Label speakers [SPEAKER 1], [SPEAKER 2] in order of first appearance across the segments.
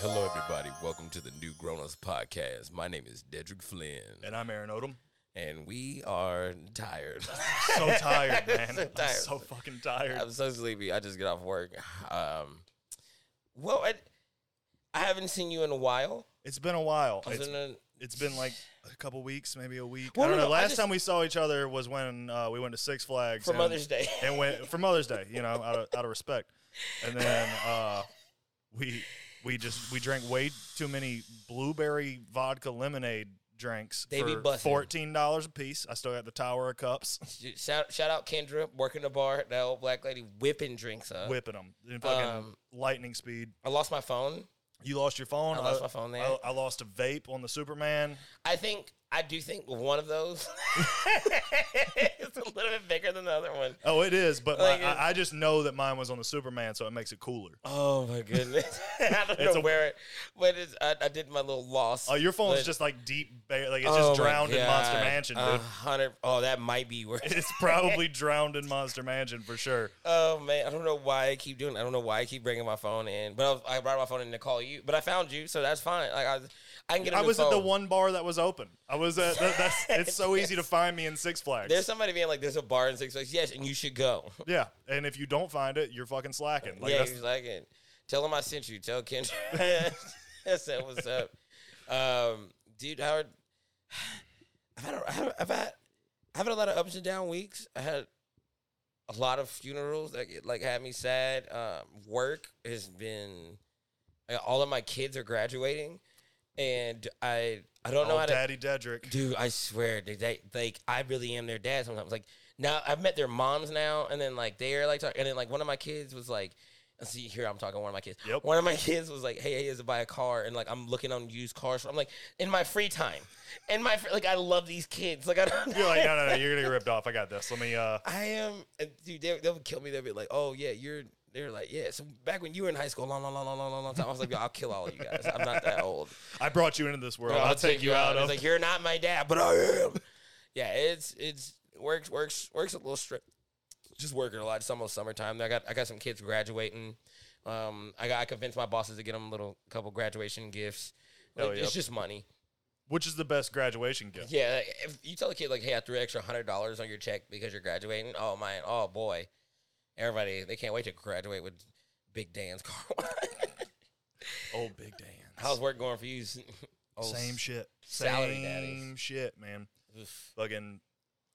[SPEAKER 1] Hello, everybody. Welcome to the New Grown Ups Podcast. My name is Dedrick Flynn,
[SPEAKER 2] And I'm Aaron Odom.
[SPEAKER 1] and we are tired.
[SPEAKER 2] So tired, man.
[SPEAKER 1] So
[SPEAKER 2] I'm
[SPEAKER 1] tired.
[SPEAKER 2] so fucking tired.
[SPEAKER 1] I'm so sleepy. I just get off work. Um, well, I, I haven't seen you in a while.
[SPEAKER 2] It's been a while.
[SPEAKER 1] I was
[SPEAKER 2] It's,
[SPEAKER 1] in a-
[SPEAKER 2] it's been like a couple weeks, maybe a week.
[SPEAKER 1] Well,
[SPEAKER 2] I don't
[SPEAKER 1] no,
[SPEAKER 2] know.
[SPEAKER 1] no, I
[SPEAKER 2] Last
[SPEAKER 1] just-
[SPEAKER 2] time we saw each other was when uh, we went to Six Flags
[SPEAKER 1] for
[SPEAKER 2] and-
[SPEAKER 1] Mother's Day.
[SPEAKER 2] and went for Mother's Day. You know, out of, out of respect. And then uh, we we just we drank way too many blueberry vodka lemonade drinks
[SPEAKER 1] They be
[SPEAKER 2] for
[SPEAKER 1] bussin'.
[SPEAKER 2] fourteen dollars a piece. I still got the Tower of Cups,
[SPEAKER 1] Dude, shout, shout out Kendra, working the bar, that old black lady whipping drinks up.
[SPEAKER 2] whipping them in fucking
[SPEAKER 1] Uh, um,
[SPEAKER 2] lightning speed.
[SPEAKER 1] I lost my phone.
[SPEAKER 2] You lost your phone.
[SPEAKER 1] I lost my phone there.
[SPEAKER 2] I, I lost a vape on the Superman.
[SPEAKER 1] I think I do think one of those is a little bit bigger than the other one.
[SPEAKER 2] Oh, it is, but
[SPEAKER 1] Like,
[SPEAKER 2] my, I, I just know that mine was on the Superman, so it makes it cooler.
[SPEAKER 1] Oh my goodness! I don't
[SPEAKER 2] It's
[SPEAKER 1] know
[SPEAKER 2] a-
[SPEAKER 1] where it, but it's, I, I did my little loss.
[SPEAKER 2] Oh, your phone's
[SPEAKER 1] but-
[SPEAKER 2] just like deep, ba- like it's
[SPEAKER 1] Oh, my
[SPEAKER 2] just drowned in Monster
[SPEAKER 1] God.
[SPEAKER 2] Mansion, dude.
[SPEAKER 1] A hundred. Oh, that might be worse.
[SPEAKER 2] It's probably drowned in Monster Mansion for sure.
[SPEAKER 1] Oh man, I don't know why I keep doing. I don't know why I keep bringing my phone in. But I, was, I brought my phone in to call you. But I found you, so that's fine. Like I, I can get. a
[SPEAKER 2] I
[SPEAKER 1] new
[SPEAKER 2] was at the
[SPEAKER 1] phone.
[SPEAKER 2] one bar that was open. I was at that, that's. It's so easy to find me in Six Flags.
[SPEAKER 1] There's somebody being like, "There's a bar in Six Flags." Yes, and you should go.
[SPEAKER 2] yeah, and if you don't find it, you're fucking slacking. Like
[SPEAKER 1] yeah,
[SPEAKER 2] that's,
[SPEAKER 1] he's like, and tell him I sent you. Tell Kendra. I said, what's up? Um, dude, Howard, I've had, a, I've, had- I've had, I've had a lot of ups and down weeks. I had a lot of funerals that get, like had me sad. Um, work has been, like, all of my kids are graduating, and I, I don't know
[SPEAKER 2] oh,
[SPEAKER 1] how to
[SPEAKER 2] Daddy Dedrick.
[SPEAKER 1] dude i swear they, they like i really am their dad sometimes like now i've met their moms now and then like they're like talk, and then like one of my kids was like see here i'm talking to one of my kids
[SPEAKER 2] Yep.
[SPEAKER 1] one of my kids was like hey he has to buy a car and like i'm looking on used cars i'm like in my free time in my fr- like i love these kids like i don't
[SPEAKER 2] You're like, no, no, no, you're gonna get ripped off. I got this. Let me. uh
[SPEAKER 1] I am, and dude. They, they'll kill me. They'll be like, "Oh yeah, you're." They're like, "Yeah." So back when you were in high school, long, long, long, long, long, long time, I was like, "Yo, I'll kill all of you guys. I'm not that old."
[SPEAKER 2] I brought you into this world.
[SPEAKER 1] I'll,
[SPEAKER 2] I'll, take you out
[SPEAKER 1] It's
[SPEAKER 2] of.
[SPEAKER 1] like you're not my dad, but I am. yeah, it's it's works works works a little strip. Just working a lot. It's almost summertime. I got I got some kids graduating. Um, I got I convinced my bosses to get them a little couple graduation gifts. Like,
[SPEAKER 2] Hell
[SPEAKER 1] It's
[SPEAKER 2] yep.
[SPEAKER 1] just money.
[SPEAKER 2] which is the best graduation gift?
[SPEAKER 1] Oh, Yeah, like, if you tell a kid like, "Hey, I threw an extra hundred dollars on your check because you're graduating." Oh man, oh boy, everybody they can't wait to graduate with Big Dan's car.
[SPEAKER 2] Oh, Big Dan.
[SPEAKER 1] How's work going for you? Oh,
[SPEAKER 2] Same shit.
[SPEAKER 1] salary
[SPEAKER 2] Same
[SPEAKER 1] daddies.
[SPEAKER 2] shit, man.
[SPEAKER 1] Oof.
[SPEAKER 2] Fucking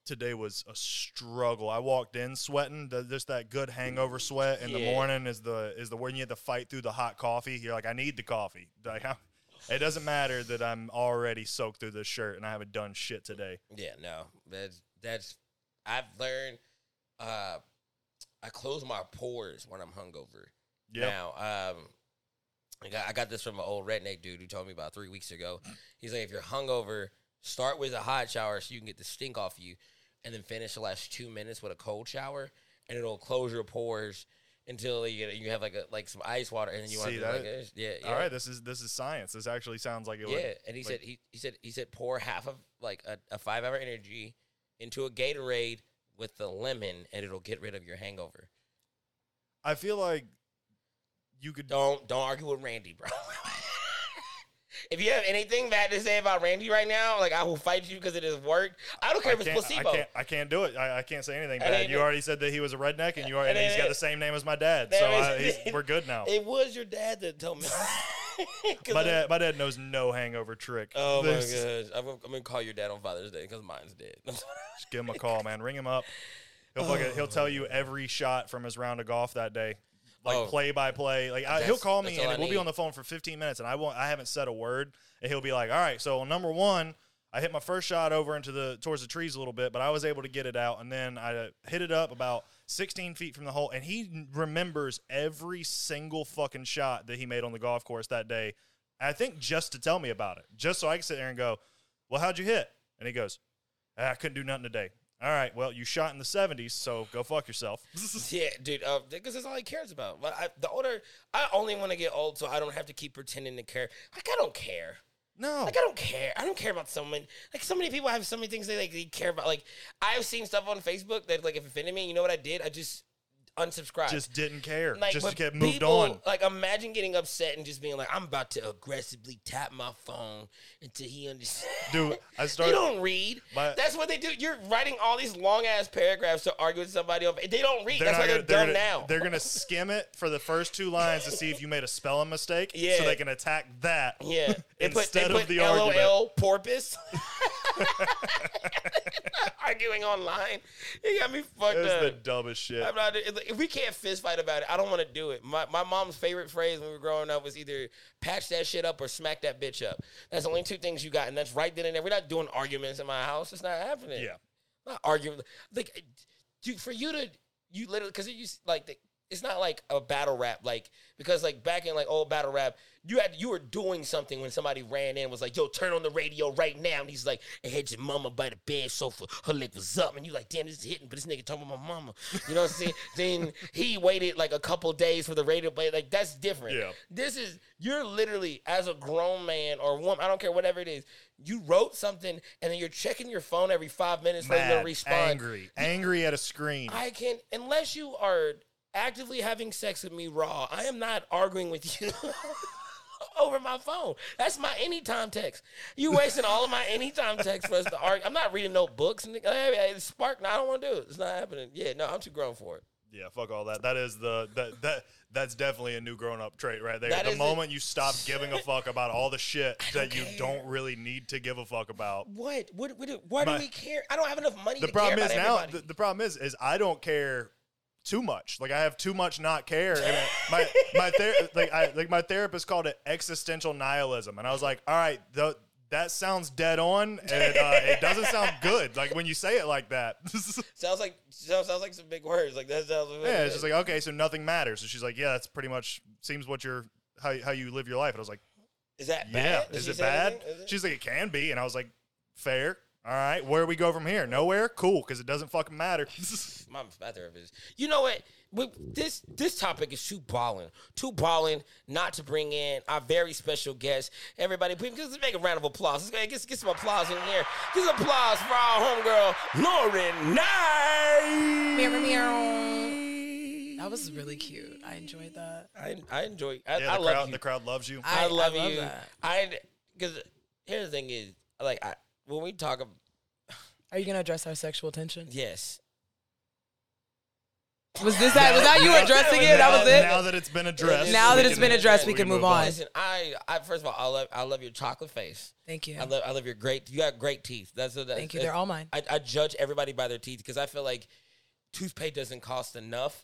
[SPEAKER 2] today was a struggle. I walked in sweating, the, just that good hangover sweat in
[SPEAKER 1] Yeah.
[SPEAKER 2] the morning is the is the when you have to fight through the hot coffee. You're like, I need the coffee. Like, how it doesn't matter that I'm already soaked through this shirt and I haven't done shit today.
[SPEAKER 1] Yeah, no, that's that's. I've learned. Uh, I close my pores when I'm hungover.
[SPEAKER 2] Yep.
[SPEAKER 1] Now, um, I got, I got this from an old redneck dude who told me about three weeks ago. He's like, if you're hungover, start with a hot shower so you can get the stink off you, and then finish the last two minutes with a cold shower, and it'll close your pores until you get, you have like a like some ice water, and then you want
[SPEAKER 2] See
[SPEAKER 1] to like
[SPEAKER 2] that?
[SPEAKER 1] a, yeah, yeah.
[SPEAKER 2] All right, this is this is science. This actually sounds like it
[SPEAKER 1] Yeah,
[SPEAKER 2] would
[SPEAKER 1] and he
[SPEAKER 2] like-
[SPEAKER 1] said he, he said he said pour half of like a, a five hour energy into a Gatorade with the lemon, and it'll get rid of your hangover.
[SPEAKER 2] I feel like you could
[SPEAKER 1] Don't don't argue with Randy, bro. if you have anything bad to say about Randy right now, like I will fight you because it has worked. I don't care if it's
[SPEAKER 2] can't-
[SPEAKER 1] placebo.
[SPEAKER 2] I can't, I can't do it. I, I can't say anything
[SPEAKER 1] That
[SPEAKER 2] bad.
[SPEAKER 1] ain't
[SPEAKER 2] You
[SPEAKER 1] it.
[SPEAKER 2] already said that he was a redneck, and you are,
[SPEAKER 1] That
[SPEAKER 2] and he's
[SPEAKER 1] ain't
[SPEAKER 2] got
[SPEAKER 1] it.
[SPEAKER 2] the same name as my dad.
[SPEAKER 1] That
[SPEAKER 2] so
[SPEAKER 1] ain't
[SPEAKER 2] I,
[SPEAKER 1] it.
[SPEAKER 2] he's, we're good now.
[SPEAKER 1] It was your dad that told me. 'Cause
[SPEAKER 2] My
[SPEAKER 1] I-
[SPEAKER 2] dad, my dad knows no hangover trick.
[SPEAKER 1] Oh my
[SPEAKER 2] This-
[SPEAKER 1] gosh! I'm, gonna- I'm gonna call your dad on Father's Day because mine's dead.
[SPEAKER 2] Just give him a call, man. Ring him up. He'll fucking, he'll tell you every shot from his round of golf that day, like
[SPEAKER 1] Oh.
[SPEAKER 2] play by play. Like I,
[SPEAKER 1] That's-
[SPEAKER 2] Uh, he'll call
[SPEAKER 1] that's
[SPEAKER 2] me
[SPEAKER 1] all I
[SPEAKER 2] and we'll
[SPEAKER 1] need.
[SPEAKER 2] be on the phone for 15 minutes, and I won't. I haven't said a word, and he'll be like, "All right, so number one." I hit my first shot over into the towards the trees a little bit, but I was able to get it out, and then I uh, hit it up about 16 feet from the hole. And he remembers every single fucking shot that he made on the golf course that day. I think just to tell me about it, just so I can sit there and go, "Well, how'd you hit?" And he goes, "Ah, "I couldn't do nothing today." All right, well, you shot in the 70s, so go fuck yourself.
[SPEAKER 1] Yeah, dude, because that's all he cares about. But I, the older, I only want to get old so I don't have to keep pretending to care. Like I don't care.
[SPEAKER 2] No.
[SPEAKER 1] Like I don't care. I don't care about so many. Like so many people have so many things they like they care about. Like I've seen stuff on Facebook that like if it offended me, you know what I did? I just unsubscribed.
[SPEAKER 2] just didn't care.
[SPEAKER 1] like
[SPEAKER 2] just
[SPEAKER 1] but
[SPEAKER 2] kept moved
[SPEAKER 1] people-
[SPEAKER 2] on.
[SPEAKER 1] Like imagine getting upset and just being like, I'm about to aggressively tap my phone until he understands.
[SPEAKER 2] Dude, I
[SPEAKER 1] They
[SPEAKER 2] started.
[SPEAKER 1] don't read.
[SPEAKER 2] My-
[SPEAKER 1] That's what they do. You're writing all these long ass paragraphs to argue with somebody. Over. They don't read. That's why they're,
[SPEAKER 2] not gonna-
[SPEAKER 1] dumb now.
[SPEAKER 2] They're gonna skim it for the first two lines to see if you made a spelling mistake,
[SPEAKER 1] Yeah.
[SPEAKER 2] so they can attack that.
[SPEAKER 1] yeah. They put, they
[SPEAKER 2] instead
[SPEAKER 1] put
[SPEAKER 2] of the
[SPEAKER 1] LOL
[SPEAKER 2] argument.
[SPEAKER 1] porpoise. Arguing online. It got me fucked
[SPEAKER 2] It's
[SPEAKER 1] up.
[SPEAKER 2] the dumbest shit.
[SPEAKER 1] I'm not, it's like, if we can't fist fight about it, I don't want to do it. My, my mom's favorite phrase when we were growing up was either patch that shit up or smack that bitch up. That's the only two things you got, and that's right then and there. We're not doing arguments in my house. It's not happening.
[SPEAKER 2] yeah,
[SPEAKER 1] not arguing. Like, dude, for you to you literally because you like the, it's not like a battle rap like because like back in like old battle rap you had you were doing something when somebody ran in and was like yo turn on the radio right now and he's like I had your mama by the bed sofa her leg was up and you like damn this is hitting but this nigga talking about my mama you know what I'm saying then he waited like a couple days for the radio play like that's different
[SPEAKER 2] Yeah.
[SPEAKER 1] this is you're literally as a grown man or woman I don't care whatever it is you wrote something and then you're checking your phone every five minutes Mad,
[SPEAKER 2] mad,
[SPEAKER 1] respond.
[SPEAKER 2] angry, angry at a screen.
[SPEAKER 1] I can unless you are actively having sex with me raw. I am not arguing with you over my phone. That's my anytime text. You wasting all of my anytime text for us to argue. I'm not reading no books. And it's spark. No, I don't want to do it. It's not happening. Yeah, no, I'm too grown for it.
[SPEAKER 2] yeah, fuck all that. That is the that that that's definitely a new grown up trait right there.
[SPEAKER 1] That
[SPEAKER 2] the
[SPEAKER 1] is a-
[SPEAKER 2] moment you stop giving a fuck about all the shit
[SPEAKER 1] don't
[SPEAKER 2] that you
[SPEAKER 1] care.
[SPEAKER 2] don't really need to give a fuck about.
[SPEAKER 1] What? What? what do, why
[SPEAKER 2] My-
[SPEAKER 1] do we care? I don't have enough money.
[SPEAKER 2] The
[SPEAKER 1] to
[SPEAKER 2] problem
[SPEAKER 1] care
[SPEAKER 2] is
[SPEAKER 1] about
[SPEAKER 2] now.
[SPEAKER 1] everybody.
[SPEAKER 2] The, the problem is is I don't care too much. Like I have too much not care. And I- my my ther- like I like my therapist called it existential nihilism, and I was like, all right, the, that sounds dead on, and it, uh, it doesn't sound good. Like when you say it like that.
[SPEAKER 1] sounds like sounds, sounds like some big words. Like that sounds.
[SPEAKER 2] Yeah, it's just like okay, so nothing matters. And she's like, yeah, that's pretty much seems what you're how how you live your life. And I was like,
[SPEAKER 1] is that
[SPEAKER 2] yeah,
[SPEAKER 1] bad? Did
[SPEAKER 2] is
[SPEAKER 1] she
[SPEAKER 2] it
[SPEAKER 1] say
[SPEAKER 2] bad?
[SPEAKER 1] anything? Is it-
[SPEAKER 2] She's like, it can be. And I was like, fair. All right, where we go from here? Nowhere. Cool, because it doesn't fucking matter.
[SPEAKER 1] my, my therapist. You know what? With this this topic is too balling, too balling not to bring in our very special guest. Everybody, please just make a round of applause. Let's go ahead, get, get some applause in here. Get some applause for our homegirl Lauren Knight.
[SPEAKER 3] Meow, meow, meow. That was really cute. I enjoyed that.
[SPEAKER 1] I, I enjoy. I,
[SPEAKER 2] yeah,
[SPEAKER 1] I
[SPEAKER 2] the
[SPEAKER 1] love
[SPEAKER 2] crowd.
[SPEAKER 1] you.
[SPEAKER 2] The crowd loves you.
[SPEAKER 1] I,
[SPEAKER 3] I- I
[SPEAKER 1] love
[SPEAKER 3] love
[SPEAKER 1] you.
[SPEAKER 3] that.
[SPEAKER 1] I because here's the thing is like I, when we talk. ab-
[SPEAKER 3] Are you gonna address our sexual tension?
[SPEAKER 1] Yes,
[SPEAKER 3] Was this that? Was that you
[SPEAKER 2] Now-
[SPEAKER 3] addressing
[SPEAKER 2] now,
[SPEAKER 3] it? That was
[SPEAKER 2] Now
[SPEAKER 3] it.
[SPEAKER 2] that it's been addressed.
[SPEAKER 3] Now that
[SPEAKER 2] we
[SPEAKER 3] it's
[SPEAKER 2] can-
[SPEAKER 3] been addressed, we can move on.
[SPEAKER 1] listen. I, I first of all, I love I love your chocolate face.
[SPEAKER 3] Thank you.
[SPEAKER 1] I love I love your great. You got great teeth. That's what. That's,
[SPEAKER 3] Thank you. They're all mine.
[SPEAKER 1] I, I judge everybody by their teeth because I feel like toothpaste doesn't cost enough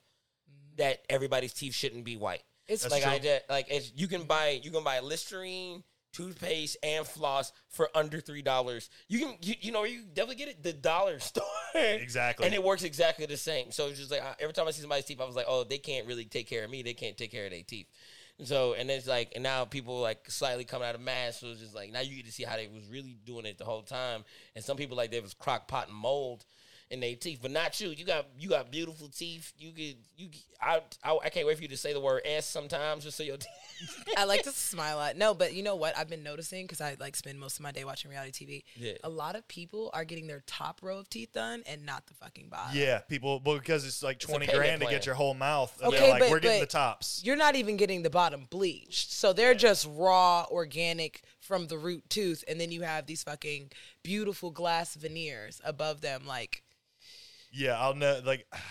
[SPEAKER 1] that everybody's teeth shouldn't be white.
[SPEAKER 3] Mm. It's
[SPEAKER 2] That's
[SPEAKER 1] like
[SPEAKER 2] true.
[SPEAKER 1] I did. Like it's, you can buy you can buy Listerine toothpaste and floss for under three dollars. You can you, you know where you definitely get it the dollar store
[SPEAKER 2] Exactly.
[SPEAKER 1] and it works exactly the same. So it's just like I, every time I see somebody's teeth, I was like, oh, they can't really take care of me. They can't take care of their teeth. And so and it's like and now people like slightly coming out of mass. So it's just like now you get to see how they was really doing it the whole time. And some people like they was crock pot and mold in their teeth, but not you. You got you got beautiful teeth. You could you could- I I, I can't wait for you to say the word s sometimes just so your teeth.
[SPEAKER 3] I like to smile at. No, but you know what? I've been noticing because I like spend most of my day watching reality TV.
[SPEAKER 1] Yeah.
[SPEAKER 3] A lot of people are getting their top row of teeth done and not the fucking bottom.
[SPEAKER 2] Yeah, people well, because it's like
[SPEAKER 1] a
[SPEAKER 2] twenty
[SPEAKER 1] payment
[SPEAKER 2] grand to
[SPEAKER 1] plan.
[SPEAKER 2] get your whole mouth. And they're
[SPEAKER 3] Okay,
[SPEAKER 2] like,
[SPEAKER 3] but-
[SPEAKER 2] we're getting
[SPEAKER 3] but-
[SPEAKER 2] the tops.
[SPEAKER 3] You're not even getting the bottom bleached. So they're just raw, organic from the root tooth. And then you have these fucking beautiful glass veneers above them. Like,
[SPEAKER 2] Yeah, I'll know. Like,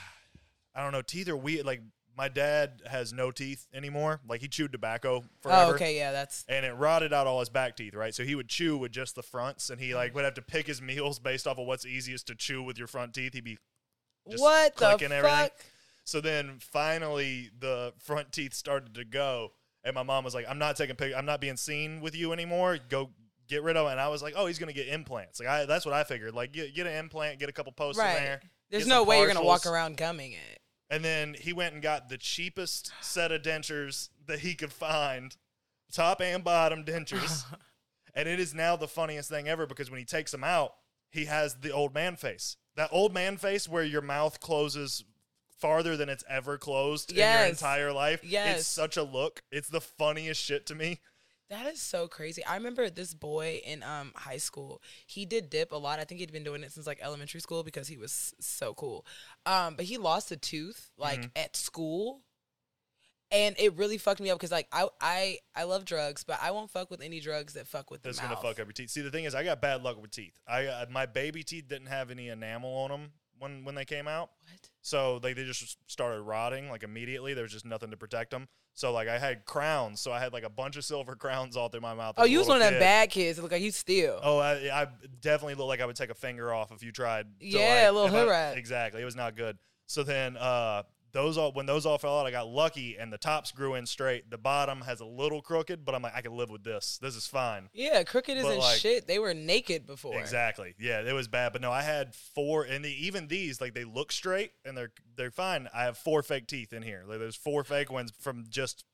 [SPEAKER 2] I don't know. Teeth are weird. Like, my dad has no teeth anymore. Like, he chewed tobacco forever.
[SPEAKER 3] oh, okay. Yeah, that's
[SPEAKER 2] And it rotted out all his back teeth, right? So he would chew with just the fronts, and he like would have to pick his meals based off of what's easiest to chew with your front teeth. He'd be just
[SPEAKER 3] what the fuck?
[SPEAKER 2] clicking everything. So then finally the front teeth started to go, and my mom was like, "I'm not taking pic. I'm not being seen with you anymore. Go get rid of." It. And I was like, "Oh, he's gonna get implants. Like I, that's what I figured. Like get, get an implant, get a couple posts in
[SPEAKER 3] Right.
[SPEAKER 2] there.
[SPEAKER 3] There's
[SPEAKER 2] get
[SPEAKER 3] no
[SPEAKER 2] some
[SPEAKER 3] way you're gonna walk
[SPEAKER 2] partials."
[SPEAKER 3] around gumming it.
[SPEAKER 2] And then he went and got the cheapest set of dentures that he could find, top and bottom dentures. and it is now the funniest thing ever because when he takes them out, he has the old man face. That old man face where your mouth closes farther than it's ever closed in your
[SPEAKER 3] Yes.
[SPEAKER 2] entire life. It's
[SPEAKER 3] Yes.
[SPEAKER 2] such a look. It's the funniest shit to me.
[SPEAKER 3] That is so crazy. I remember this boy in um high school. He did dip a lot. I think he'd been doing it since like elementary school because he was so cool. Um, but he lost a tooth like
[SPEAKER 2] Mm-hmm.
[SPEAKER 3] at school, and it really fucked me up because like I I I love drugs, but I won't fuck with any drugs that fuck with the
[SPEAKER 2] That's
[SPEAKER 3] mouth.
[SPEAKER 2] gonna fuck up your teeth. See, the thing is, I got bad luck with teeth. I uh, my baby teeth didn't have any enamel on them when when they came out,
[SPEAKER 3] What?
[SPEAKER 2] so like they just started rotting like immediately. There was just nothing to protect them. So like I had crowns, so I had like a bunch of silver crowns all through my mouth.
[SPEAKER 3] Oh,
[SPEAKER 2] as a
[SPEAKER 3] you was one
[SPEAKER 2] little
[SPEAKER 3] of them
[SPEAKER 2] kid.
[SPEAKER 3] bad kids. It looked like you steal.
[SPEAKER 2] Oh, I, I definitely looked like I would take a finger off if you tried. to,
[SPEAKER 3] Yeah, a little
[SPEAKER 2] if I-
[SPEAKER 3] hood rat.
[SPEAKER 2] Exactly, it was not good. So then, uh, those all when those all fell out, I got lucky, and the tops grew in straight. The bottom has a little crooked, but I'm like, I can live with this. This is fine.
[SPEAKER 3] Yeah, crooked
[SPEAKER 2] But,
[SPEAKER 3] isn't
[SPEAKER 2] like-
[SPEAKER 3] shit. They were naked before.
[SPEAKER 2] Exactly. Yeah, it was bad. But no, I had four, and the, even these, like they look straight and they're they're fine. I have four fake teeth in here. Like there's four fake ones from just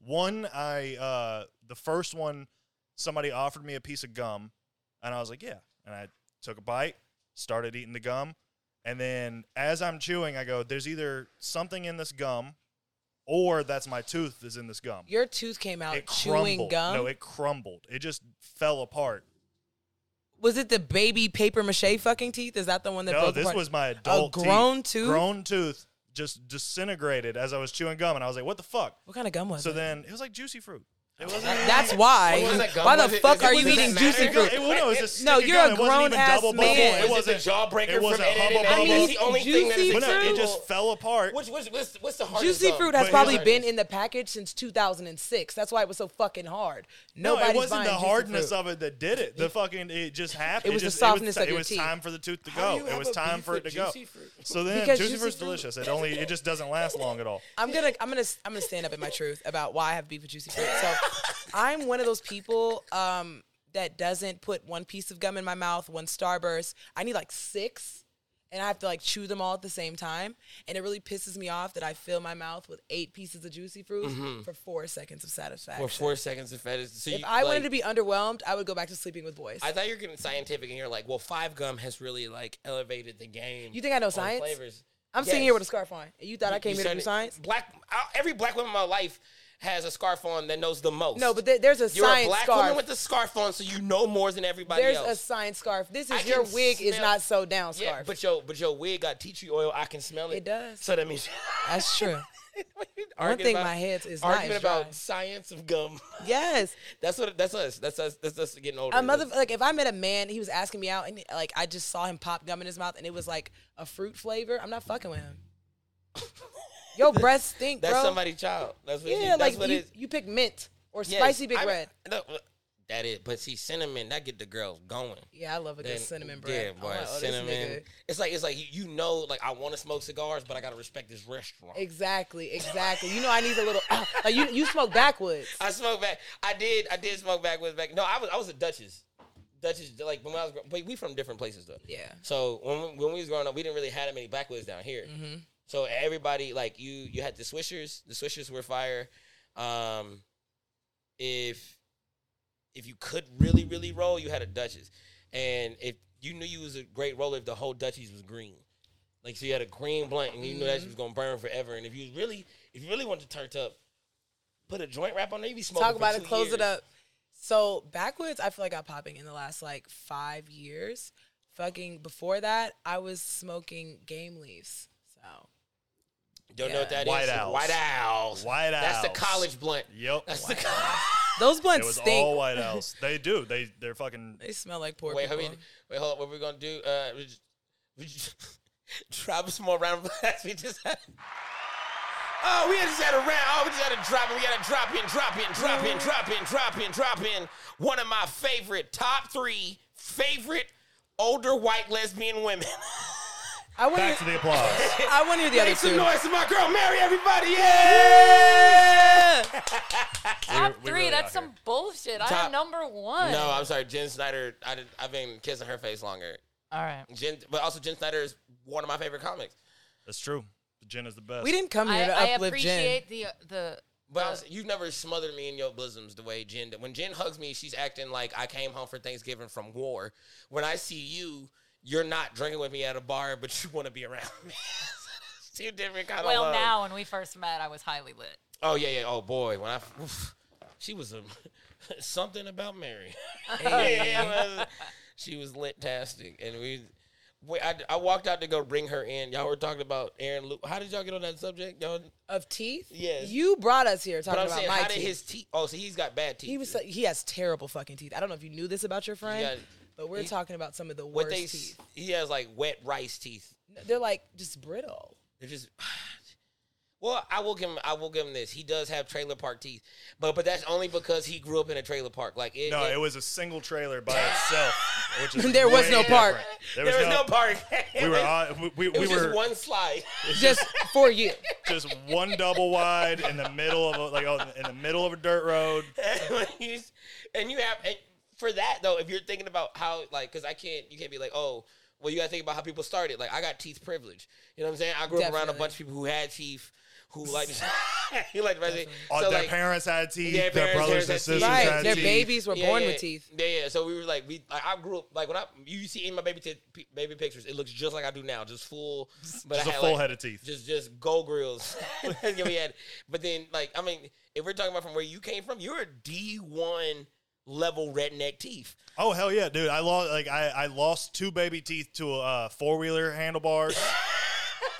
[SPEAKER 2] one. I uh the first one, somebody offered me a piece of gum, and I was like, yeah, and I took a bite, started eating the gum, and then as I'm chewing, I go, there's either something in this gum, or that's my tooth is in this gum
[SPEAKER 3] Your tooth came out
[SPEAKER 2] it
[SPEAKER 3] chewing
[SPEAKER 2] crumbled.
[SPEAKER 3] gum.
[SPEAKER 2] No, it crumbled. It just fell apart.
[SPEAKER 3] was it the baby paper mache fucking teeth? Is that the one that
[SPEAKER 2] No,
[SPEAKER 3] broke
[SPEAKER 2] this
[SPEAKER 3] apart?
[SPEAKER 2] was my adult
[SPEAKER 3] grown
[SPEAKER 2] teeth.
[SPEAKER 3] tooth?
[SPEAKER 2] Grown tooth just disintegrated as I was chewing gum, and I was like, "What the fuck?"
[SPEAKER 3] What kind of gum was
[SPEAKER 2] So
[SPEAKER 3] it?
[SPEAKER 2] then it was like juicy fruit. It wasn't.
[SPEAKER 3] That's why.
[SPEAKER 1] What was that gum?
[SPEAKER 3] Why the
[SPEAKER 1] Was it-
[SPEAKER 3] fuck
[SPEAKER 1] is
[SPEAKER 3] are
[SPEAKER 1] it-
[SPEAKER 3] you
[SPEAKER 1] does that
[SPEAKER 3] eating
[SPEAKER 1] matter?
[SPEAKER 3] juicy
[SPEAKER 2] It, was-
[SPEAKER 3] fruit?
[SPEAKER 2] it, well, no, it was a
[SPEAKER 3] No,
[SPEAKER 2] stick
[SPEAKER 3] you're
[SPEAKER 2] of
[SPEAKER 3] a
[SPEAKER 2] gum. it wasn't even
[SPEAKER 3] grown-ass
[SPEAKER 2] double bubble.
[SPEAKER 3] man.
[SPEAKER 2] It
[SPEAKER 1] Was
[SPEAKER 2] wasn't
[SPEAKER 1] it the jawbreaker
[SPEAKER 2] It was
[SPEAKER 1] from
[SPEAKER 2] a
[SPEAKER 1] Ed, Ed,
[SPEAKER 2] hubba
[SPEAKER 1] and Eddie?
[SPEAKER 2] bubble.
[SPEAKER 1] That's the only thing that
[SPEAKER 3] Juicy
[SPEAKER 1] is
[SPEAKER 2] But no, it
[SPEAKER 1] acceptable.
[SPEAKER 2] just fell apart.
[SPEAKER 1] Which, which, what's, what's the hardest
[SPEAKER 3] Juicy
[SPEAKER 1] gum?
[SPEAKER 3] fruit has
[SPEAKER 1] What's
[SPEAKER 3] probably
[SPEAKER 1] the
[SPEAKER 3] been
[SPEAKER 1] hardest?
[SPEAKER 3] in the package since 2006. That's why it was so fucking hard.
[SPEAKER 2] no,
[SPEAKER 3] Nobody's
[SPEAKER 2] it wasn't
[SPEAKER 3] buying
[SPEAKER 2] the
[SPEAKER 3] juicy
[SPEAKER 2] hardness
[SPEAKER 3] fruit.
[SPEAKER 2] of it that did it. The fucking it just happened.
[SPEAKER 3] It was the
[SPEAKER 2] just,
[SPEAKER 3] softness
[SPEAKER 2] it was,
[SPEAKER 3] of your
[SPEAKER 2] It was
[SPEAKER 3] teeth.
[SPEAKER 2] time for the tooth to
[SPEAKER 1] How do
[SPEAKER 2] go.
[SPEAKER 1] you
[SPEAKER 2] It
[SPEAKER 1] have
[SPEAKER 2] was
[SPEAKER 1] a
[SPEAKER 2] time
[SPEAKER 1] beef
[SPEAKER 2] for it to
[SPEAKER 1] with
[SPEAKER 2] go.
[SPEAKER 1] Juicy Fruit?
[SPEAKER 2] So then
[SPEAKER 3] Because
[SPEAKER 2] juicy
[SPEAKER 3] Juicy
[SPEAKER 2] fruit's
[SPEAKER 3] Fruit-
[SPEAKER 2] delicious. It only it just doesn't last long at all.
[SPEAKER 3] I'm gonna I'm gonna I'm gonna stand up at my truth about why I have beef with juicy fruit. So I'm one of those people um, that doesn't put one piece of gum in my mouth, one starburst. I need like six, and I have to like chew them all at the same time. And it really pisses me off that I fill my mouth with eight pieces of juicy fruit for four seconds of satisfaction.
[SPEAKER 1] Or four seconds of fetish. So
[SPEAKER 3] if
[SPEAKER 1] Mm-hmm. you,
[SPEAKER 3] I wanted
[SPEAKER 1] like-
[SPEAKER 3] to be underwhelmed, I would go back to sleeping with boys.
[SPEAKER 1] I thought you were getting scientific, and you're like, "Well, five gum has really like elevated the game."
[SPEAKER 3] You think I know
[SPEAKER 1] on
[SPEAKER 3] science?
[SPEAKER 1] Flavors.
[SPEAKER 3] I'm sitting here with a scarf on. and You thought I came here to do science?
[SPEAKER 1] Black, I- every black woman in my life has a scarf on that knows the most.
[SPEAKER 3] No, but there- there's a
[SPEAKER 1] you're a
[SPEAKER 3] science
[SPEAKER 1] black woman
[SPEAKER 3] scarf.
[SPEAKER 1] with a scarf on, so you know more than everybody
[SPEAKER 3] There's a
[SPEAKER 1] else.
[SPEAKER 3] science scarf. This
[SPEAKER 1] I
[SPEAKER 3] is your
[SPEAKER 1] can
[SPEAKER 3] wig is
[SPEAKER 1] smell-
[SPEAKER 3] not so down scarf.
[SPEAKER 1] yeah, but your but your wig got tea tree oil. I can smell it.
[SPEAKER 3] It does.
[SPEAKER 1] So that means
[SPEAKER 3] That's true.
[SPEAKER 1] Arguing
[SPEAKER 3] thing my head is
[SPEAKER 1] arguing
[SPEAKER 3] nice
[SPEAKER 1] about
[SPEAKER 3] dry.
[SPEAKER 1] science of gum.
[SPEAKER 3] Yes.
[SPEAKER 1] that's what that's us. That's us. That's us getting older.
[SPEAKER 3] A mother
[SPEAKER 1] That's-
[SPEAKER 3] like if I met a man, he was asking me out and like I just saw him pop gum in his mouth and it was like a fruit flavor. I'm not fucking with him. Your breath stink,
[SPEAKER 1] That's
[SPEAKER 3] bro.
[SPEAKER 1] somebody's child. That's what.
[SPEAKER 3] yeah,
[SPEAKER 1] you, that's
[SPEAKER 3] like
[SPEAKER 1] what
[SPEAKER 3] you,
[SPEAKER 1] it is.
[SPEAKER 3] you pick mint or
[SPEAKER 1] Yes,
[SPEAKER 3] spicy big
[SPEAKER 1] I-
[SPEAKER 3] red.
[SPEAKER 1] no, uh, that is, but see, cinnamon that get the girls going.
[SPEAKER 3] Yeah, I love a good
[SPEAKER 1] Then-
[SPEAKER 3] cinnamon bread.
[SPEAKER 1] Yeah,
[SPEAKER 3] I'm
[SPEAKER 1] boy,
[SPEAKER 3] like, oh, this
[SPEAKER 1] cinnamon.
[SPEAKER 3] nigga.
[SPEAKER 1] It's like it's like you- you know, like I want to smoke cigars, but I gotta respect this restaurant.
[SPEAKER 3] Exactly, exactly. You know I need a little. like you, you smoke backwoods.
[SPEAKER 1] I smoke back. I did. I did smoke back with back. No, I was. I was a Duchess. Duchess. Like when I was. But we from different places though.
[SPEAKER 3] Yeah.
[SPEAKER 1] So when we, when we was growing up, we didn't really have that many backwoods down here.
[SPEAKER 3] Mm-hmm.
[SPEAKER 1] So everybody like you. You had the Swishers. The Swishers were fire. Um, if if you could really really roll, you had a Duchess, and if you knew you was a great roller, if the whole Duchess was green. Like so, you had a green blunt, and you knew
[SPEAKER 3] Mm-hmm.
[SPEAKER 1] that shit was gonna burn forever. And if you really, if you really wanted to turn up, put a joint wrap on there. You be smoking.
[SPEAKER 3] Talk
[SPEAKER 1] for
[SPEAKER 3] about it.
[SPEAKER 1] two
[SPEAKER 3] Close
[SPEAKER 1] years.
[SPEAKER 3] it up. So backwards, I feel like I'm popping in the last like five years. Fucking before that, I was smoking game leaves. So
[SPEAKER 1] Don't know what that is.
[SPEAKER 2] White Owls.
[SPEAKER 1] White owls.
[SPEAKER 2] White
[SPEAKER 1] That's
[SPEAKER 2] Owls.
[SPEAKER 1] the college blunt.
[SPEAKER 2] Yep.
[SPEAKER 1] That's the college.
[SPEAKER 3] those
[SPEAKER 2] It
[SPEAKER 3] blunts
[SPEAKER 2] was
[SPEAKER 3] stink.
[SPEAKER 2] all White House. They do. They they're fucking.
[SPEAKER 3] They smell like poor
[SPEAKER 1] wait,
[SPEAKER 3] people.
[SPEAKER 1] hold on. wait, hold on. What we gonna do? Uh, we just, we just, drop a small round of applause. We just had. Oh, we just had a round. Oh, we just had a drop. in. We had a drop in, drop in, drop in, drop in, drop in, drop in. One of my favorite, top three favorite older white lesbian women.
[SPEAKER 3] I want
[SPEAKER 2] Back to
[SPEAKER 3] to.
[SPEAKER 2] the applause.
[SPEAKER 3] I want to hear the other
[SPEAKER 1] Make some
[SPEAKER 3] two.
[SPEAKER 1] noise to my girl Mary, everybody. Yeah!
[SPEAKER 2] Top
[SPEAKER 4] Three, that's some bullshit. I
[SPEAKER 1] Top-
[SPEAKER 4] am number one.
[SPEAKER 1] No, I'm sorry, Jen Snyder. I did, I've been kissing her face longer.
[SPEAKER 4] All right.
[SPEAKER 1] Jen, but also Jen Snyder is one of my favorite comics.
[SPEAKER 2] That's true. Jen is the best.
[SPEAKER 3] We didn't come here
[SPEAKER 4] I,
[SPEAKER 3] to
[SPEAKER 4] I
[SPEAKER 3] uplift Jen.
[SPEAKER 4] appreciate the the.
[SPEAKER 1] But I
[SPEAKER 4] the-
[SPEAKER 1] was- you've never smothered me in your bosoms the way Jen did. When Jen hugs me, she's acting like I came home for Thanksgiving from war. When I see you, you're not drinking with me at a bar, but you want to be around me. It's Two different kind
[SPEAKER 4] well,
[SPEAKER 1] of love.
[SPEAKER 4] now when we first met, I was highly lit.
[SPEAKER 1] Oh yeah, yeah. Oh boy, when I oof, she was a something about Mary.
[SPEAKER 3] Hey.
[SPEAKER 1] It was- she was lit tastic, and we. Wait, I, I walked out to go bring her in. Y'all were talking about Aaron Luke. How did y'all get on that subject? Y'all,
[SPEAKER 3] Of teeth?
[SPEAKER 1] Yes.
[SPEAKER 3] You brought us here
[SPEAKER 1] but
[SPEAKER 3] talking
[SPEAKER 1] I'm
[SPEAKER 3] about
[SPEAKER 1] saying,
[SPEAKER 3] my
[SPEAKER 1] how did
[SPEAKER 3] teeth.
[SPEAKER 1] his teeth? Oh, so he's got bad teeth.
[SPEAKER 3] he was he has terrible fucking teeth. I don't know if you knew this about your friend,
[SPEAKER 1] got-
[SPEAKER 3] but we're
[SPEAKER 1] he-
[SPEAKER 3] talking about some of the
[SPEAKER 1] what
[SPEAKER 3] worst
[SPEAKER 1] they? s-
[SPEAKER 3] teeth.
[SPEAKER 1] He has like wet rice teeth.
[SPEAKER 3] They're like just brittle.
[SPEAKER 1] They're just. Well, I will give him. I will give him this. He does have trailer park teeth, but but that's only because he grew up in a trailer park. Like it,
[SPEAKER 2] No,
[SPEAKER 1] it-
[SPEAKER 2] it was a single trailer by itself, which is
[SPEAKER 3] There was
[SPEAKER 2] way
[SPEAKER 3] no park.
[SPEAKER 2] different.
[SPEAKER 1] there was no, park.
[SPEAKER 2] We were on, we- we,
[SPEAKER 1] It
[SPEAKER 2] we
[SPEAKER 1] was
[SPEAKER 2] were
[SPEAKER 1] just one slide.
[SPEAKER 3] Just for you.
[SPEAKER 2] just one double wide in the middle of a, like oh, in the middle of a dirt road.
[SPEAKER 1] and you have and for that though, if you're thinking about how like, because I can't, you can't be like, oh, well, you got to think about how people started. Like, I got teeth privilege. You know what I'm saying? I grew up around a
[SPEAKER 3] Definitely.
[SPEAKER 1] bunch of people who had teeth, who like, you like, so,
[SPEAKER 2] Oh, their
[SPEAKER 1] like,
[SPEAKER 2] parents had teeth.
[SPEAKER 1] their
[SPEAKER 2] Their,
[SPEAKER 1] parents- parents
[SPEAKER 2] brothers and
[SPEAKER 1] had
[SPEAKER 2] sisters
[SPEAKER 1] teeth.
[SPEAKER 2] had
[SPEAKER 3] Right. Their
[SPEAKER 2] teeth.
[SPEAKER 3] babies were
[SPEAKER 1] Yeah,
[SPEAKER 3] born
[SPEAKER 1] yeah,
[SPEAKER 3] with teeth.
[SPEAKER 1] Yeah, yeah. So we were like, we, like, I grew up like when I you see in my baby t- baby pictures, it looks just like I do now, just full, but
[SPEAKER 2] Just
[SPEAKER 1] I
[SPEAKER 2] a
[SPEAKER 1] had,
[SPEAKER 2] full
[SPEAKER 1] like,
[SPEAKER 2] head of teeth.
[SPEAKER 1] just just gold grills. That's what we had. But then, like, I mean, if we're talking about from where you came from, you're a D one level redneck teeth.
[SPEAKER 2] Oh hell yeah, dude! I lost like I, I lost two baby teeth to a uh, four wheeler handlebars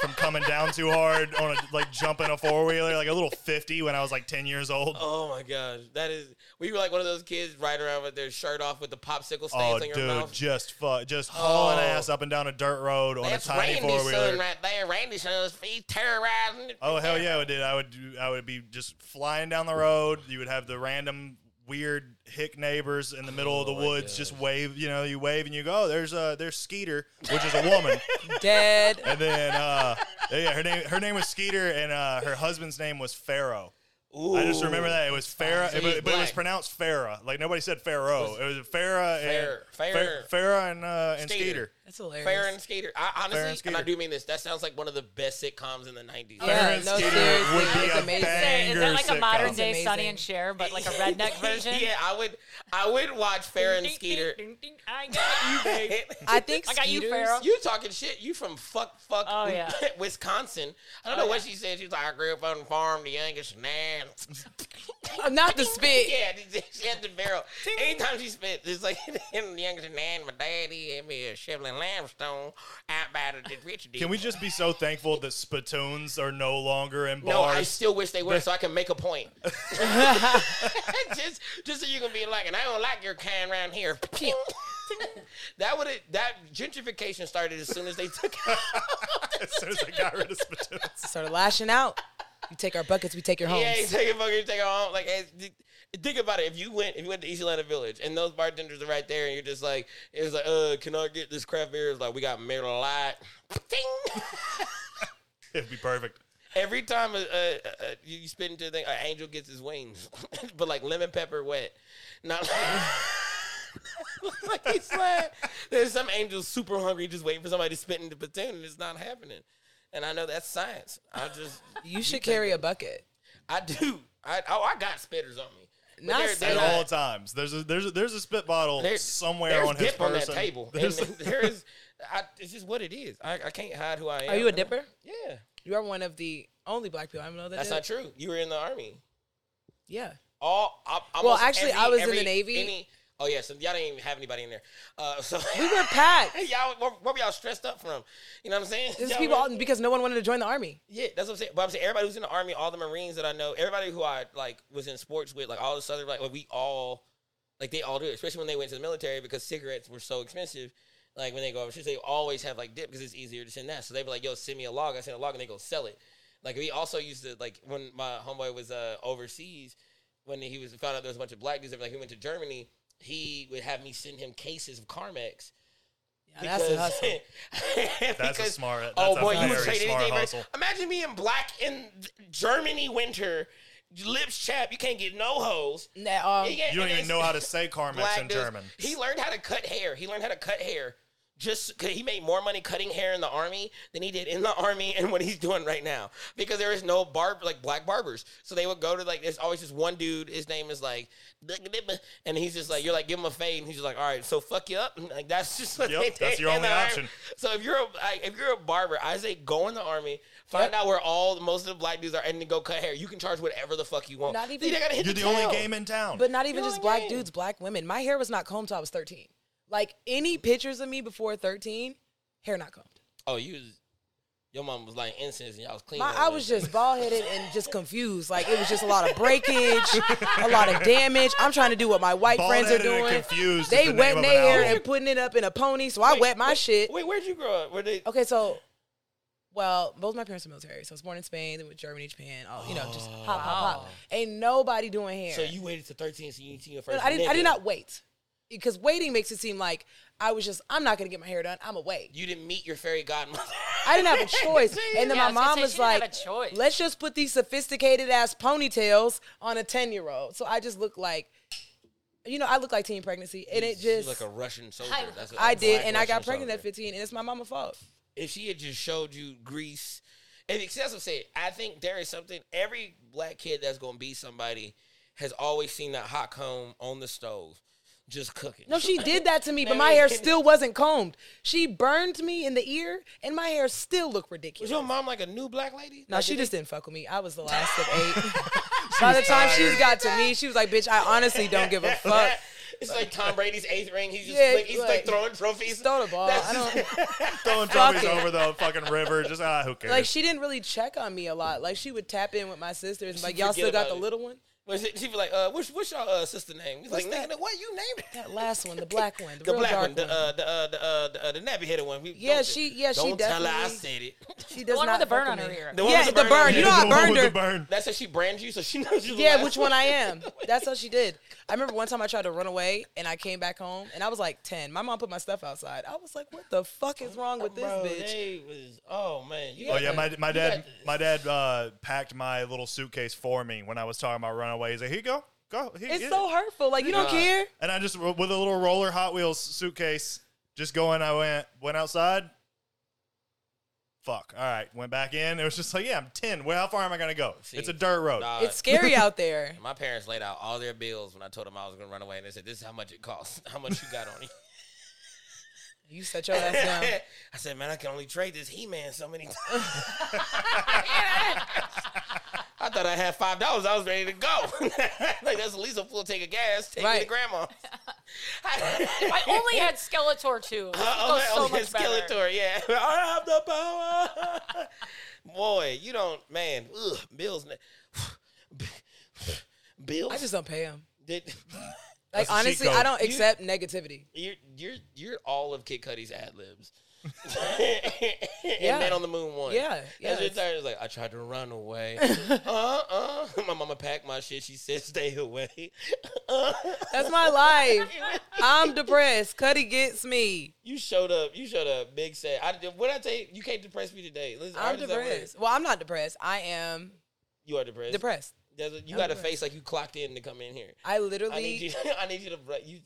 [SPEAKER 2] from coming down too hard on a, like jumping a four wheeler like a little fifty when I was like ten years old.
[SPEAKER 1] Oh my gosh, that is. We were like one of those kids riding around with their shirt off with the popsicle stains
[SPEAKER 2] Oh,
[SPEAKER 1] on your
[SPEAKER 2] dude,
[SPEAKER 1] mouth.
[SPEAKER 2] just fu- just hauling
[SPEAKER 1] Oh.
[SPEAKER 2] ass up and down a dirt road on a
[SPEAKER 1] That's
[SPEAKER 2] tiny
[SPEAKER 1] Randy's
[SPEAKER 2] four
[SPEAKER 1] son
[SPEAKER 2] wheeler.
[SPEAKER 1] right there. Randy's son's feet terrorizing. it.
[SPEAKER 2] Oh hell yeah, I did. I would do- I would be just flying down the road. You would have the random weird hick neighbors in the middle of the
[SPEAKER 1] Oh, my
[SPEAKER 2] woods just wave. You know, you wave and you go. Oh, there's uh there's Skeeter, which is a woman,
[SPEAKER 3] Dead.
[SPEAKER 2] and then uh yeah, her name her name was Skeeter, and uh, her husband's name was Pharaoh.
[SPEAKER 1] Oh,
[SPEAKER 2] I just remember
[SPEAKER 1] Ooh.
[SPEAKER 2] that it was Farah,
[SPEAKER 1] So he's
[SPEAKER 2] but, but it was
[SPEAKER 1] black.
[SPEAKER 2] pronounced Farah. Like nobody said Pharaoh. It was Farah and
[SPEAKER 1] Fair-
[SPEAKER 2] Fa- Farah and uh, and
[SPEAKER 1] Skeeter.
[SPEAKER 2] Skeeter.
[SPEAKER 3] That's hilarious.
[SPEAKER 1] Fair and Skater. I, honestly,
[SPEAKER 2] Fair and
[SPEAKER 1] and, I
[SPEAKER 2] Skeeter.
[SPEAKER 1] do mean this. That sounds like one of the best sitcoms in the '90s.
[SPEAKER 4] Oh,
[SPEAKER 3] Yeah,
[SPEAKER 2] Farrah and
[SPEAKER 3] no,
[SPEAKER 2] Skeeter
[SPEAKER 3] seriously,
[SPEAKER 2] would be
[SPEAKER 3] it was
[SPEAKER 2] a
[SPEAKER 3] amazing.
[SPEAKER 4] Say, is
[SPEAKER 2] banger
[SPEAKER 4] that like a
[SPEAKER 2] sitcom.
[SPEAKER 4] modern
[SPEAKER 3] sitcom.
[SPEAKER 4] day
[SPEAKER 3] It's
[SPEAKER 4] Sonny
[SPEAKER 3] amazing.
[SPEAKER 4] and Cher, but like a redneck version?
[SPEAKER 1] yeah, I would. I would watch Fair and
[SPEAKER 4] Ding, ding,
[SPEAKER 1] Skeeter.
[SPEAKER 4] ding, ding, I got you, babe.
[SPEAKER 3] I think
[SPEAKER 4] I got you,
[SPEAKER 3] Skeeters-
[SPEAKER 4] Pharaoh.
[SPEAKER 1] You talking shit? You from fuck fuck
[SPEAKER 4] Oh, yeah. Oh,
[SPEAKER 1] Wisconsin? I don't know what she said. She's like, I grew up on the farm, the youngest, and
[SPEAKER 3] Uh, Not the spit.
[SPEAKER 1] yeah, she had the barrel. Anytime she spit, it's like the youngest, and my daddy and me a shoveling limestone out by the the rich.
[SPEAKER 2] Can we just be so thankful that spittoons are no longer in bars?
[SPEAKER 1] No, I still wish they were, so I can make a point. just, just so you can be like, and I don't like your kind around here. that would that gentrification started as soon as they took out
[SPEAKER 2] as soon as I got rid of spittoons.
[SPEAKER 3] Started lashing out. You take our buckets, we take your homes.
[SPEAKER 1] Yeah, you take it, fucking take it home. Like, hey, th- think about it. If you went, if you went to East Atlanta Village and those bartenders are right there, and you're just like, it was like, uh, can I get this craft beer? It's like, we got Miller Lite. Ding.
[SPEAKER 2] It'd be perfect.
[SPEAKER 1] Every time uh, uh, uh, you you spit into a thing, an angel gets his wings, but like lemon pepper wet. Not like, like he's like, there's some angels super hungry, just waiting for somebody to spit in the platoon, and it's not happening. And I know that's science. I just
[SPEAKER 3] You should carry a bucket.
[SPEAKER 1] I do. I oh, I got spitters on me. But
[SPEAKER 3] Not
[SPEAKER 1] they're- they're
[SPEAKER 2] At
[SPEAKER 3] Yeah.
[SPEAKER 2] all times, there's a there's a, there's a spit bottle
[SPEAKER 1] there-
[SPEAKER 2] somewhere
[SPEAKER 1] there's
[SPEAKER 2] on his
[SPEAKER 1] dip
[SPEAKER 2] person.
[SPEAKER 1] on that table. And
[SPEAKER 2] There's-
[SPEAKER 1] there is. I, it's just what it is. I, I can't hide who I am.
[SPEAKER 3] Are you a dipper?
[SPEAKER 1] Yeah,
[SPEAKER 3] You are one of the only black people I know that.
[SPEAKER 1] that's
[SPEAKER 3] did.
[SPEAKER 1] not true. You were in the army.
[SPEAKER 3] Yeah.
[SPEAKER 1] All I,
[SPEAKER 3] Well,
[SPEAKER 1] almost
[SPEAKER 3] actually,
[SPEAKER 1] every-
[SPEAKER 3] I was in
[SPEAKER 1] every-
[SPEAKER 3] the Navy.
[SPEAKER 1] Any, oh yeah, so y'all didn't even have anybody in there. Uh, so
[SPEAKER 3] We were packed.
[SPEAKER 1] y'all, where, where were y'all stressed up from? You know what I'm saying?
[SPEAKER 3] There's
[SPEAKER 1] Y'all
[SPEAKER 3] people
[SPEAKER 1] were-
[SPEAKER 3] all, because no one wanted to join the army.
[SPEAKER 1] yeah, that's what I'm saying. But I'm saying everybody who's in the army, all the Marines that I know, everybody who I like was in sports with, like all the southern, like well, we all, like they all do it, especially when they went to the military because cigarettes were so expensive. Like when they go overseas, they always have like dip because it's easier to send that. So they were like, "Yo, send me a log." I sent a log, and they go sell it. Like we also used to like when my homeboy was uh, overseas, when he was found out there was a bunch of black dudes, like he went to Germany, he would have me send him cases of Carmex
[SPEAKER 3] Yeah, that's a hustle.
[SPEAKER 2] That's a smart- that's
[SPEAKER 1] oh
[SPEAKER 2] a
[SPEAKER 1] boy, you would
[SPEAKER 2] very
[SPEAKER 1] trade
[SPEAKER 2] smart
[SPEAKER 1] anything.
[SPEAKER 2] hustle.
[SPEAKER 1] For, imagine being black in th- Germany winter, lips chapped. You can't get no hoes.
[SPEAKER 3] Nah, um,
[SPEAKER 1] You can't-
[SPEAKER 2] you don't
[SPEAKER 1] and
[SPEAKER 2] even
[SPEAKER 1] it's
[SPEAKER 2] know how to say Carmex
[SPEAKER 1] black
[SPEAKER 2] in
[SPEAKER 1] dudes-
[SPEAKER 2] German.
[SPEAKER 1] He learned how to cut hair. He learned how to cut hair just 'cause he made more money cutting hair in the army than he did in the army and what he's doing right now because there is no barb like black barbers so they would go to like there's always just one dude his name is like and he's just like you're like give him a fade and he's just like all right so fuck you up and, like that's just what
[SPEAKER 2] Yep,
[SPEAKER 1] they
[SPEAKER 2] that's
[SPEAKER 1] did
[SPEAKER 2] your
[SPEAKER 1] in
[SPEAKER 2] only
[SPEAKER 1] the army.
[SPEAKER 2] option.
[SPEAKER 1] so if you're a like, if you're a barber I say go in the army find out where all most of the black dudes are and then go cut hair you can charge whatever the fuck you want
[SPEAKER 3] Not
[SPEAKER 1] See,
[SPEAKER 3] even-
[SPEAKER 1] they gotta hit
[SPEAKER 2] You're
[SPEAKER 1] the
[SPEAKER 2] the only
[SPEAKER 1] tail.
[SPEAKER 2] game in town.
[SPEAKER 3] But not even
[SPEAKER 1] know
[SPEAKER 3] just
[SPEAKER 1] what I
[SPEAKER 3] black
[SPEAKER 1] mean?
[SPEAKER 3] dudes, black women. My hair was not combed till I was 13. Like any pictures of me before 13, hair not combed.
[SPEAKER 1] oh you was- your mom was like incense and y'all was clean
[SPEAKER 3] My, I was just bald headed and just confused. Like it was just a lot of breakage, a lot of damage. I'm trying to do what my white friends are
[SPEAKER 2] Bald-headed and
[SPEAKER 3] doing.
[SPEAKER 2] confused is
[SPEAKER 3] They
[SPEAKER 2] the name
[SPEAKER 3] wet
[SPEAKER 2] of
[SPEAKER 3] their
[SPEAKER 2] an
[SPEAKER 3] hair
[SPEAKER 2] album.
[SPEAKER 3] and putting it up in a pony, so I wet my shit.
[SPEAKER 1] Wait, where'd you grow up? Where they?
[SPEAKER 3] Okay, so, well, both my parents are military, so I was born in Spain, then with Germany, Japan, all you know, just
[SPEAKER 2] Oh.
[SPEAKER 3] hop, hop, hop. Ain't nobody doing hair.
[SPEAKER 1] So you waited to thirteen, so you seen your
[SPEAKER 3] No,
[SPEAKER 1] first.
[SPEAKER 3] I did. I
[SPEAKER 1] nigga.
[SPEAKER 3] did not wait because waiting makes it seem like I was just. I'm not gonna get my hair done. I'm away.
[SPEAKER 1] You didn't meet your fairy godmother.
[SPEAKER 3] I didn't have a choice. And then
[SPEAKER 4] Yeah, I
[SPEAKER 3] my
[SPEAKER 4] was gonna
[SPEAKER 3] mom
[SPEAKER 4] say,
[SPEAKER 3] was
[SPEAKER 4] she didn't have
[SPEAKER 3] like,
[SPEAKER 4] a choice.
[SPEAKER 3] "Let's just put these sophisticated ass ponytails on a ten year old." So I just look like, you know, I look like teen pregnancy, and it
[SPEAKER 1] She's
[SPEAKER 3] just.
[SPEAKER 1] like a Russian soldier.
[SPEAKER 4] I-
[SPEAKER 1] That's what-
[SPEAKER 3] I
[SPEAKER 1] a
[SPEAKER 3] did,
[SPEAKER 1] black
[SPEAKER 3] and I got
[SPEAKER 1] Russian
[SPEAKER 3] pregnant at
[SPEAKER 1] soldier.
[SPEAKER 3] 15, and it's my mama's fault.
[SPEAKER 1] If she had just showed you Greece, and excessive said, I think there is something every black kid that's gonna be somebody has always seen that hot comb on the stove, just cooking.
[SPEAKER 3] No, she did that to me, but
[SPEAKER 1] Man,
[SPEAKER 3] my hair
[SPEAKER 1] it-
[SPEAKER 3] still wasn't combed. She burned me in the ear, and my hair still looked
[SPEAKER 1] was
[SPEAKER 3] ridiculous.
[SPEAKER 1] your mom like a new black lady?
[SPEAKER 3] No,
[SPEAKER 1] Like,
[SPEAKER 3] she
[SPEAKER 1] did they-
[SPEAKER 3] just didn't fuck with me. I was the last of eight. By the time she got to me, she was like, "Bitch, I honestly don't give a fuck."
[SPEAKER 1] It's like Tom Brady's eighth ring. He's just
[SPEAKER 3] Yeah,
[SPEAKER 1] like, he's like
[SPEAKER 3] like,
[SPEAKER 1] throwing trophies.
[SPEAKER 3] Throw the ball.
[SPEAKER 1] That's
[SPEAKER 3] I
[SPEAKER 1] just-
[SPEAKER 3] don't
[SPEAKER 2] throwing dummies
[SPEAKER 3] it.
[SPEAKER 2] over the fucking river. Just ah, who cares?
[SPEAKER 3] like. She didn't really check on me a lot. Like she would tap in with my sisters, and be like, "Y'all
[SPEAKER 1] forget
[SPEAKER 3] still got
[SPEAKER 1] about
[SPEAKER 3] the
[SPEAKER 1] it.
[SPEAKER 3] little one?
[SPEAKER 1] But she, she be like, uh, what's, what's your uh, sister name? He's like,
[SPEAKER 3] that?
[SPEAKER 1] nigga, what you named her?
[SPEAKER 3] That last one, the black one, the,
[SPEAKER 1] The
[SPEAKER 3] real
[SPEAKER 1] black
[SPEAKER 3] dark
[SPEAKER 1] one, the, uh, the, uh, the, uh, the, uh, the nappy headed one. We-
[SPEAKER 3] yeah,
[SPEAKER 1] don't-
[SPEAKER 3] she. Yeah,
[SPEAKER 1] Don't
[SPEAKER 3] she
[SPEAKER 1] tell
[SPEAKER 3] definitely.
[SPEAKER 1] her I said it.
[SPEAKER 3] She
[SPEAKER 4] The
[SPEAKER 3] does
[SPEAKER 4] one
[SPEAKER 3] not
[SPEAKER 4] with the
[SPEAKER 3] fuck
[SPEAKER 4] burn on her
[SPEAKER 3] me.
[SPEAKER 4] ear.
[SPEAKER 1] The one
[SPEAKER 3] Yeah,
[SPEAKER 1] with
[SPEAKER 3] the burn.
[SPEAKER 1] on her
[SPEAKER 3] You know
[SPEAKER 1] head.
[SPEAKER 3] I
[SPEAKER 2] The one
[SPEAKER 3] burned
[SPEAKER 2] with
[SPEAKER 3] her.
[SPEAKER 2] the burn.
[SPEAKER 1] That's how she brand you, so she knows you.
[SPEAKER 3] Yeah, which one I am. That's how she did. I remember one time I tried to run away and I came back home and I was like 10. My mom put my stuff outside. I was like, what the fuck is wrong with this
[SPEAKER 1] Bro,
[SPEAKER 3] bitch?
[SPEAKER 1] they was. Oh man. You
[SPEAKER 2] Oh
[SPEAKER 1] got
[SPEAKER 2] yeah, my,
[SPEAKER 1] the-
[SPEAKER 2] my
[SPEAKER 1] you
[SPEAKER 2] dad
[SPEAKER 1] got the-
[SPEAKER 2] my dad uh, packed my little suitcase for me when I was talking about Runaway. He's like, here you go, go. Here,
[SPEAKER 3] It's
[SPEAKER 2] get
[SPEAKER 3] so
[SPEAKER 2] it."
[SPEAKER 3] hurtful. Like, you don't
[SPEAKER 1] Nah.
[SPEAKER 3] care?
[SPEAKER 2] And I just with a little roller Hot Wheels suitcase, just going. I went went outside. Fuck. All right, went back in. It was just like, yeah, I'm ten. Well, how far am I gonna go?
[SPEAKER 1] See.
[SPEAKER 2] it's a dirt road.
[SPEAKER 1] Nah,
[SPEAKER 3] It's scary out there.
[SPEAKER 1] my parents laid out all their bills when I told them I was gonna run away, and they said, "This is how much it costs. How much you got on you?"
[SPEAKER 3] You set your ass down.
[SPEAKER 1] I said, "Man, I can only trade this He-Man so many times." I thought I had five dollars. I was ready to go. like that's at least a full tank of gas. Take me to
[SPEAKER 3] Right.
[SPEAKER 1] grandma.
[SPEAKER 4] I only had Skeletor too.
[SPEAKER 3] Uh,
[SPEAKER 1] Oh,
[SPEAKER 4] It
[SPEAKER 1] that-
[SPEAKER 4] goes so
[SPEAKER 1] oh, that
[SPEAKER 4] much better.
[SPEAKER 1] Skeletor, yeah. I have the power. Boy, you don't, man. Ugh, bills. ne- bills.
[SPEAKER 3] I just don't pay them.
[SPEAKER 1] Did-
[SPEAKER 3] Like,
[SPEAKER 2] That's a cheat
[SPEAKER 3] honestly,
[SPEAKER 2] code.
[SPEAKER 3] I don't
[SPEAKER 1] You-
[SPEAKER 3] accept negativity.
[SPEAKER 1] you're you're you're all of Kid Cudi's ad libs.
[SPEAKER 3] Yeah.
[SPEAKER 1] And Man on the Moon one.
[SPEAKER 3] Yeah, yeah,
[SPEAKER 1] That's your
[SPEAKER 3] it's-
[SPEAKER 1] third. Like I tried to run away. uh uh. My mama packed my shit. She said stay away.
[SPEAKER 3] That's my life. I'm depressed. Cuddy gets me.
[SPEAKER 1] you showed up. You showed up. Big sad. I what I tell you. You can't depress me today. Listen, I
[SPEAKER 3] I'm
[SPEAKER 1] just- I'm
[SPEAKER 3] depressed. Well, I'm not depressed. I am
[SPEAKER 1] You are depressed.
[SPEAKER 3] depressed.
[SPEAKER 1] That's what- you
[SPEAKER 3] I'm
[SPEAKER 1] got a
[SPEAKER 3] depressed.
[SPEAKER 1] face like you clocked in to come in here.
[SPEAKER 3] I
[SPEAKER 1] I need you.
[SPEAKER 3] literally.
[SPEAKER 1] I need you to. br- You,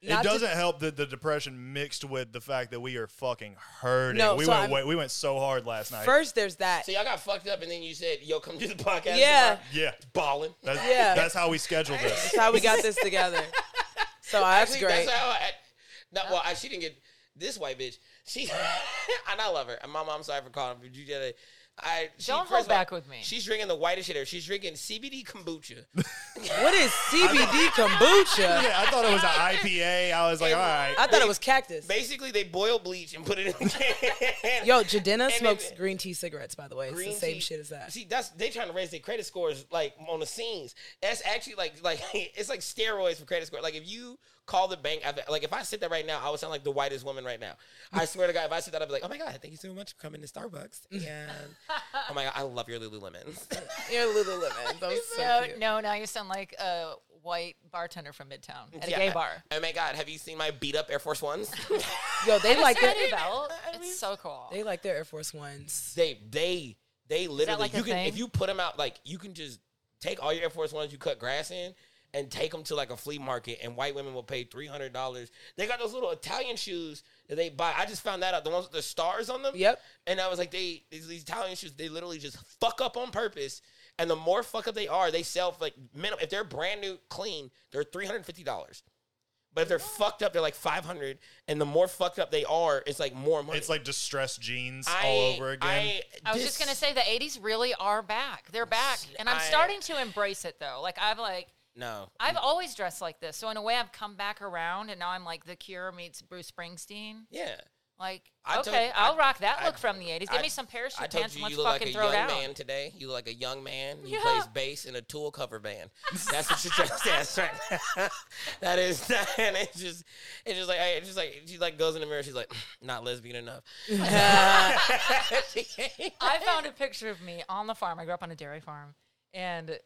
[SPEAKER 2] It
[SPEAKER 3] not to-
[SPEAKER 2] doesn't help that the depression mixed with the fact that we are fucking hurting.
[SPEAKER 3] No,
[SPEAKER 2] we
[SPEAKER 3] so
[SPEAKER 2] went
[SPEAKER 3] I'm-
[SPEAKER 2] way, we went so hard last night.
[SPEAKER 3] First, there's that.
[SPEAKER 1] so y'all got fucked up, and then you said, "Yo, come do the podcast."
[SPEAKER 3] Yeah.
[SPEAKER 1] tomorrow."
[SPEAKER 2] yeah,
[SPEAKER 1] balling.
[SPEAKER 2] that's,
[SPEAKER 3] Yeah.
[SPEAKER 2] that's how we scheduled this.
[SPEAKER 3] That's how we got this together. So that's
[SPEAKER 1] Actually,
[SPEAKER 3] great.
[SPEAKER 1] That's how I. No, well, I, she didn't get this white bitch. She and I love her. And my mom's sorry for calling, her, but you did it. I she,
[SPEAKER 4] Don't
[SPEAKER 1] first
[SPEAKER 4] hold
[SPEAKER 1] of all,
[SPEAKER 4] back with me.
[SPEAKER 1] She's drinking the whitest shit ever. She's drinking CBD kombucha.
[SPEAKER 3] What is CBD kombucha?
[SPEAKER 2] Yeah, I thought it was an IPA. I was like, all right.
[SPEAKER 3] I thought it was cactus.
[SPEAKER 1] Basically, they boil bleach and put it in. a can.
[SPEAKER 3] Yo, Jadena
[SPEAKER 1] then-
[SPEAKER 3] smokes green tea cigarettes, by the way. It's
[SPEAKER 1] green
[SPEAKER 3] the same
[SPEAKER 1] tea-
[SPEAKER 3] shit as that.
[SPEAKER 1] See, that's they trying to raise their credit scores like on the scenes. That's actually like like it's like steroids for credit score. Like if you call the bank, after, like if I said that right now, I would sound like the whitest woman right now. I swear to God, if I said that, I'd be like, oh my God, thank you so much for coming to Starbucks. And oh my God, I love your Lululemons.
[SPEAKER 3] You're Lululemon. That was so
[SPEAKER 4] So,
[SPEAKER 3] cute.
[SPEAKER 4] no, now you sound like a white bartender from Midtown at a gay
[SPEAKER 1] Yeah.
[SPEAKER 4] bar.
[SPEAKER 1] Oh my God, have you seen my beat up Air Force Ones?
[SPEAKER 3] Yo, they like
[SPEAKER 4] Like
[SPEAKER 3] their
[SPEAKER 4] it belt. It's so cool.
[SPEAKER 3] they like their Air Force Ones.
[SPEAKER 1] they they they literally
[SPEAKER 4] like,
[SPEAKER 1] you
[SPEAKER 4] a
[SPEAKER 1] can
[SPEAKER 4] thing?
[SPEAKER 1] if you put them out like you can just take all your Air Force Ones you cut grass in and take them to like a flea market, and white women will pay three hundred dollars. They got those little Italian shoes that they buy. I just found that out. The ones with the stars on them.
[SPEAKER 3] Yep.
[SPEAKER 1] And I was like, they these, these Italian shoes, they literally just fuck up on purpose. And the more fuck up they are, they sell for like minimum. If they're brand new, clean, they're three hundred fifty dollars. But if they're fucked up, they're like five hundred. And the more fucked up they are, it's like more money.
[SPEAKER 2] It's like distressed jeans
[SPEAKER 1] I-
[SPEAKER 2] all over again.
[SPEAKER 4] I was
[SPEAKER 1] this-
[SPEAKER 4] just gonna say the '80s really are back. They're back, and I'm
[SPEAKER 1] I-
[SPEAKER 4] starting to embrace it though. Like I've like
[SPEAKER 1] no.
[SPEAKER 4] I've always dressed like this, so in a way I've come back around, and now I'm like the Cure meets Bruce Springsteen.
[SPEAKER 1] Yeah.
[SPEAKER 4] Like
[SPEAKER 1] I told-
[SPEAKER 4] okay, I'll
[SPEAKER 1] I-
[SPEAKER 4] rock that
[SPEAKER 1] I-
[SPEAKER 4] look from the '80s. Give
[SPEAKER 1] I-
[SPEAKER 4] me some parachute
[SPEAKER 1] I told
[SPEAKER 4] pants,
[SPEAKER 1] you
[SPEAKER 4] and let's
[SPEAKER 1] you look like
[SPEAKER 4] fucking
[SPEAKER 1] a
[SPEAKER 4] throw
[SPEAKER 1] young
[SPEAKER 4] it out.
[SPEAKER 1] man today. You look like a young man who
[SPEAKER 4] Yeah.
[SPEAKER 1] plays bass in a Tool cover band. That's what you're trying to say. That's right. that is that, and it's just, it's just like, I, it's just like she like goes in the mirror. She's like, not lesbian enough. She can't-
[SPEAKER 4] I found a picture of me on the farm. I grew up on a dairy farm, and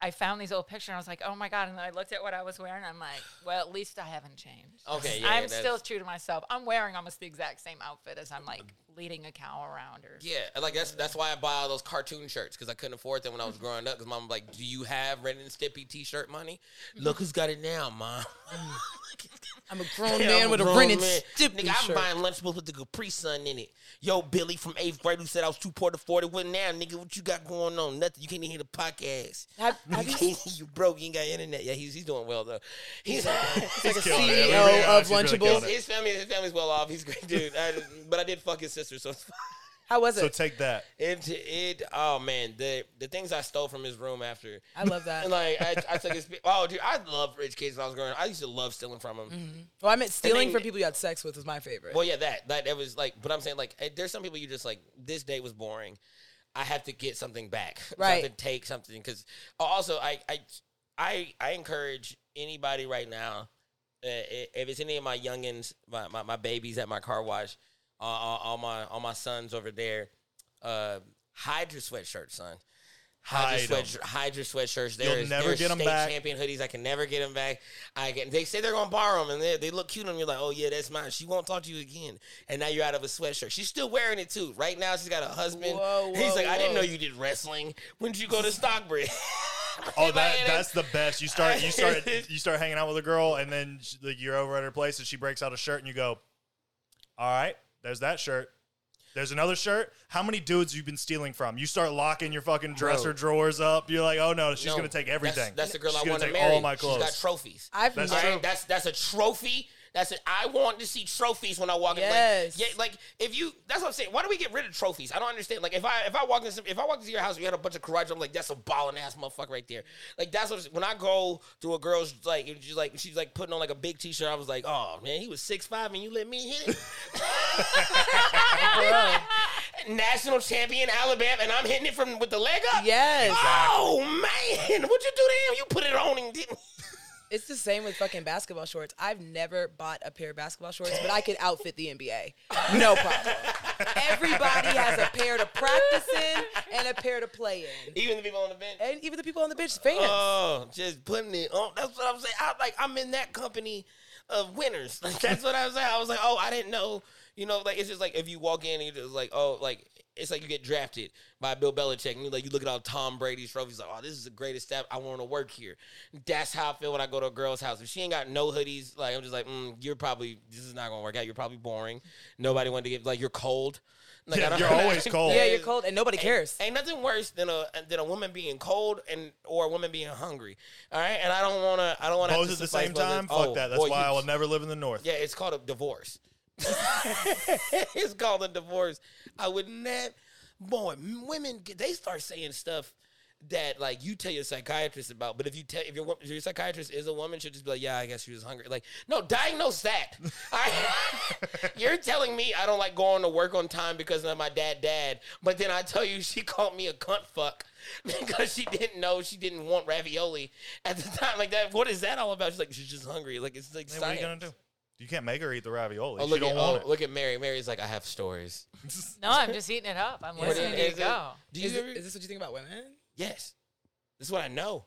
[SPEAKER 4] I found these old pictures. And I was like, "Oh my god!" And then I looked at what I was wearing. And I'm like, "Well, at least I haven't changed."
[SPEAKER 1] okay, yeah,
[SPEAKER 4] I'm
[SPEAKER 1] that's-
[SPEAKER 4] still true to myself. I'm wearing almost the exact same outfit as I'm like leading a cow around or
[SPEAKER 1] Um, Yeah, like that's that's why I buy all those cartoon shirts because I couldn't afford them when I was growing up. Because mom was like, "Do you have Ren and Stimpy T-shirt money?
[SPEAKER 4] Mm-hmm.
[SPEAKER 1] Look who's got it now, mom."
[SPEAKER 3] I'm a grown
[SPEAKER 1] Yeah,
[SPEAKER 3] man
[SPEAKER 1] I'm
[SPEAKER 3] with a
[SPEAKER 1] grown
[SPEAKER 3] rented
[SPEAKER 1] man.
[SPEAKER 3] stippy
[SPEAKER 1] Nigga,
[SPEAKER 3] shirt.
[SPEAKER 1] I'm buying Lunchables with the Capri Sun in it. Yo, Billy from eighth grade who said I was too poor to afford it. What now, nigga? What you got going on? Nothing. You can't even hear the podcast.
[SPEAKER 3] Have-
[SPEAKER 1] You,
[SPEAKER 3] have you
[SPEAKER 1] can't- you broke. You ain't got internet. Yeah, he's he's doing well though. He's
[SPEAKER 2] He's killing it.
[SPEAKER 3] CEO
[SPEAKER 2] Everybody
[SPEAKER 3] E of
[SPEAKER 2] else is really
[SPEAKER 3] Lunchables.
[SPEAKER 2] killing it.
[SPEAKER 1] his family his family's well off. He's a great dude. I, but I did fuck his sister, so it's fine.
[SPEAKER 3] How was
[SPEAKER 2] So
[SPEAKER 3] it?
[SPEAKER 2] take that.
[SPEAKER 1] it it oh man the the things I stole from his room after.
[SPEAKER 3] I love that.
[SPEAKER 1] And like I, I took his oh dude I loved rich kids when I was growing up I used to love stealing from them
[SPEAKER 3] Well, I meant stealing
[SPEAKER 1] then-
[SPEAKER 3] from people you had sex with was my favorite.
[SPEAKER 1] Well, yeah, that that it was like, but I'm saying like, eh, there's some people you just like. This day was boring. I have to get something back. So I have to
[SPEAKER 3] Right.
[SPEAKER 1] take something because also I I I I encourage anybody right now. Uh, i- if it's any of my youngins, my, my, my babies at my car wash, uh, all all my all my sons over there, uh, hide your sweatshirts, son. Hide,
[SPEAKER 2] Hide
[SPEAKER 1] your
[SPEAKER 2] 'em.
[SPEAKER 1] sweatshirt. Hide your sweatshirts.
[SPEAKER 2] You'll
[SPEAKER 1] There's
[SPEAKER 2] never
[SPEAKER 1] there's
[SPEAKER 2] get 'em
[SPEAKER 1] state
[SPEAKER 2] back.
[SPEAKER 1] Champion hoodies. I can never get them back. I can. They say they're gonna borrow them, and they, they look cute on you. Like, oh yeah, that's mine. She won't talk to you again. And now you're out of a sweatshirt. She's still wearing it too. Right now, she's got a husband.
[SPEAKER 3] Whoa,
[SPEAKER 1] He's
[SPEAKER 3] whoa,
[SPEAKER 1] like, I didn't know
[SPEAKER 3] whoa.
[SPEAKER 1] you did wrestling. When did you go to Stockbridge?
[SPEAKER 2] Oh,
[SPEAKER 1] Like,
[SPEAKER 2] that
[SPEAKER 1] it
[SPEAKER 2] that's
[SPEAKER 1] is-
[SPEAKER 2] the best. You start you start you start hanging out with a girl, and then she, like, you're over at her place, and she breaks out a shirt, and you go, "All right, there's that shirt. There's another shirt. How many dudes you been stealing from? You start locking your fucking dresser drawers up. You're like, oh no, she's
[SPEAKER 1] No,
[SPEAKER 2] gonna take
[SPEAKER 1] that's-
[SPEAKER 2] everything.
[SPEAKER 1] That's, the girl
[SPEAKER 2] she's
[SPEAKER 1] I
[SPEAKER 2] gonna
[SPEAKER 1] want to
[SPEAKER 2] take
[SPEAKER 1] marry.
[SPEAKER 2] All my
[SPEAKER 1] She's got
[SPEAKER 2] clothes.
[SPEAKER 1] trophies.
[SPEAKER 3] I've
[SPEAKER 2] That's
[SPEAKER 1] All
[SPEAKER 3] never.
[SPEAKER 1] right,
[SPEAKER 2] true.
[SPEAKER 1] that's that's a trophy. That's it. I want to see trophies when I walk
[SPEAKER 3] Yes.
[SPEAKER 1] in. Like, yeah, like if you that's what I'm saying. Why do we get rid of trophies? I don't understand. Like if I if I walk in some, if I walk into your house, and you had a bunch of karate. I'm like, that's a balling ass motherfucker right there. Like that's what when I go to a girl's like and she's like she's like putting on like a big t-shirt. I was like, oh man, he was six five and you let me hit it. National champion Alabama, and I'm hitting it from with the leg up.
[SPEAKER 3] Yes.
[SPEAKER 1] Oh man, what you do to him? You put it on him, didn't?
[SPEAKER 3] It's the same with fucking basketball shorts. I've never bought a pair of basketball shorts, but I could outfit the NBA. No problem. Everybody has a pair to practice in and a pair to play in.
[SPEAKER 1] Even the people on the bench.
[SPEAKER 3] And even the people on the bench, fans.
[SPEAKER 1] Oh, just putting it on. That's what I'm saying. I like I'm in that company of winners. Like that's what I was saying. I was like, oh, I didn't know. You know, like it's just like if you walk in and you're just like, oh, like it's like you get drafted by Bill Belichick and you like you look at all Tom Brady's trophies, like, oh, this is the greatest step. I want to work here. That's how I feel when I go to a girl's house. If she ain't got no hoodies, like I'm just like, mm, you're probably this is not gonna work out. You're probably boring. Nobody wanted to get like you're cold. Like,
[SPEAKER 2] Yeah, you're always cold.
[SPEAKER 3] yeah, you're cold and nobody cares.
[SPEAKER 1] Ain't nothing worse than a than a woman being cold and or a woman being hungry. All right, and I don't want to. I don't want to.
[SPEAKER 2] Both at the same time. Fuck that. That's why I will never live in the north.
[SPEAKER 1] Oh, Yeah, it's called a divorce. it's called a divorce. I would never. Boy, m- women they start saying stuff that like you tell your psychiatrist about, but if you tell if your wo- if your psychiatrist is a woman, she'll just be like, "Yeah, I guess she was hungry." Like, no, diagnose that. I, you're telling me I don't like going to work on time because of my dad dad, but then I tell you she called me a cunt fuck because she didn't know she didn't want ravioli at the time. Like that, what is that all about? She's like, she's just hungry. Like it's like
[SPEAKER 2] Hey, what are you gonna
[SPEAKER 1] science.
[SPEAKER 2] do? You can't make her eat the ravioli.
[SPEAKER 1] Oh,
[SPEAKER 2] she
[SPEAKER 1] look
[SPEAKER 2] don't
[SPEAKER 1] at oh,
[SPEAKER 2] want it.
[SPEAKER 1] look at Mary. Mary's like, I have stories.
[SPEAKER 4] No, I'm just eating it up. I'm
[SPEAKER 1] What
[SPEAKER 4] listening
[SPEAKER 1] is-
[SPEAKER 4] to you
[SPEAKER 1] is it-
[SPEAKER 4] go.
[SPEAKER 1] Do you
[SPEAKER 3] Is, it-
[SPEAKER 1] ever-
[SPEAKER 3] is this what you think about women?
[SPEAKER 1] yes, this is what I know.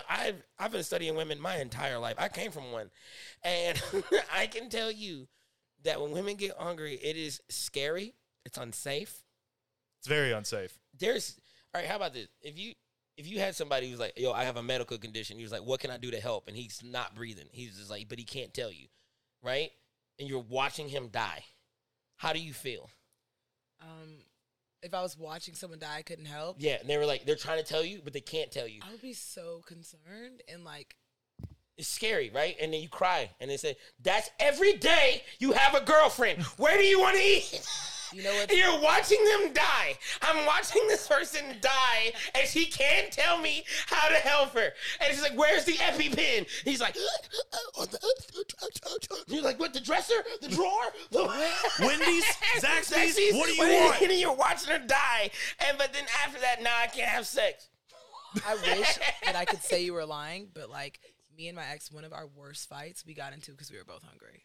[SPEAKER 1] I've I've been studying women my entire life. I came from one, and I can tell you that when women get hungry, it is scary. It's unsafe.
[SPEAKER 2] It's very unsafe.
[SPEAKER 1] There's all right. How about this? If you if you had somebody who's like, yo, I have a medical condition, he was like, what can I do to help? And he's not breathing. He's just like, but he can't tell you, right? And you're watching him die. How do you feel?
[SPEAKER 3] Um, if I was watching someone die, I couldn't help.
[SPEAKER 1] Yeah, and they were like, they're trying to tell you, but they can't tell you.
[SPEAKER 3] I would be so concerned and like,
[SPEAKER 1] It's scary, right? And then you cry, and they say, that's every day you have a girlfriend. Where do you want to eat?
[SPEAKER 3] you know what?
[SPEAKER 1] And You're watching them die. I'm watching this person die, and she can't tell me how to help her. And she's like, "Where's the EpiPen?" He's like, "You're like, what? The dresser? The drawer? The
[SPEAKER 2] Wendy's, Zaxby's,
[SPEAKER 1] Zaxby's?
[SPEAKER 2] what do you want?
[SPEAKER 1] And you're watching her die, and but then after that, now I can't have sex.
[SPEAKER 3] I wish that I could say you were lying, but like me and my ex, one of our worst fights we got into because we were both hungry.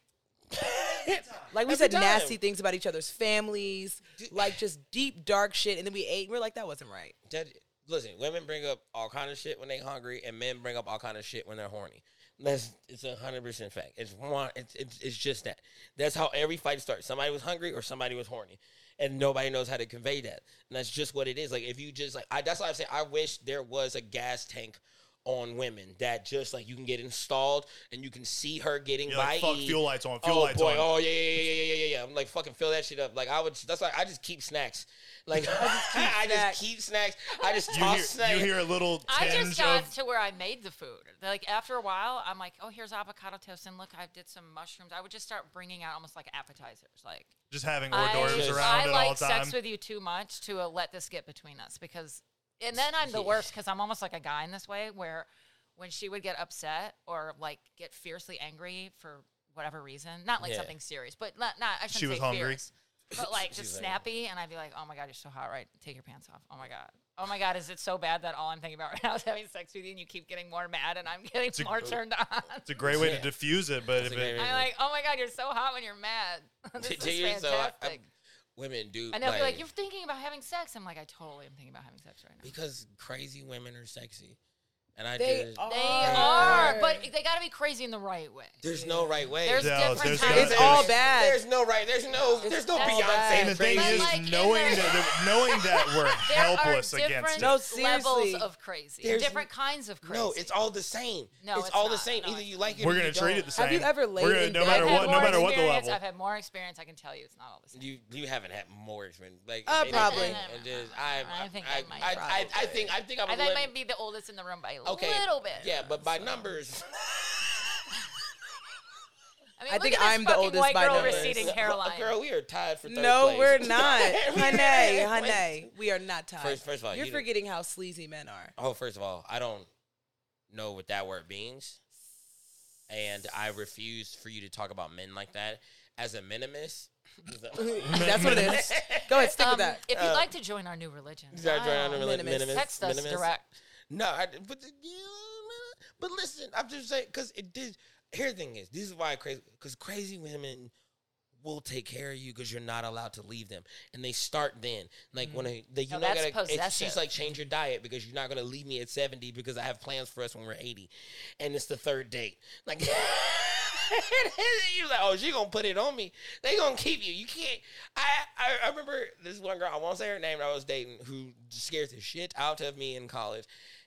[SPEAKER 3] Like we
[SPEAKER 1] Every
[SPEAKER 3] said
[SPEAKER 1] time.
[SPEAKER 3] nasty things about each other's families, like just deep dark shit, and then we ate. And we are like, that wasn't right.
[SPEAKER 1] That, listen, women bring up all kind of shit when they hungry, and men bring up all kind of shit when they're horny. That's it's a hundred percent fact. It's one. It's, it's it's just that. That's how every fight starts. Somebody was hungry or somebody was horny, and nobody knows how to convey that. And that's just what it is. Like if you just like, I, that's why I say I wish there was a gas tank on women that just like you can get installed and you can see her getting
[SPEAKER 2] You're
[SPEAKER 1] by.
[SPEAKER 2] like, fuck,
[SPEAKER 1] E.
[SPEAKER 2] fuel lights on, fuel
[SPEAKER 1] oh,
[SPEAKER 2] lights
[SPEAKER 1] boy.
[SPEAKER 2] on.
[SPEAKER 1] Oh yeah, yeah, yeah, yeah, yeah, yeah, yeah. I'm like fucking fill that shit up. Like I would. That's why I just keep snacks. Like I
[SPEAKER 3] snacks.
[SPEAKER 1] just keep snacks. I just
[SPEAKER 2] You
[SPEAKER 1] toss
[SPEAKER 2] hear,
[SPEAKER 1] snacks.
[SPEAKER 2] you hear a little
[SPEAKER 4] I
[SPEAKER 2] tinge
[SPEAKER 4] just got
[SPEAKER 2] of
[SPEAKER 4] to where I made the food. Like after a while, I'm like, oh, here's avocado toast, and look, I did some mushrooms. I would just start bringing out almost like appetizers. Like
[SPEAKER 2] just having hors
[SPEAKER 4] I,
[SPEAKER 2] d'oeuvres
[SPEAKER 1] Yes.
[SPEAKER 2] around
[SPEAKER 4] I
[SPEAKER 2] at
[SPEAKER 4] like
[SPEAKER 2] all
[SPEAKER 4] sex
[SPEAKER 2] times.
[SPEAKER 4] with you too much to uh, let this get between us because, and then I'm the worst because I'm almost like a guy in this way where when she would get upset or like get fiercely angry for whatever reason, not like
[SPEAKER 1] Yeah.
[SPEAKER 4] something serious, but not not I shouldn't
[SPEAKER 2] She was
[SPEAKER 4] say
[SPEAKER 2] hungry.
[SPEAKER 4] fierce, but like
[SPEAKER 1] She's
[SPEAKER 4] just
[SPEAKER 1] like-
[SPEAKER 4] snappy, and I'd be like, oh my god, you're so hot, right? Take your pants off. Oh my god. Oh my God! Is it so bad that all I'm thinking about right now is having sex with you, and you keep getting more mad, and I'm getting
[SPEAKER 2] a-
[SPEAKER 4] more turned on?
[SPEAKER 2] It's a great way
[SPEAKER 1] Yeah.
[SPEAKER 2] to diffuse it, but
[SPEAKER 1] That's
[SPEAKER 2] if
[SPEAKER 1] a
[SPEAKER 2] it,
[SPEAKER 1] great-
[SPEAKER 4] I'm like, oh my God, you're so hot when you're mad. this
[SPEAKER 1] Do
[SPEAKER 4] is
[SPEAKER 1] you- so I- I'm-
[SPEAKER 4] fantastic.
[SPEAKER 1] women do.
[SPEAKER 4] And they'll be like, "You're thinking about having sex." I'm like, "I totally am thinking about having sex right now."
[SPEAKER 1] because crazy women are sexy, and I
[SPEAKER 3] They
[SPEAKER 1] just
[SPEAKER 3] are.
[SPEAKER 4] They
[SPEAKER 1] Are.
[SPEAKER 4] are, but they got to be crazy in the right way.
[SPEAKER 1] there's no right way.
[SPEAKER 4] There's
[SPEAKER 2] No,
[SPEAKER 4] different
[SPEAKER 2] there's
[SPEAKER 4] kinds.
[SPEAKER 2] no-
[SPEAKER 4] of
[SPEAKER 3] It's all
[SPEAKER 4] sex.
[SPEAKER 3] bad.
[SPEAKER 1] There's no right. There's no. There's no
[SPEAKER 4] That's
[SPEAKER 1] Beyonce.
[SPEAKER 4] bad.
[SPEAKER 2] and the thing
[SPEAKER 1] crazy.
[SPEAKER 2] is,
[SPEAKER 4] like, in
[SPEAKER 2] knowing
[SPEAKER 4] the-
[SPEAKER 2] that knowing that we're
[SPEAKER 4] There
[SPEAKER 2] helpless
[SPEAKER 4] are different
[SPEAKER 2] against
[SPEAKER 3] No,
[SPEAKER 2] it.
[SPEAKER 3] seriously.
[SPEAKER 4] levels of crazy,
[SPEAKER 1] There's-
[SPEAKER 4] different kinds of crazy.
[SPEAKER 1] no, it's all the same.
[SPEAKER 4] No,
[SPEAKER 1] it's,
[SPEAKER 4] it's
[SPEAKER 1] all the
[SPEAKER 4] not.
[SPEAKER 1] same.
[SPEAKER 4] No,
[SPEAKER 1] Either
[SPEAKER 4] it's
[SPEAKER 1] you like it.
[SPEAKER 2] We're
[SPEAKER 1] or
[SPEAKER 2] gonna
[SPEAKER 1] you
[SPEAKER 2] treat
[SPEAKER 1] don't.
[SPEAKER 2] it the same.
[SPEAKER 3] Have you ever laid
[SPEAKER 2] We're gonna,
[SPEAKER 3] in
[SPEAKER 2] no
[SPEAKER 3] bed?
[SPEAKER 2] matter
[SPEAKER 4] I've had
[SPEAKER 2] what, no
[SPEAKER 4] more
[SPEAKER 2] matter what the
[SPEAKER 4] experience.
[SPEAKER 2] level.
[SPEAKER 4] I've had more experience. I can tell you, it's not all the same.
[SPEAKER 1] You you haven't had more experience. Like
[SPEAKER 3] Uh,
[SPEAKER 1] maybe-
[SPEAKER 3] probably.
[SPEAKER 1] And just, I,
[SPEAKER 4] I think I might
[SPEAKER 1] I, I, I
[SPEAKER 4] probably.
[SPEAKER 1] think I think I
[SPEAKER 4] I
[SPEAKER 1] would.
[SPEAKER 4] think I
[SPEAKER 1] let-
[SPEAKER 4] might be the oldest in the room by a
[SPEAKER 1] okay,
[SPEAKER 4] little bit.
[SPEAKER 1] Yeah, but by numbers.
[SPEAKER 4] I, mean,
[SPEAKER 3] I
[SPEAKER 4] look
[SPEAKER 3] think
[SPEAKER 4] at this
[SPEAKER 3] I'm the
[SPEAKER 4] fucking
[SPEAKER 3] oldest
[SPEAKER 4] white
[SPEAKER 3] by
[SPEAKER 4] girl
[SPEAKER 3] numbers.
[SPEAKER 4] receding
[SPEAKER 1] Well,
[SPEAKER 4] hairline.
[SPEAKER 1] Girl, we are tied for third
[SPEAKER 3] No,
[SPEAKER 1] place.
[SPEAKER 3] we're not,
[SPEAKER 1] We are
[SPEAKER 3] honey,
[SPEAKER 1] tied for third place.
[SPEAKER 3] honey. We are not tied.
[SPEAKER 1] First- first of all,
[SPEAKER 3] you're
[SPEAKER 1] you don't-
[SPEAKER 3] forgetting how sleazy men are.
[SPEAKER 1] Oh, first of all, I don't know what that word means. And I refuse for you to talk about men like that. As a minimus,
[SPEAKER 3] That's what it is. Go ahead, stick
[SPEAKER 4] Um,
[SPEAKER 3] with that.
[SPEAKER 4] If you'd
[SPEAKER 1] Uh,
[SPEAKER 4] like to join our new religion,
[SPEAKER 1] Is that drawing
[SPEAKER 4] wow.
[SPEAKER 1] under- like,
[SPEAKER 3] Minimus.
[SPEAKER 1] minimus?
[SPEAKER 4] text us
[SPEAKER 1] minimus?
[SPEAKER 4] direct.
[SPEAKER 1] No, I, but the- yeah, but listen, I'm just saying because it did. Here, the thing is, this is why crazy because crazy women will take care of you because you're not allowed to leave them, and they start then. Like when I, the, you
[SPEAKER 4] Mm. No,
[SPEAKER 1] not
[SPEAKER 4] that's
[SPEAKER 1] gotta. It's, she's
[SPEAKER 4] possessive.
[SPEAKER 1] like change your diet because you're not gonna leave me at 70 because I have plans for us when we're 80, and it's the third date. Like. You're like, oh, she gonna put it on me. They gonna keep you. You can't. I, I I remember this one girl. I won't say her name. That I was dating who scared the shit out of me in college,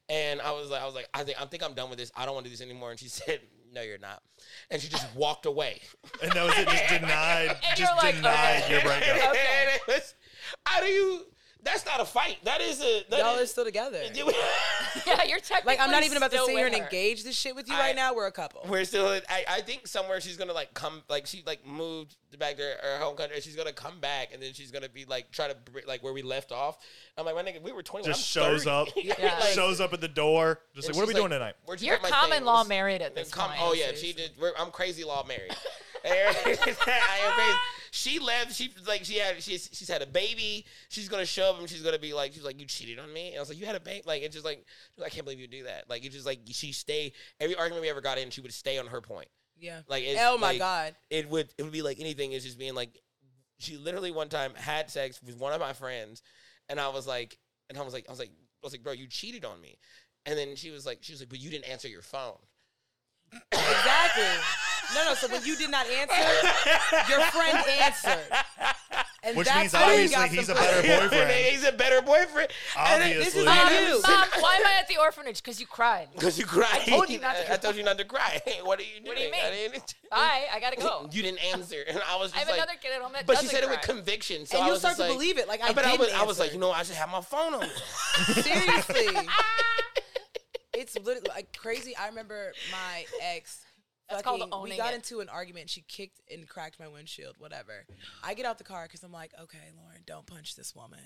[SPEAKER 1] and I was like, I was like, I think I think I'm done with this. I don't want to do this anymore. And she said, No, you're not. And she just walked away.
[SPEAKER 2] And that was it. Just denied.
[SPEAKER 4] And you're
[SPEAKER 2] Just
[SPEAKER 4] like,
[SPEAKER 2] denied
[SPEAKER 4] okay.
[SPEAKER 2] your breakup.
[SPEAKER 1] And it was- how do you? That's not a fight. That is a. That
[SPEAKER 3] Y'all are
[SPEAKER 1] is-
[SPEAKER 3] still together.
[SPEAKER 4] Yeah, you're technically
[SPEAKER 3] Like I'm not even about to
[SPEAKER 4] still
[SPEAKER 3] sit here
[SPEAKER 4] with
[SPEAKER 3] and
[SPEAKER 4] her.
[SPEAKER 3] engage this shit with you
[SPEAKER 1] I-
[SPEAKER 3] right now. We're a couple.
[SPEAKER 1] We're still. I, I think somewhere she's gonna like come. Like she like moved back to her home country. and She's gonna come back, and then she's gonna be like try to br- like where we left off. I'm like, my nigga, we were 20.
[SPEAKER 2] Just
[SPEAKER 1] I'm
[SPEAKER 2] shows
[SPEAKER 1] 30.
[SPEAKER 2] up.
[SPEAKER 4] Yeah. Like-
[SPEAKER 2] Shows up at the door. Just
[SPEAKER 1] And
[SPEAKER 2] like, what are we
[SPEAKER 1] she's
[SPEAKER 2] doing
[SPEAKER 1] like,
[SPEAKER 2] tonight?
[SPEAKER 1] "Where'd you
[SPEAKER 4] You're
[SPEAKER 1] put my
[SPEAKER 4] common law
[SPEAKER 1] things?"
[SPEAKER 4] married at this
[SPEAKER 1] Come-
[SPEAKER 4] point. Um,
[SPEAKER 1] oh yeah, she did. We're, I'm crazy law married. I am crazy. She left. She like she had she's she's had a baby. She's gonna show up and she's gonna be like she's like you cheated on me. And I was like you had a baby. Like it's just like I can't believe you do that. Like it's just like she stay every argument we ever got in. She would stay on her point.
[SPEAKER 3] Yeah.
[SPEAKER 1] Like it's,
[SPEAKER 3] oh my
[SPEAKER 1] like,
[SPEAKER 3] god.
[SPEAKER 1] it would it would be like anything. It's just being like she literally one time had sex with one of my friends, and I was like, and I was like, I was like, I was like, bro, you cheated on me, and then she was like, she was like, but you didn't answer your phone.
[SPEAKER 3] Exactly. No, no. So when you did not answer, your friend answered. And
[SPEAKER 2] Which means
[SPEAKER 3] that's how we
[SPEAKER 2] obviously
[SPEAKER 3] got
[SPEAKER 2] he's a
[SPEAKER 3] some
[SPEAKER 2] better
[SPEAKER 3] pussy.
[SPEAKER 2] boyfriend.
[SPEAKER 1] He's a better boyfriend.
[SPEAKER 3] This
[SPEAKER 2] Obviously.
[SPEAKER 3] is
[SPEAKER 4] Mom,
[SPEAKER 3] on you.
[SPEAKER 4] Mom, why am I at the orphanage? Because you cried.
[SPEAKER 1] Because you cried. I
[SPEAKER 4] told you not to
[SPEAKER 1] I told you not to cry. what are you doing?
[SPEAKER 4] What do you
[SPEAKER 1] I
[SPEAKER 4] mean?
[SPEAKER 1] didn't-
[SPEAKER 4] Bye. I gotta go.
[SPEAKER 1] You didn't answer, and I was just
[SPEAKER 4] I have
[SPEAKER 1] like,
[SPEAKER 4] another kid at home that
[SPEAKER 1] but she
[SPEAKER 4] doesn't
[SPEAKER 1] said it with
[SPEAKER 4] cry.
[SPEAKER 1] conviction. So
[SPEAKER 3] And
[SPEAKER 1] I
[SPEAKER 3] you'll
[SPEAKER 1] was
[SPEAKER 3] start
[SPEAKER 1] just
[SPEAKER 3] to
[SPEAKER 1] like-
[SPEAKER 3] believe it. Like I
[SPEAKER 1] But
[SPEAKER 3] did.
[SPEAKER 1] I was, I was like, you know, I should have my phone on.
[SPEAKER 3] seriously. it's literally like crazy. I remember my ex.
[SPEAKER 4] That's called
[SPEAKER 3] fucking- We
[SPEAKER 4] owning
[SPEAKER 3] got
[SPEAKER 4] it.
[SPEAKER 3] into an argument. She kicked and cracked my windshield. Whatever. I get out the car because I'm like, okay, Lauren, don't punch this woman.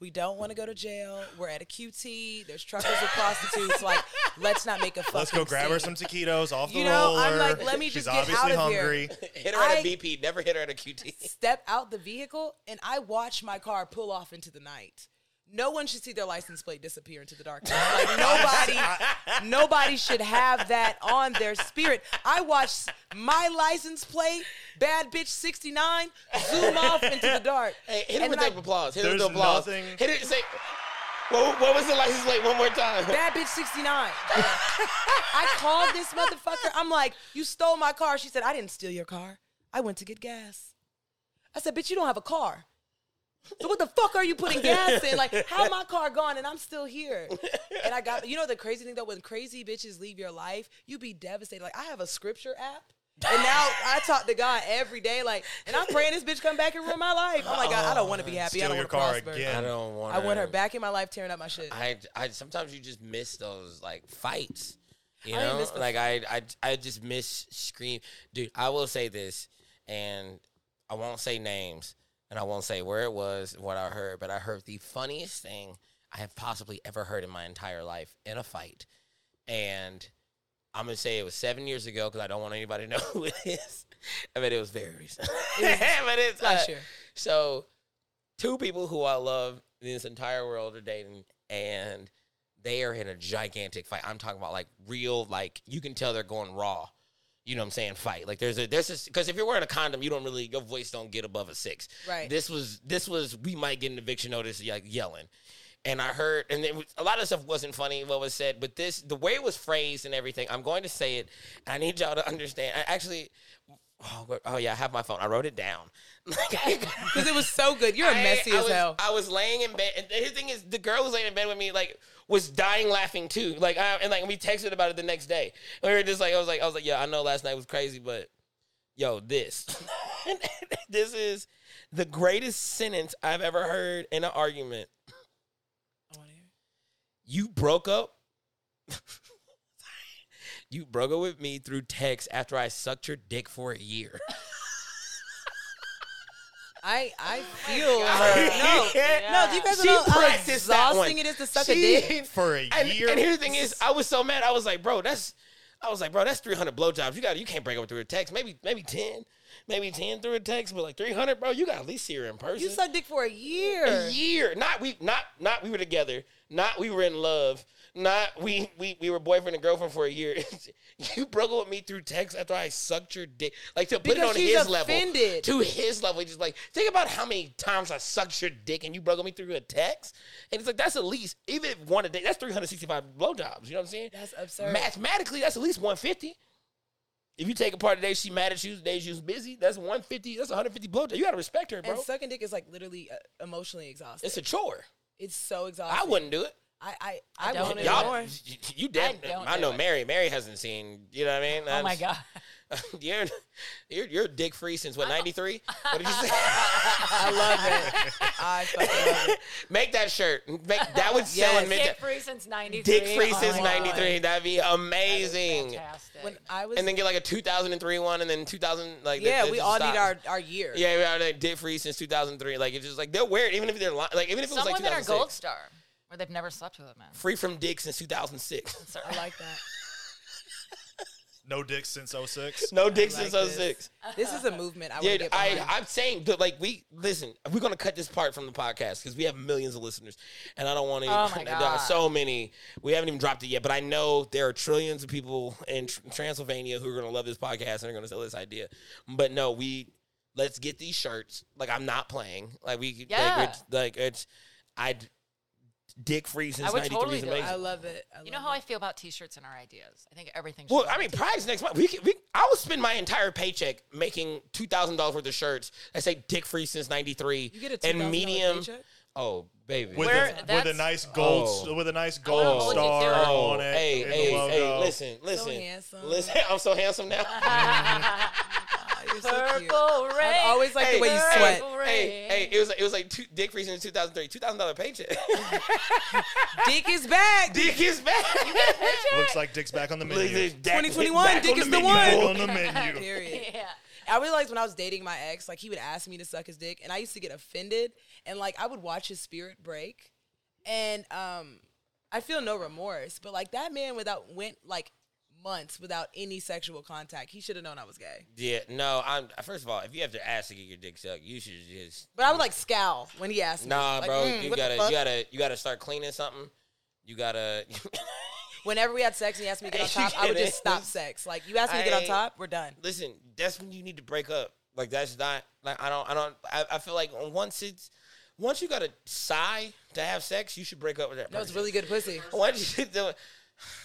[SPEAKER 3] We don't want to go to jail. We're at a QT. There's truckers with prostitutes. Like, let's not make a fucking.
[SPEAKER 2] Let's go grab her
[SPEAKER 3] scene.
[SPEAKER 2] some taquitos off the
[SPEAKER 3] You know,
[SPEAKER 2] roller.
[SPEAKER 3] I'm like, let me
[SPEAKER 2] She's
[SPEAKER 3] just get
[SPEAKER 2] obviously
[SPEAKER 3] out of here.
[SPEAKER 2] hungry.
[SPEAKER 1] hit her at
[SPEAKER 3] I-
[SPEAKER 1] a BP. Never hit her at a QT.
[SPEAKER 3] step out the vehicle and I watch my car pull off into the night. No one should see their license plate disappear into the darkness. Like nobody, nobody should have that on their spirit. I watched my license plate, bad bitch sixty nine, zoom off into the dark.
[SPEAKER 1] Hey, hit her
[SPEAKER 3] And
[SPEAKER 1] with
[SPEAKER 3] then
[SPEAKER 1] the
[SPEAKER 3] I-
[SPEAKER 1] applause. Hit her with the
[SPEAKER 2] There's
[SPEAKER 1] applause.
[SPEAKER 2] nothing-
[SPEAKER 1] Hit her. Say, what, what was the license plate? One more time.
[SPEAKER 3] Bad bitch 69. I called this motherfucker. I'm like, you stole my car. She said, I didn't steal your car. I went to get gas. I said, bitch, you don't have a car. So what the fuck are you putting gas in? Like, how my car gone and I'm still here? And I got, you know, the crazy thing though, when crazy bitches leave your life, you be devastated. Like, I have a scripture app. And now I talk to God every day, like, and I'm praying this bitch come back and ruin my life. I'm like, God, I don't want to be happy. I
[SPEAKER 2] Oh, Steal
[SPEAKER 3] don't
[SPEAKER 2] your
[SPEAKER 3] want to
[SPEAKER 2] car
[SPEAKER 3] prosper.
[SPEAKER 2] again.
[SPEAKER 1] I don't want.
[SPEAKER 3] I want her back in my life, tearing up my shit.
[SPEAKER 1] I, I sometimes you just miss those like fights. You
[SPEAKER 3] I
[SPEAKER 1] know,
[SPEAKER 3] miss the
[SPEAKER 1] like I, I, I just miss scream, dude. I will say this, and I won't say names, and I won't say where it was, what I heard, but I heard the funniest thing I have possibly ever heard in my entire life in a fight, and I'm gonna say it was seven years ago because I don't want anybody to know who it is. I mean, it was very recent, but it's
[SPEAKER 3] Last
[SPEAKER 1] uh,
[SPEAKER 3] year.
[SPEAKER 1] so two people who I love in this entire world are dating and they are in a gigantic fight. I'm talking about like real, like you can tell they're going raw. You know what I'm saying? Fight. Like there's a there's this because if you're wearing a condom, you don't really your voice don't get above a six.
[SPEAKER 3] Right.
[SPEAKER 1] This was this was we might get an eviction notice like yelling. And I heard and it was, a lot of stuff wasn't funny what was said, but this the way it was phrased and everything, I'm going to say it. And I need y'all to understand. I actually oh, where- oh yeah, I have my phone. I wrote it down.
[SPEAKER 3] Because it was so good. You're
[SPEAKER 1] I-
[SPEAKER 3] messy
[SPEAKER 1] I
[SPEAKER 3] as
[SPEAKER 1] was,
[SPEAKER 3] hell.
[SPEAKER 1] I was laying in bed, and the thing is, the girl was laying in bed with me, like was dying laughing too. Like, I, and like we texted about it the next day. We were just like, I was like, I was like, yeah, I know last night was crazy, but yo, this, this is the greatest sentence I've ever heard in an argument. You broke up. you broke up with me through text after I sucked your dick for a year.
[SPEAKER 3] I,
[SPEAKER 1] Oh
[SPEAKER 3] I feel her. No, no, do you guys
[SPEAKER 1] She
[SPEAKER 3] know how
[SPEAKER 1] practiced that one.
[SPEAKER 3] exhausting it is to suck
[SPEAKER 1] She-
[SPEAKER 3] a dick?
[SPEAKER 2] For a
[SPEAKER 1] and,
[SPEAKER 2] year.
[SPEAKER 1] and here's the thing is, I was so mad. I was like, bro, that's. I was like, bro, that's 300 blowjobs. You got, you can't break up through a text. Maybe, maybe 10, maybe 10 through a text, but like 300, bro, you got to at least see her in person.
[SPEAKER 3] You suck dick for a year.
[SPEAKER 1] a year. Not we, not not we were together. Not we were in love. Not we we we were boyfriend and girlfriend for a year. you broke up with me through text after I sucked your dick. Like to put
[SPEAKER 3] Because
[SPEAKER 1] it on
[SPEAKER 3] she's
[SPEAKER 1] his
[SPEAKER 3] offended.
[SPEAKER 1] level, to his level, just like think about how many times I sucked your dick and you broke up with me through a text. And it's like that's at least even if one a day, that's three hundred sixty five blowjobs. You know what I'm saying?
[SPEAKER 3] That's absurd.
[SPEAKER 1] Mathematically, that's at least one fifty. If you take apart the days she mad at you, the days she was busy, that's 150, that's 150 blowjobs. You gotta respect her,
[SPEAKER 3] And
[SPEAKER 1] bro.
[SPEAKER 3] sucking dick is like literally uh, emotionally exhausting.
[SPEAKER 1] It's
[SPEAKER 3] It's,
[SPEAKER 1] a chore.
[SPEAKER 3] so exhausting.
[SPEAKER 1] I wouldn't do it.
[SPEAKER 3] I, I, I,
[SPEAKER 4] don't
[SPEAKER 3] want it
[SPEAKER 1] Y'all-
[SPEAKER 3] more.
[SPEAKER 1] y- you definitely.
[SPEAKER 4] don't
[SPEAKER 1] I,
[SPEAKER 4] do
[SPEAKER 1] know
[SPEAKER 4] it.
[SPEAKER 1] Mary. Mary hasn't seen. You know what I mean?
[SPEAKER 4] Oh my god.
[SPEAKER 1] you're you're, you're dick free since what ninety three? What did you say?
[SPEAKER 3] I love it. I fucking love it.
[SPEAKER 1] Make that shirt. Make that would sell
[SPEAKER 3] Yes.
[SPEAKER 1] and make
[SPEAKER 4] Dick
[SPEAKER 1] that-
[SPEAKER 4] free since ninety three. Oh
[SPEAKER 1] dick free since
[SPEAKER 3] my
[SPEAKER 1] ninety three.
[SPEAKER 3] God.
[SPEAKER 1] That'd be amazing.
[SPEAKER 4] Fantastic.
[SPEAKER 3] When I was,
[SPEAKER 1] and then get like a two thousand and three one, and then two thousand like that-
[SPEAKER 3] yeah,
[SPEAKER 1] that
[SPEAKER 3] we
[SPEAKER 1] just
[SPEAKER 3] all need
[SPEAKER 1] stops.
[SPEAKER 3] our, our year.
[SPEAKER 1] Yeah, we are like dick free since two thousand three. Like it's just like they'll wear it even if they're li- like even if it was
[SPEAKER 4] Some
[SPEAKER 1] like two
[SPEAKER 4] women are
[SPEAKER 1] thousand
[SPEAKER 4] gold
[SPEAKER 1] six.
[SPEAKER 4] star, where they've never slept with a man.
[SPEAKER 1] Free from dick since two thousand six.
[SPEAKER 4] So-
[SPEAKER 3] I like that.
[SPEAKER 2] no dicks since 06.
[SPEAKER 1] No dick
[SPEAKER 3] I like
[SPEAKER 1] since
[SPEAKER 3] this.
[SPEAKER 1] 06.
[SPEAKER 3] This is a movement I would
[SPEAKER 1] Dude,
[SPEAKER 3] get behind.
[SPEAKER 1] I, I'm saying, dude, like we listen, we're gonna cut this part from the podcast because we have millions of listeners, and I don't want to.
[SPEAKER 4] Oh my
[SPEAKER 1] there are
[SPEAKER 4] God.
[SPEAKER 1] so many. We haven't even dropped it yet, but I know there are trillions of people in Tr- Transylvania who are gonna love this podcast and are gonna sell this idea. But no, we let's get these shirts. Like I'm not playing. Like we, like,
[SPEAKER 4] Yeah.
[SPEAKER 1] we're- like it's. I dick free since
[SPEAKER 4] I would
[SPEAKER 1] '93
[SPEAKER 4] totally
[SPEAKER 1] is
[SPEAKER 4] do it.
[SPEAKER 1] amazing.
[SPEAKER 3] I love it. I
[SPEAKER 4] You know
[SPEAKER 3] love
[SPEAKER 4] how
[SPEAKER 3] it.
[SPEAKER 4] I feel about T-shirts and our ideas. I think everything. should
[SPEAKER 1] Well,
[SPEAKER 4] go
[SPEAKER 1] I
[SPEAKER 4] on
[SPEAKER 1] mean,
[SPEAKER 4] t-
[SPEAKER 1] prize next month. We, can, we I will spend my entire paycheck making two thousand dollars worth of shirts that say "dick free since '93"
[SPEAKER 3] You get a $2,000
[SPEAKER 1] and medium.
[SPEAKER 3] paycheck?
[SPEAKER 1] Oh, baby.
[SPEAKER 2] with,
[SPEAKER 4] Where-
[SPEAKER 2] a, with a
[SPEAKER 4] that's-
[SPEAKER 2] nice gold
[SPEAKER 1] Oh.
[SPEAKER 2] with a nice
[SPEAKER 4] gonna
[SPEAKER 2] gold
[SPEAKER 4] hold you
[SPEAKER 2] star
[SPEAKER 4] to it.
[SPEAKER 1] oh,
[SPEAKER 2] on it.
[SPEAKER 1] hey,
[SPEAKER 2] in
[SPEAKER 1] hey,
[SPEAKER 2] the
[SPEAKER 1] hey!
[SPEAKER 2] logo.
[SPEAKER 1] Listen, listen,
[SPEAKER 3] handsome.
[SPEAKER 1] listen. I'm so handsome now.
[SPEAKER 3] You're so cute.
[SPEAKER 4] Purple rain.
[SPEAKER 3] I always like the way you
[SPEAKER 1] hey,
[SPEAKER 3] sweat.
[SPEAKER 4] Purple
[SPEAKER 1] Hey,
[SPEAKER 4] rain.
[SPEAKER 1] hey, it was it was like two, dick free since 2003, two thousand dollar paycheck.
[SPEAKER 3] Dick is back.
[SPEAKER 1] dick is back.
[SPEAKER 2] Looks like Dick's back on the
[SPEAKER 1] Look at
[SPEAKER 2] menu.
[SPEAKER 1] this, back-
[SPEAKER 3] 2021,
[SPEAKER 1] back
[SPEAKER 3] dick
[SPEAKER 1] on
[SPEAKER 3] is the
[SPEAKER 1] menu.
[SPEAKER 3] one.
[SPEAKER 2] Back on the menu.
[SPEAKER 3] Period.
[SPEAKER 4] Yeah.
[SPEAKER 3] I realized when I was dating my ex, like he would ask me to suck his dick, and I used to get offended, and like I would watch his spirit break, and um, I feel no remorse. But like that man without went like months without any sexual contact. He should have known I was gay.
[SPEAKER 1] Yeah, no. I'm first of all, if you have to ask to get your dick sucked, you should just
[SPEAKER 3] But I would like scowl when he asked me.
[SPEAKER 1] Nah,
[SPEAKER 3] like,
[SPEAKER 1] bro,
[SPEAKER 3] "Mm,
[SPEAKER 1] you
[SPEAKER 3] what the
[SPEAKER 1] gotta,
[SPEAKER 3] fuck?"
[SPEAKER 1] you gotta, you gotta start cleaning something. You gotta.
[SPEAKER 3] Whenever we had sex and he asked me to get on
[SPEAKER 1] You
[SPEAKER 3] top, I would
[SPEAKER 1] get
[SPEAKER 3] just
[SPEAKER 1] it.
[SPEAKER 3] stop sex. Like you asked me to get on
[SPEAKER 1] I-
[SPEAKER 3] top, we're done.
[SPEAKER 1] Listen, that's when you need to break up. Like that's not like I don't, I don't. I, I feel like once it's, once you gotta sigh to have sex, you should break up with that.
[SPEAKER 3] That was
[SPEAKER 1] person.
[SPEAKER 3] really good pussy.
[SPEAKER 1] Once you do it,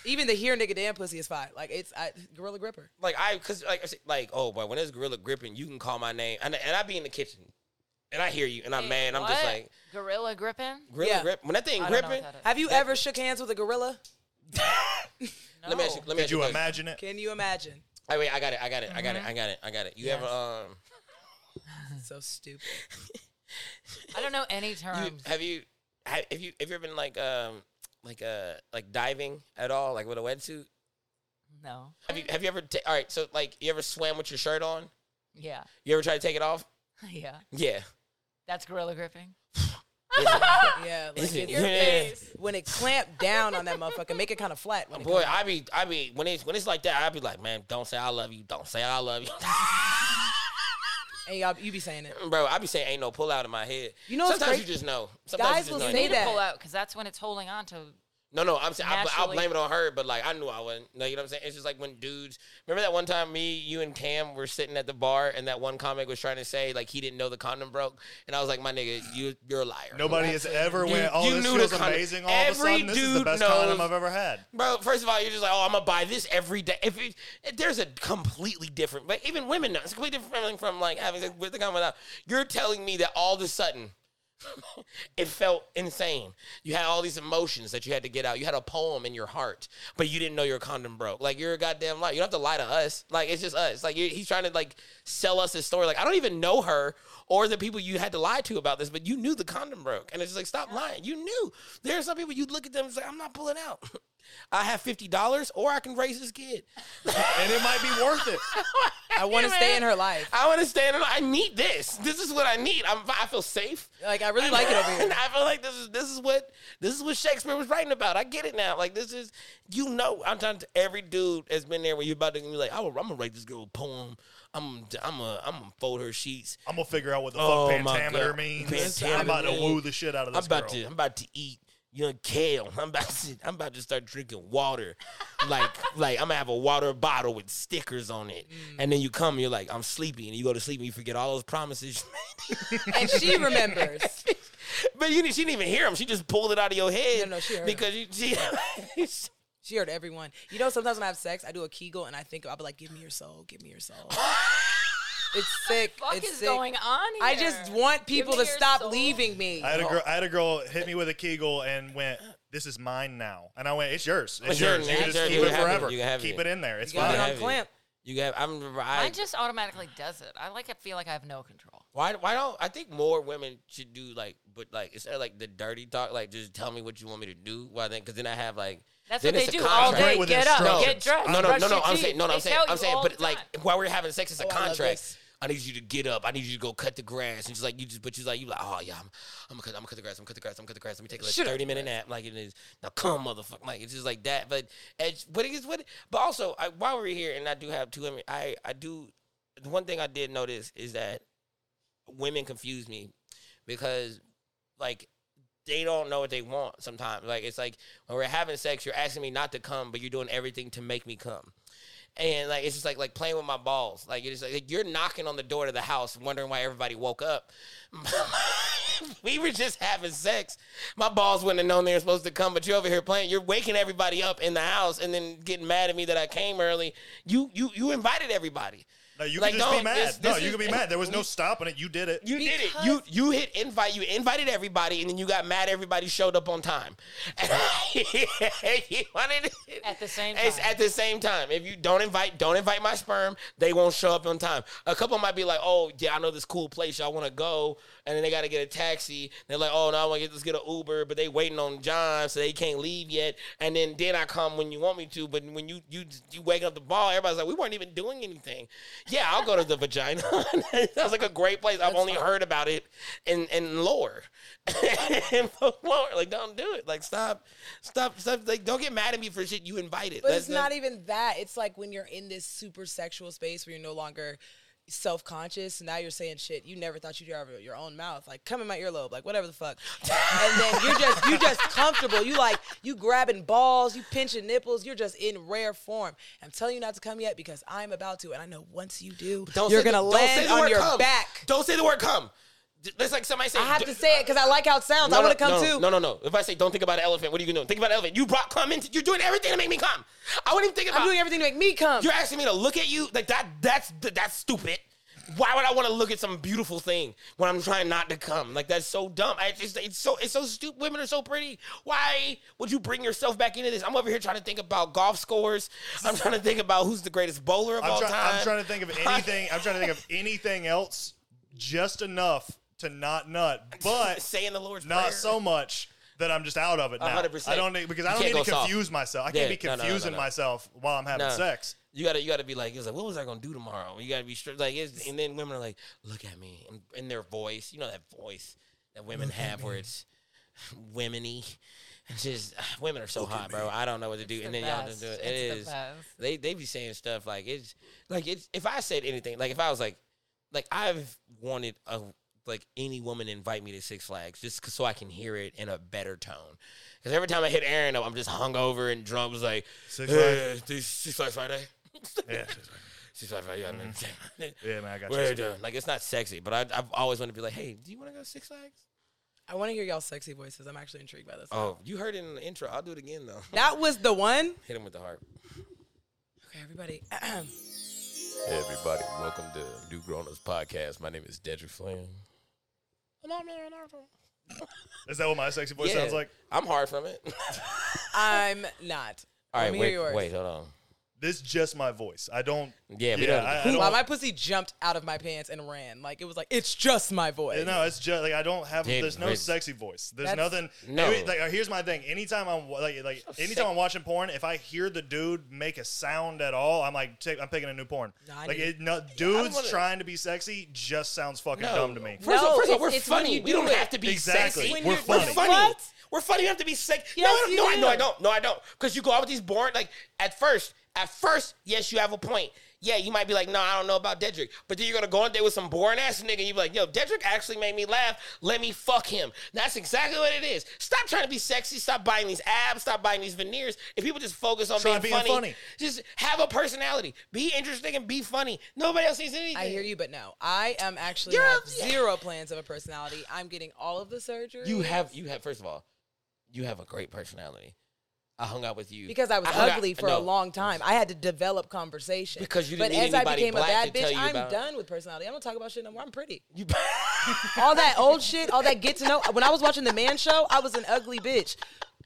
[SPEAKER 3] Even the here nigga damn pussy is fine. Like it's I, gorilla gripper.
[SPEAKER 1] like I, cause like I said, like oh boy, when there's gorilla gripping, you can call my name, and and I be in the kitchen, and I hear you, and I'm mad, and I'm just
[SPEAKER 4] What?
[SPEAKER 1] like
[SPEAKER 4] gorilla gripping.
[SPEAKER 1] gorilla
[SPEAKER 3] Yeah.
[SPEAKER 1] grip. When that thing
[SPEAKER 4] I don't know
[SPEAKER 1] gripping,
[SPEAKER 4] what that is.
[SPEAKER 3] Have you ever shook hands with a gorilla?
[SPEAKER 1] let me ask
[SPEAKER 3] Oh.
[SPEAKER 1] you.
[SPEAKER 4] No.
[SPEAKER 1] Let me
[SPEAKER 2] Could
[SPEAKER 1] ask you. a question.
[SPEAKER 2] you imagine it?
[SPEAKER 3] Can you imagine?
[SPEAKER 1] Hey, wait, I got it, I got it, I got
[SPEAKER 3] Mm-hmm.
[SPEAKER 1] it, I got it, I got it. You ever um.
[SPEAKER 3] So stupid.
[SPEAKER 4] I don't know any
[SPEAKER 1] You-
[SPEAKER 3] Um,
[SPEAKER 4] terms.
[SPEAKER 1] have you ha- have you have you ever been like um like uh like diving at all like with a wetsuit?
[SPEAKER 4] no.
[SPEAKER 1] Have
[SPEAKER 3] Mm.
[SPEAKER 1] you have you ever ta- all right? So like you ever swam with your shirt on?
[SPEAKER 4] Yeah.
[SPEAKER 1] You ever try to take it off?
[SPEAKER 4] Yeah.
[SPEAKER 1] Yeah.
[SPEAKER 4] That's gorilla gripping.
[SPEAKER 3] Yeah, like
[SPEAKER 1] Is it-
[SPEAKER 3] it's-
[SPEAKER 1] yeah.
[SPEAKER 3] when it clamped down on that motherfucker, make it kind of flat. When it
[SPEAKER 4] Oh,
[SPEAKER 1] Boy,
[SPEAKER 3] come out.
[SPEAKER 1] I be I be when it's when it's like that, I be like, man, don't say I love you, don't say I love you,
[SPEAKER 3] and y'all, you be saying it.
[SPEAKER 1] bro. I be saying ain't no pull out in my head.
[SPEAKER 3] You know what's
[SPEAKER 1] sometimes you
[SPEAKER 3] crazy?
[SPEAKER 1] just know. Sometimes
[SPEAKER 3] Guys
[SPEAKER 1] you
[SPEAKER 3] will
[SPEAKER 1] just know.
[SPEAKER 3] say
[SPEAKER 4] Need to
[SPEAKER 3] that.
[SPEAKER 4] pull out because that's when it's holding on to.
[SPEAKER 1] No, no, I'm saying I, bl- I'll
[SPEAKER 4] Naturally.
[SPEAKER 1] blame it on her, but like I knew I wasn't. Like, you know what I'm saying? It's just like when dudes remember that one time me, you, and Cam were sitting at the bar, and that one comic was trying to say like he didn't know the condom broke, and I was like, my nigga, you you're a liar.
[SPEAKER 2] Nobody has ever
[SPEAKER 1] You-
[SPEAKER 2] went, oh,
[SPEAKER 1] you
[SPEAKER 2] this
[SPEAKER 1] knew the
[SPEAKER 2] feels
[SPEAKER 1] condom.
[SPEAKER 2] amazing all of a
[SPEAKER 1] Every
[SPEAKER 2] sudden. This is the
[SPEAKER 1] dude
[SPEAKER 2] best
[SPEAKER 1] knows-
[SPEAKER 2] condom I've ever had.
[SPEAKER 1] Bro, first of all, you're just like, oh, I'm gonna buy this every day. If, it, if there's a completely different, but even women know it's a completely different feeling from like having sex with the condom without. You're telling me that all of a sudden, it felt insane. You had all these emotions that you had to get out. You had a poem in your heart, but you didn't know your condom broke. Like you're a goddamn liar. You don't have to lie to us. Like it's just us. Like you he's trying to like sell us his story. Like I don't even know her or the people you had to lie to about this, but you knew the condom broke, and it's just like stop lying. You knew. There are some people you look at them and say, I'm not pulling out. I have fifty dollars, or I can raise this kid.
[SPEAKER 2] And it might be worth it.
[SPEAKER 3] I want to stay in her life.
[SPEAKER 1] I want to stay in. I need this. This is what I need. I'm, I feel safe.
[SPEAKER 3] Like I really like it over
[SPEAKER 1] And
[SPEAKER 3] here.
[SPEAKER 1] I feel like this is this is what this is what Shakespeare was writing about. I get it now. Like this is you know. I'm trying to every dude has been there when you're about to be like, oh, I'm gonna write this girl a poem. I'm I'm a I'm gonna fold her sheets.
[SPEAKER 2] I'm going to figure out what the
[SPEAKER 1] Oh,
[SPEAKER 2] fuck
[SPEAKER 1] my
[SPEAKER 2] pentameter
[SPEAKER 1] God.
[SPEAKER 2] means.
[SPEAKER 1] Pentameter
[SPEAKER 2] I'm about to
[SPEAKER 1] means-
[SPEAKER 2] woo the shit out of
[SPEAKER 1] I'm
[SPEAKER 2] this
[SPEAKER 1] about
[SPEAKER 2] girl.
[SPEAKER 1] to I'm about to eat young kale. I'm about to I'm about to start drinking water. like like I'm gonna have a water bottle with stickers on it.
[SPEAKER 3] Mm.
[SPEAKER 1] And then you come, you're like, I'm sleepy, and you go to sleep and you forget all those promises.
[SPEAKER 3] And she remembers.
[SPEAKER 1] but you didn't- she didn't even hear them. She just pulled it out of your head.
[SPEAKER 3] No, no, she heard 'em.
[SPEAKER 1] because you, she.
[SPEAKER 3] She heard everyone. You know, sometimes when I have sex, I do a Kegel and I think I'll be like, "Give me your soul, give me your soul." it's sick.
[SPEAKER 4] Fuck
[SPEAKER 3] it's
[SPEAKER 4] is
[SPEAKER 3] sick.
[SPEAKER 4] going on here?
[SPEAKER 3] I just want people
[SPEAKER 4] me
[SPEAKER 3] to
[SPEAKER 4] your
[SPEAKER 3] stop
[SPEAKER 4] soul.
[SPEAKER 3] leaving me.
[SPEAKER 2] I had a girl. I had a girl hit me with a kegel and went, "This is mine now." And I went, "It's yours. It's,
[SPEAKER 1] It's
[SPEAKER 2] yours.
[SPEAKER 1] yours.
[SPEAKER 2] You can
[SPEAKER 1] It's
[SPEAKER 2] just
[SPEAKER 1] yours.
[SPEAKER 2] keep
[SPEAKER 1] You
[SPEAKER 2] it
[SPEAKER 1] can have it.
[SPEAKER 2] forever.
[SPEAKER 1] You can have
[SPEAKER 2] keep
[SPEAKER 1] it.
[SPEAKER 2] it. in there. It's
[SPEAKER 3] You got
[SPEAKER 1] gotta
[SPEAKER 2] fine."
[SPEAKER 3] it
[SPEAKER 1] have
[SPEAKER 3] on
[SPEAKER 1] it.
[SPEAKER 3] clamp.
[SPEAKER 1] You have. I'm. I,
[SPEAKER 4] Mine just automatically does it. I like. I feel like I have no control.
[SPEAKER 1] why? Why don't I think more women should do like, but like instead of like the dirty talk, like just tell me what you want me to do. Why then? Because then I have like.
[SPEAKER 4] That's
[SPEAKER 1] then
[SPEAKER 4] what they
[SPEAKER 1] it's a
[SPEAKER 4] do all
[SPEAKER 1] contract.
[SPEAKER 2] Great
[SPEAKER 4] day.
[SPEAKER 2] with
[SPEAKER 4] Get up,
[SPEAKER 2] instructions.
[SPEAKER 4] get dressed.
[SPEAKER 1] No, no,
[SPEAKER 4] brush
[SPEAKER 1] no, no.
[SPEAKER 4] your
[SPEAKER 1] I'm
[SPEAKER 4] teeth.
[SPEAKER 1] saying no, no.
[SPEAKER 4] They
[SPEAKER 1] I'm saying
[SPEAKER 4] tell
[SPEAKER 1] I'm
[SPEAKER 4] you
[SPEAKER 1] saying,
[SPEAKER 4] all
[SPEAKER 1] but
[SPEAKER 4] the
[SPEAKER 1] like
[SPEAKER 4] time.
[SPEAKER 1] while we're having sex, it's a
[SPEAKER 3] Oh, I love
[SPEAKER 1] contract.
[SPEAKER 3] this.
[SPEAKER 1] I need you to get up. I need you to go cut the grass. And she's like, you just, but she's like, you like, oh yeah, I'm, I'm gonna cut, I'm gonna cut the grass. I'm gonna cut the grass. I'm gonna cut the grass. Let me take a
[SPEAKER 3] Should've-
[SPEAKER 1] thirty minute nap. Like it is now, come motherfucker. Like it's just like that. But it's, but it is what. But also, I, while we're here, and I do have two. women, I I do. The one thing I did notice is that women confuse me because like they don't know what they want sometimes. Like it's like when we're having sex, you're asking me not to come, but you're doing everything to make me come. and like it's just like like playing with my balls. Like it's like, like you're knocking on the door to the house, wondering why everybody woke up. we were just having sex. My balls wouldn't have known they were supposed to come, but you're over here playing. You're waking everybody up in the house, and then getting mad at me that I came early. You you you invited everybody.
[SPEAKER 2] No, you
[SPEAKER 1] Like,
[SPEAKER 2] could just be
[SPEAKER 1] don't-
[SPEAKER 2] mad.
[SPEAKER 1] this-
[SPEAKER 2] no,
[SPEAKER 1] this
[SPEAKER 2] you
[SPEAKER 1] is-
[SPEAKER 2] could be mad. There was no stopping it. You did it.
[SPEAKER 1] You did it.
[SPEAKER 4] Because-
[SPEAKER 1] You you hit invite. You invited everybody, and then you got mad. Everybody showed up on time. You wanted it-
[SPEAKER 4] At the same
[SPEAKER 1] It's
[SPEAKER 4] time.
[SPEAKER 1] at the same time. If you don't invite, don't invite my sperm. They won't show up on time. A couple might be like, "Oh yeah, I know this cool place. Y'all want to go?" And then they got to get a taxi. They're like, "Oh no, I want to get let's get an Uber," but they waiting on John, so they can't leave yet. And then then I come when you want me to, but when you you you waking up the ball, everybody's like, "We weren't even doing anything." Yeah, I'll go to the vagina. Sounds like a great place. I've only heard about it in in lore. in folklore. Like, don't do it. Like, stop, stop, stop. Like, don't get mad at me for shit you invited.
[SPEAKER 3] But
[SPEAKER 1] That's
[SPEAKER 3] it's not even that. It's like when you're in this super sexual space where you're no longer self conscious. Now you're saying shit you never thought you'd ever your own mouth. Like come in my earlobe, like whatever the fuck. and then you're just you just comfortable. You like you grabbing balls, you pinching nipples. You're just in rare form. I'm telling you not to come yet because I'm about to, and I know once you do,
[SPEAKER 1] Don't
[SPEAKER 3] you're
[SPEAKER 1] say the-
[SPEAKER 3] gonna
[SPEAKER 1] don't say
[SPEAKER 3] land
[SPEAKER 1] the
[SPEAKER 3] on
[SPEAKER 1] word
[SPEAKER 3] your
[SPEAKER 1] come.
[SPEAKER 3] back.
[SPEAKER 1] Don't say the word come. D- That's like somebody saying.
[SPEAKER 3] I have to say it because I like how it sounds. I want to
[SPEAKER 1] no,
[SPEAKER 3] come too.
[SPEAKER 1] No, no, no. If I say don't think about an elephant, what are you gonna do? Think about an elephant. You brought cum into. You're doing everything to make me come. I wouldn't even think about.
[SPEAKER 3] I'm doing everything to make me come.
[SPEAKER 1] You're asking me to look at you like that. That's that's stupid. Why would I want to look at some beautiful thing when I'm trying not to come? Like that's so dumb. I just it's so it's so stupid. Women are so pretty. Why would you bring yourself back into this? I'm over here trying to think about golf scores. I'm trying to think about who's the greatest bowler of
[SPEAKER 2] I'm,
[SPEAKER 1] all
[SPEAKER 2] try-
[SPEAKER 1] time.
[SPEAKER 2] I'm trying to think of anything. I'm trying to think of anything else just enough to not nut, but
[SPEAKER 1] saying the Lord's
[SPEAKER 2] not
[SPEAKER 1] Prayer.
[SPEAKER 2] so much that I'm just out of it now.
[SPEAKER 1] 100%.
[SPEAKER 2] I don't need because
[SPEAKER 1] You
[SPEAKER 2] I don't
[SPEAKER 1] can't
[SPEAKER 2] need to
[SPEAKER 1] go soft.
[SPEAKER 2] confuse myself. I
[SPEAKER 1] Yeah,
[SPEAKER 2] can't be
[SPEAKER 1] no, no, no, no,
[SPEAKER 2] confusing
[SPEAKER 1] no.
[SPEAKER 2] myself while I'm having
[SPEAKER 1] Nah.
[SPEAKER 2] sex.
[SPEAKER 1] You gotta, you gotta be like, it's like, what was I gonna do tomorrow? You gotta be straight, like, it's, and then women are like, look at me, and in their voice, you know that voice that women have where it's womeny. It's just women are so hot, bro. I don't know what to do, and
[SPEAKER 4] the
[SPEAKER 1] then y'all just do it.
[SPEAKER 4] best.
[SPEAKER 1] It
[SPEAKER 4] It's the
[SPEAKER 1] is.
[SPEAKER 4] best.
[SPEAKER 1] They they be saying stuff like it's like it's. If I said anything, like if I was like, like I've wanted a like any woman invite me to Six Flags just 'cause- so I can hear it in a better tone. Because every time I hit Aaron up, I'm just hungover and drunk. Was like,
[SPEAKER 2] Six
[SPEAKER 1] "Hey, dude, Six Flags Friday.
[SPEAKER 2] Yeah,
[SPEAKER 1] She's like, yeah, I mean,
[SPEAKER 2] Mm-hmm. yeah, man, I got
[SPEAKER 1] what are you
[SPEAKER 2] you.
[SPEAKER 1] doing? Like, it's not sexy, but I, I've always wanted to be like, hey, do you want to go Six Flags?
[SPEAKER 3] I want to hear y'all sexy voices. I'm actually intrigued by this.
[SPEAKER 1] Oh, you heard it in the intro. I'll do it again though.
[SPEAKER 3] That was the one.
[SPEAKER 1] Hit him with the harp.
[SPEAKER 3] Okay, everybody.
[SPEAKER 1] Hey everybody, welcome to New Grown Ups Podcast. My name is Dedrick Flynn.
[SPEAKER 2] Is that what my sexy voice sounds like?
[SPEAKER 1] I'm hard from it.
[SPEAKER 3] I'm not.
[SPEAKER 1] All
[SPEAKER 3] Let
[SPEAKER 1] right,
[SPEAKER 3] me
[SPEAKER 1] wait,
[SPEAKER 3] hear yours.
[SPEAKER 1] wait, hold on.
[SPEAKER 2] This just my voice. I don't.
[SPEAKER 1] Yeah, we don't-
[SPEAKER 2] I, I
[SPEAKER 1] Who-
[SPEAKER 2] don't.
[SPEAKER 3] Wow, my pussy jumped out of my pants and ran. Like it was like it's just my voice.
[SPEAKER 2] No, it's just like I don't have.
[SPEAKER 1] Dude,
[SPEAKER 2] there's no
[SPEAKER 1] Riz-
[SPEAKER 2] sexy voice. There's
[SPEAKER 3] That's-
[SPEAKER 2] nothing.
[SPEAKER 1] No.
[SPEAKER 2] Maybe, like uh, here's my thing. Anytime I'm wa- like like anytime I'm watching porn, if I hear the dude make a sound at all, I'm like i I'm picking a new porn.
[SPEAKER 3] No, I
[SPEAKER 2] like
[SPEAKER 3] need-
[SPEAKER 2] it, no, dudes
[SPEAKER 1] wanna-
[SPEAKER 2] trying to be sexy just sounds fucking
[SPEAKER 1] No.
[SPEAKER 2] dumb to me.
[SPEAKER 1] First, of all-
[SPEAKER 3] No,
[SPEAKER 1] first of all,
[SPEAKER 3] it's-
[SPEAKER 1] we're
[SPEAKER 3] it's when
[SPEAKER 1] funny.
[SPEAKER 3] you
[SPEAKER 1] We
[SPEAKER 3] do
[SPEAKER 1] don't
[SPEAKER 3] it.
[SPEAKER 1] have to be
[SPEAKER 2] Exactly.
[SPEAKER 1] sexy.
[SPEAKER 2] When We're you're funny.
[SPEAKER 1] We're
[SPEAKER 2] doing-
[SPEAKER 1] funny.
[SPEAKER 3] What?
[SPEAKER 1] We're funny. You have to be sexy.
[SPEAKER 3] Yes,
[SPEAKER 1] no,
[SPEAKER 3] you
[SPEAKER 1] no, I, no, I
[SPEAKER 3] do.
[SPEAKER 1] don't. No, I don't. Because you go out with these born like at first. At first, yes, you have a point. Yeah, you might be like, no, I don't know about Dedrick. But then you're gonna go on there with some boring ass nigga. and You be like, yo, Dedrick actually made me laugh. Let me fuck him. That's exactly what it is. Stop trying to be sexy. Stop buying these abs. Stop buying these veneers. If people just focus on
[SPEAKER 2] Try
[SPEAKER 1] being,
[SPEAKER 2] being
[SPEAKER 1] funny,
[SPEAKER 2] funny.
[SPEAKER 1] just have a personality. Be interesting and be funny. Nobody else needs anything.
[SPEAKER 3] I hear you, but no. I am actually
[SPEAKER 1] You're
[SPEAKER 3] have
[SPEAKER 1] a-
[SPEAKER 3] zero plans of a personality. I'm getting all of the surgery.
[SPEAKER 1] You have you have first of all, you have a great personality. I hung out with you
[SPEAKER 3] because I was
[SPEAKER 1] hung out-
[SPEAKER 3] ugly for
[SPEAKER 1] no.
[SPEAKER 3] a long time. I had to develop conversation.
[SPEAKER 1] Because you didn't
[SPEAKER 3] But
[SPEAKER 1] need
[SPEAKER 3] as I
[SPEAKER 1] anybody
[SPEAKER 3] became a
[SPEAKER 1] black
[SPEAKER 3] bad
[SPEAKER 1] to tell
[SPEAKER 3] bitch,
[SPEAKER 1] you
[SPEAKER 3] I'm
[SPEAKER 1] about.
[SPEAKER 3] done with personality. I don't talk about shit no more. I'm pretty.
[SPEAKER 1] You,
[SPEAKER 3] All that old shit, all that get to know. When I was watching The Man Show, I was an ugly bitch.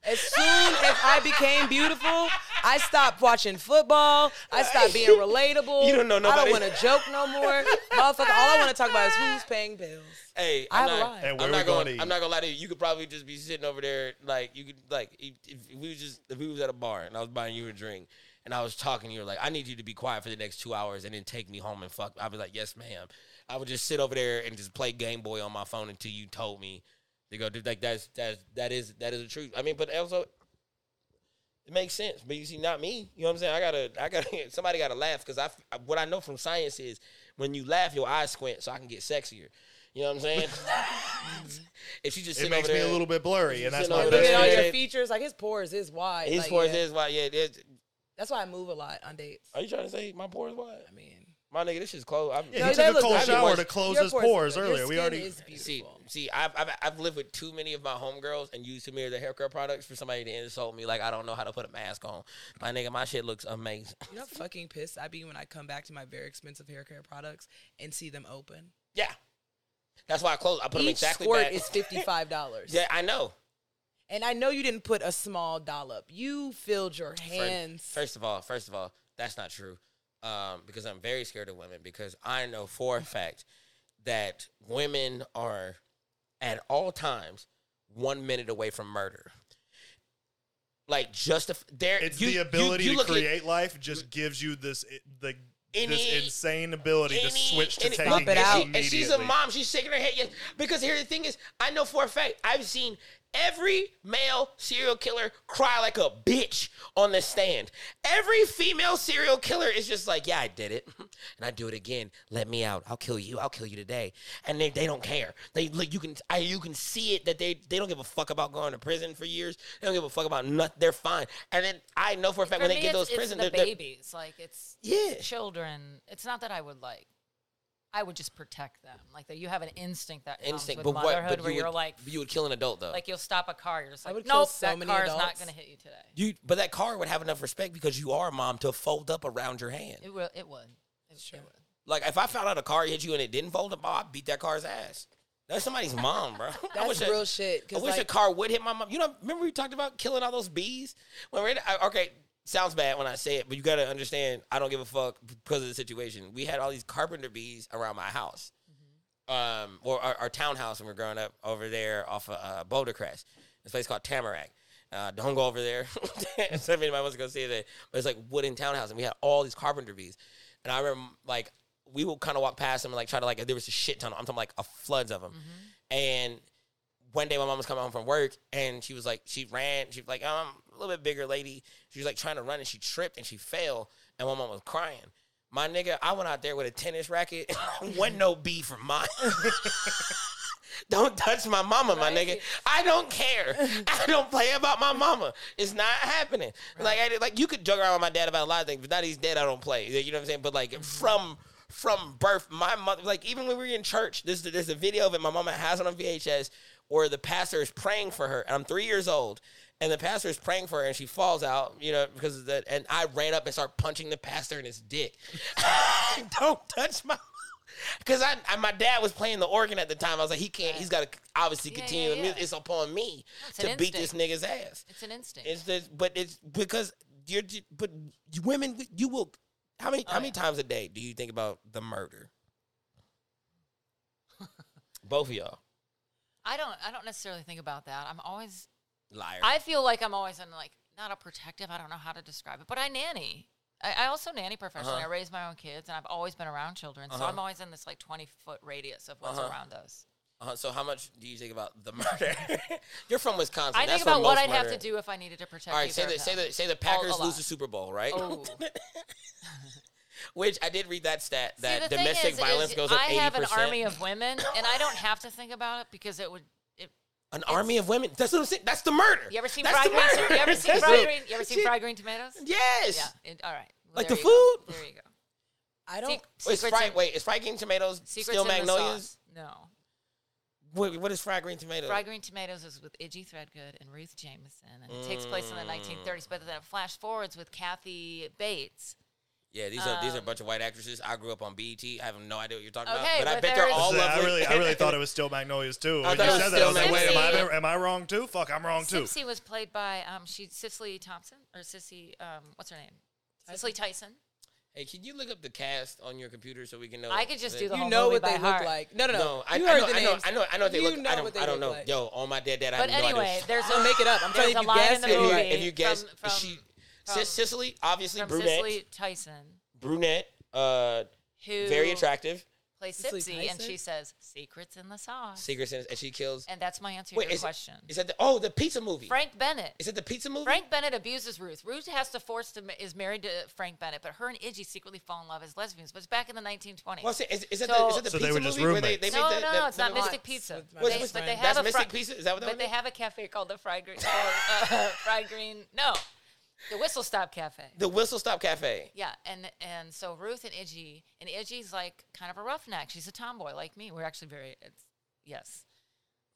[SPEAKER 3] As soon as I became beautiful, I stopped watching football. I stopped being relatable.
[SPEAKER 1] You don't know
[SPEAKER 3] I
[SPEAKER 1] nobody.
[SPEAKER 3] don't want to joke no more. Motherfucker, all I want to talk about is who's paying bills.
[SPEAKER 1] hey,
[SPEAKER 3] I
[SPEAKER 1] I'm
[SPEAKER 3] have a
[SPEAKER 1] not,
[SPEAKER 3] lie.
[SPEAKER 2] And where
[SPEAKER 1] I'm
[SPEAKER 2] we
[SPEAKER 1] not
[SPEAKER 2] going
[SPEAKER 1] going.
[SPEAKER 2] to eat?
[SPEAKER 1] I'm not gonna lie to you. You could probably just be sitting over there, like you could, like if, if we was just if we was at a bar and I was buying you a drink and I was talking, you were like, I need you to be quiet for the next two hours and then take me home and fuck. I'd be like, yes, ma'am. I would just sit over there and just play Game Boy on my phone until you told me to go. do Like that's that's that is that is the truth. I mean, but also It makes sense, but you see, not me. You know what I'm saying? I gotta, I gotta, somebody gotta laugh because I, what I know from science is when you laugh, your eyes squint, so I can get sexier. You know what I'm saying? if she just
[SPEAKER 2] It
[SPEAKER 1] sitting
[SPEAKER 2] makes
[SPEAKER 1] over
[SPEAKER 2] me
[SPEAKER 1] there,
[SPEAKER 2] a little bit blurry, and that's
[SPEAKER 1] sitting
[SPEAKER 2] my
[SPEAKER 1] over
[SPEAKER 3] Look
[SPEAKER 1] there.
[SPEAKER 2] best.
[SPEAKER 3] at all
[SPEAKER 1] Yeah.
[SPEAKER 3] your features. Like his pores is wide.
[SPEAKER 1] His
[SPEAKER 3] like,
[SPEAKER 1] pores
[SPEAKER 3] yeah.
[SPEAKER 1] is why, yeah, it is.
[SPEAKER 3] That's why I move a lot on dates.
[SPEAKER 1] Are you trying to say my pores what?
[SPEAKER 3] I mean,
[SPEAKER 1] My nigga, this shit's close. I'm,
[SPEAKER 2] Yeah,
[SPEAKER 3] No,
[SPEAKER 2] he
[SPEAKER 3] they
[SPEAKER 2] took a
[SPEAKER 3] look
[SPEAKER 2] cold
[SPEAKER 1] good. I
[SPEAKER 2] shower
[SPEAKER 1] mean,
[SPEAKER 2] to
[SPEAKER 1] what's-
[SPEAKER 2] close
[SPEAKER 3] your
[SPEAKER 2] his
[SPEAKER 3] pores
[SPEAKER 2] pores
[SPEAKER 3] look- your
[SPEAKER 2] earlier. We
[SPEAKER 3] skin
[SPEAKER 2] already
[SPEAKER 3] is
[SPEAKER 1] See,
[SPEAKER 3] beautiful.
[SPEAKER 1] see, I've, I've I've lived with too many of my homegirls and used too many of their hair care products for somebody to insult me like I don't know how to put a mask on. My nigga, my shit looks amazing.
[SPEAKER 3] You know how fucking pissed I'd be when I come back to my very expensive hair care products and see them open.
[SPEAKER 1] Yeah, that's why I close. I put them
[SPEAKER 3] Each
[SPEAKER 1] exactly
[SPEAKER 3] squirt
[SPEAKER 1] back.
[SPEAKER 3] is fifty five dollars.
[SPEAKER 1] yeah, I know.
[SPEAKER 3] And I know you didn't put a small dollop. You filled your
[SPEAKER 1] Fir-
[SPEAKER 3] hands.
[SPEAKER 1] First of all, first of all, that's not true. Um, because I'm very scared of women because I know for a fact that women are at all times one minute away from murder. Like just a, there,
[SPEAKER 2] it's
[SPEAKER 1] you-
[SPEAKER 2] the
[SPEAKER 1] you-
[SPEAKER 2] ability
[SPEAKER 1] you
[SPEAKER 2] to
[SPEAKER 1] look at
[SPEAKER 2] create life just gives you this i- the this
[SPEAKER 1] Any-
[SPEAKER 2] insane ability to
[SPEAKER 1] any-
[SPEAKER 2] switch to
[SPEAKER 1] any-
[SPEAKER 2] taking
[SPEAKER 3] Bump it
[SPEAKER 2] it
[SPEAKER 3] out.
[SPEAKER 2] immediately.
[SPEAKER 1] And she's a mom. She's shaking her head. Yes. Because here the thing is, I know for a fact I've seen every male serial killer cry like a bitch on the stand. Every female serial killer is just like, yeah, I did it, and I do it again. Let me out. I'll kill you. I'll kill you today. And they, they don't care. They like you can I, you can see it that they they don't give a fuck about going to prison for years. They don't give a fuck about nothing. They're fine. And then I know for a fact when
[SPEAKER 4] For
[SPEAKER 1] they
[SPEAKER 4] me,
[SPEAKER 1] get
[SPEAKER 4] it's-
[SPEAKER 1] those
[SPEAKER 4] it's
[SPEAKER 1] prison,
[SPEAKER 4] the
[SPEAKER 1] they're, they're-
[SPEAKER 4] babies, like it's
[SPEAKER 1] yeah.
[SPEAKER 4] children. It's not that I would like. I would just protect them. Like that, you have an instinct that
[SPEAKER 1] Instinct,
[SPEAKER 4] comes
[SPEAKER 1] but
[SPEAKER 4] with
[SPEAKER 1] what?
[SPEAKER 4] motherhood,
[SPEAKER 1] But
[SPEAKER 4] where
[SPEAKER 1] you
[SPEAKER 4] are
[SPEAKER 1] would,
[SPEAKER 4] like,
[SPEAKER 1] you would kill an adult though.
[SPEAKER 4] like you'll stop a car. You're just
[SPEAKER 3] I
[SPEAKER 4] like,
[SPEAKER 3] would kill
[SPEAKER 4] nope,
[SPEAKER 3] so
[SPEAKER 4] that
[SPEAKER 3] many
[SPEAKER 4] car is not
[SPEAKER 3] adults.
[SPEAKER 4] going to hit you today.
[SPEAKER 1] You, but that car would have enough respect because you are a mom to fold up around your hand.
[SPEAKER 4] It will. It would. It, it would.
[SPEAKER 1] Like if I found out a car hit you and it didn't fold up, oh, I beat that car's ass. That's somebody's mom, bro. I wish
[SPEAKER 3] That's
[SPEAKER 1] a-
[SPEAKER 3] real shit.
[SPEAKER 1] I
[SPEAKER 3] 'cause,
[SPEAKER 1] wish a
[SPEAKER 3] like,
[SPEAKER 1] car would hit my mom. You know, remember we talked about killing all those bees? When we're in, I, okay, sounds bad when I say it, but you got to understand. I don't give a fuck because of the situation. We had all these carpenter bees around my house, um, or our, our townhouse when we were growing up over there off of uh, Boulder Crest. This place called Tamarack. Uh, don't go over there. so if anybody wants to go see it, but it's like wooden townhouse, and we had all these carpenter bees. And I remember like we would kind of walk past them and like try to like there was a shit ton. Of, I'm talking like a floods of them, and one day my mom was coming home from work and she was like she ran she was like um, a little bit bigger lady she was like trying to run and she tripped and she fell and my mom was crying my nigga i went out there with a tennis racket wasn't no b for mine don't touch my mama my nigga
[SPEAKER 4] Right.
[SPEAKER 1] i don't care i don't play about my mama it's not happening like I, did- like you could joke around with my dad about a lot of things but now that he's dead i don't play you know what i'm saying but like from from birth, my mother, like even when we were in church, this there's a video of it. My mama has it on VHS, where the pastor is praying for her. And I'm three years old, and the pastor is praying for her, and she falls out, you know, because of that. And I ran up and started punching the pastor in his dick. Don't touch my. Because I, I, my dad was playing the organ at the time. I was like, he can't. He's got to obviously
[SPEAKER 4] Yeah,
[SPEAKER 1] continue.
[SPEAKER 4] yeah, yeah.
[SPEAKER 1] It's upon me
[SPEAKER 4] It's
[SPEAKER 1] to
[SPEAKER 4] an
[SPEAKER 1] beat this nigga's ass.
[SPEAKER 4] It's an instinct.
[SPEAKER 1] It's just, but it's because you're, ju- but you- women, you will. How many,
[SPEAKER 4] Oh,
[SPEAKER 1] how many times a day do you think about the murder? Both of y'all
[SPEAKER 4] I don't. I don't necessarily think about that. I'm always.
[SPEAKER 1] liar.
[SPEAKER 4] I feel like I'm always in like not a protective. I don't know how to describe it, but I nanny. I, I also nanny professionally.
[SPEAKER 1] Uh-huh.
[SPEAKER 4] I raise my own kids, and I've always been around children, so
[SPEAKER 1] Uh-huh.
[SPEAKER 4] I'm always in this like 20 foot radius of what's
[SPEAKER 1] Uh-huh.
[SPEAKER 4] around us.
[SPEAKER 1] uh, so how much do you think about the murder? you're from Wisconsin.
[SPEAKER 4] I
[SPEAKER 1] That's
[SPEAKER 4] think
[SPEAKER 1] where
[SPEAKER 4] about what
[SPEAKER 1] most
[SPEAKER 4] I'd have
[SPEAKER 1] murder-
[SPEAKER 4] to do if I needed to protect.
[SPEAKER 1] All right,
[SPEAKER 4] either
[SPEAKER 1] say
[SPEAKER 4] of
[SPEAKER 1] the say
[SPEAKER 4] them.
[SPEAKER 1] the say the
[SPEAKER 4] All
[SPEAKER 1] Packers lose
[SPEAKER 4] alive.
[SPEAKER 1] the Super Bowl, right?
[SPEAKER 4] Oh.
[SPEAKER 1] Which I did read that stat
[SPEAKER 4] See,
[SPEAKER 1] that
[SPEAKER 4] the thing
[SPEAKER 1] domestic
[SPEAKER 4] is-
[SPEAKER 1] violence
[SPEAKER 4] is
[SPEAKER 1] goes up
[SPEAKER 4] I
[SPEAKER 1] eighty
[SPEAKER 4] have an
[SPEAKER 1] percent.
[SPEAKER 4] army of women, and I don't have to think about it because it would. It,
[SPEAKER 1] An army of women. That's what I'm saying. That's the murder.
[SPEAKER 4] you ever seen
[SPEAKER 1] That's
[SPEAKER 4] fried
[SPEAKER 1] the
[SPEAKER 4] green?
[SPEAKER 1] murder.
[SPEAKER 4] You ever seen
[SPEAKER 1] That's
[SPEAKER 4] fried
[SPEAKER 1] it.
[SPEAKER 4] green? You ever seen
[SPEAKER 1] Shit.
[SPEAKER 4] fried green tomatoes?
[SPEAKER 1] Yes.
[SPEAKER 4] Yeah. it- all right. Well,
[SPEAKER 1] Like
[SPEAKER 4] there
[SPEAKER 1] the
[SPEAKER 4] you go.
[SPEAKER 1] food?
[SPEAKER 4] There you go.
[SPEAKER 3] I don't.
[SPEAKER 1] Wait, Oh, It's
[SPEAKER 4] Secrets
[SPEAKER 1] fried.
[SPEAKER 4] in-
[SPEAKER 1] wait, it's fried green tomatoes
[SPEAKER 4] Secrets
[SPEAKER 1] still
[SPEAKER 4] in the
[SPEAKER 1] magnolias?
[SPEAKER 4] sauce. No.
[SPEAKER 1] What, what is fried green tomatoes?
[SPEAKER 4] Fried Green Tomatoes is with Iggy Threadgood and Ruth Jameson, and it takes place in the 1930s. But then it flash forwards with Kathy Bates.
[SPEAKER 1] yeah, these are these are a bunch of white actresses. I grew up on BET. I have no idea what you're talking
[SPEAKER 4] Um, Okay,
[SPEAKER 1] about, but, I
[SPEAKER 4] but
[SPEAKER 1] bet
[SPEAKER 4] there
[SPEAKER 1] they're
[SPEAKER 4] is-
[SPEAKER 1] all
[SPEAKER 2] So I
[SPEAKER 1] lovely.
[SPEAKER 2] really, I really thought it was still Magnolias too. When you
[SPEAKER 1] thought it was
[SPEAKER 2] said that, I was like,
[SPEAKER 1] still
[SPEAKER 2] wait, am
[SPEAKER 4] Magnolias.
[SPEAKER 2] I, am I wrong too? Fuck, I'm wrong too.
[SPEAKER 4] Sissy was played by um, she Cicely Thompson or Sissy um, what's her name? Cicely Tyson.
[SPEAKER 1] Hey, can you look up the cast on your computer so we can know?
[SPEAKER 4] I could just do the
[SPEAKER 3] You
[SPEAKER 4] whole
[SPEAKER 3] know
[SPEAKER 4] movie
[SPEAKER 3] what
[SPEAKER 4] by
[SPEAKER 3] they look
[SPEAKER 4] heart.
[SPEAKER 3] like. No, no, no.
[SPEAKER 1] No, I,
[SPEAKER 3] you
[SPEAKER 1] I
[SPEAKER 3] heard
[SPEAKER 1] know,
[SPEAKER 3] the
[SPEAKER 1] I know,
[SPEAKER 3] names.
[SPEAKER 1] I know, I know what they
[SPEAKER 3] You
[SPEAKER 1] look.
[SPEAKER 3] know
[SPEAKER 1] I don't,
[SPEAKER 3] what they
[SPEAKER 1] I don't
[SPEAKER 3] look
[SPEAKER 1] know.
[SPEAKER 3] like.
[SPEAKER 1] Yo, on my dead dad, I
[SPEAKER 4] But
[SPEAKER 1] have no
[SPEAKER 4] anyway,
[SPEAKER 1] idea.
[SPEAKER 4] there's
[SPEAKER 3] Don't
[SPEAKER 4] a
[SPEAKER 3] make it up. I'm trying
[SPEAKER 4] there's
[SPEAKER 3] to if you
[SPEAKER 4] a line in
[SPEAKER 3] guess
[SPEAKER 4] the
[SPEAKER 3] it.
[SPEAKER 1] if, you,
[SPEAKER 4] movie
[SPEAKER 1] if you guess,
[SPEAKER 4] from, from,
[SPEAKER 1] she,
[SPEAKER 4] from-
[SPEAKER 1] Sicily, obviously
[SPEAKER 4] from
[SPEAKER 1] brunette,
[SPEAKER 4] Cicely Tyson,
[SPEAKER 1] brunette, uh,
[SPEAKER 4] who
[SPEAKER 1] very attractive.
[SPEAKER 4] plays
[SPEAKER 3] Cicely
[SPEAKER 4] Sipsy, and
[SPEAKER 3] Tyson?
[SPEAKER 4] she says secrets in the sauce.
[SPEAKER 1] Secret Sins, and she kills.
[SPEAKER 4] and that's my answer to
[SPEAKER 1] Wait,
[SPEAKER 4] your
[SPEAKER 1] is
[SPEAKER 4] question.
[SPEAKER 1] It, is that the oh the pizza movie?
[SPEAKER 4] Frank Bennett.
[SPEAKER 1] Is it the pizza movie?
[SPEAKER 4] Frank Bennett abuses Ruth. Ruth has to force to is married to Frank Bennett, but her and Iggy secretly fall in love as lesbians. But it's back in the 1920s.
[SPEAKER 1] Well, is it, is, is it the,
[SPEAKER 4] So-
[SPEAKER 1] is it the
[SPEAKER 2] So they
[SPEAKER 1] pizza
[SPEAKER 2] were just
[SPEAKER 1] movie where they,
[SPEAKER 2] roommates.
[SPEAKER 1] they
[SPEAKER 4] no,
[SPEAKER 1] made the,
[SPEAKER 4] no,
[SPEAKER 1] the,
[SPEAKER 4] no, it's not
[SPEAKER 1] the-
[SPEAKER 4] Mystic
[SPEAKER 3] Lots
[SPEAKER 4] Pizza.
[SPEAKER 3] with my
[SPEAKER 1] What's-
[SPEAKER 4] They-
[SPEAKER 1] what's-
[SPEAKER 4] but they
[SPEAKER 1] that's
[SPEAKER 4] have a
[SPEAKER 1] Mystic
[SPEAKER 4] fri-
[SPEAKER 1] Pizza? Is that what that
[SPEAKER 4] But
[SPEAKER 1] was?
[SPEAKER 4] they have a cafe called the Fried Green. called, uh, Fried Green. No, The Whistle Stop Cafe.
[SPEAKER 1] The Whistle Stop Cafe.
[SPEAKER 4] Yeah, and and so Ruth and Iggy, and Iggy's like kind of a roughneck. She's a tomboy like me. We're actually very. It's, yes,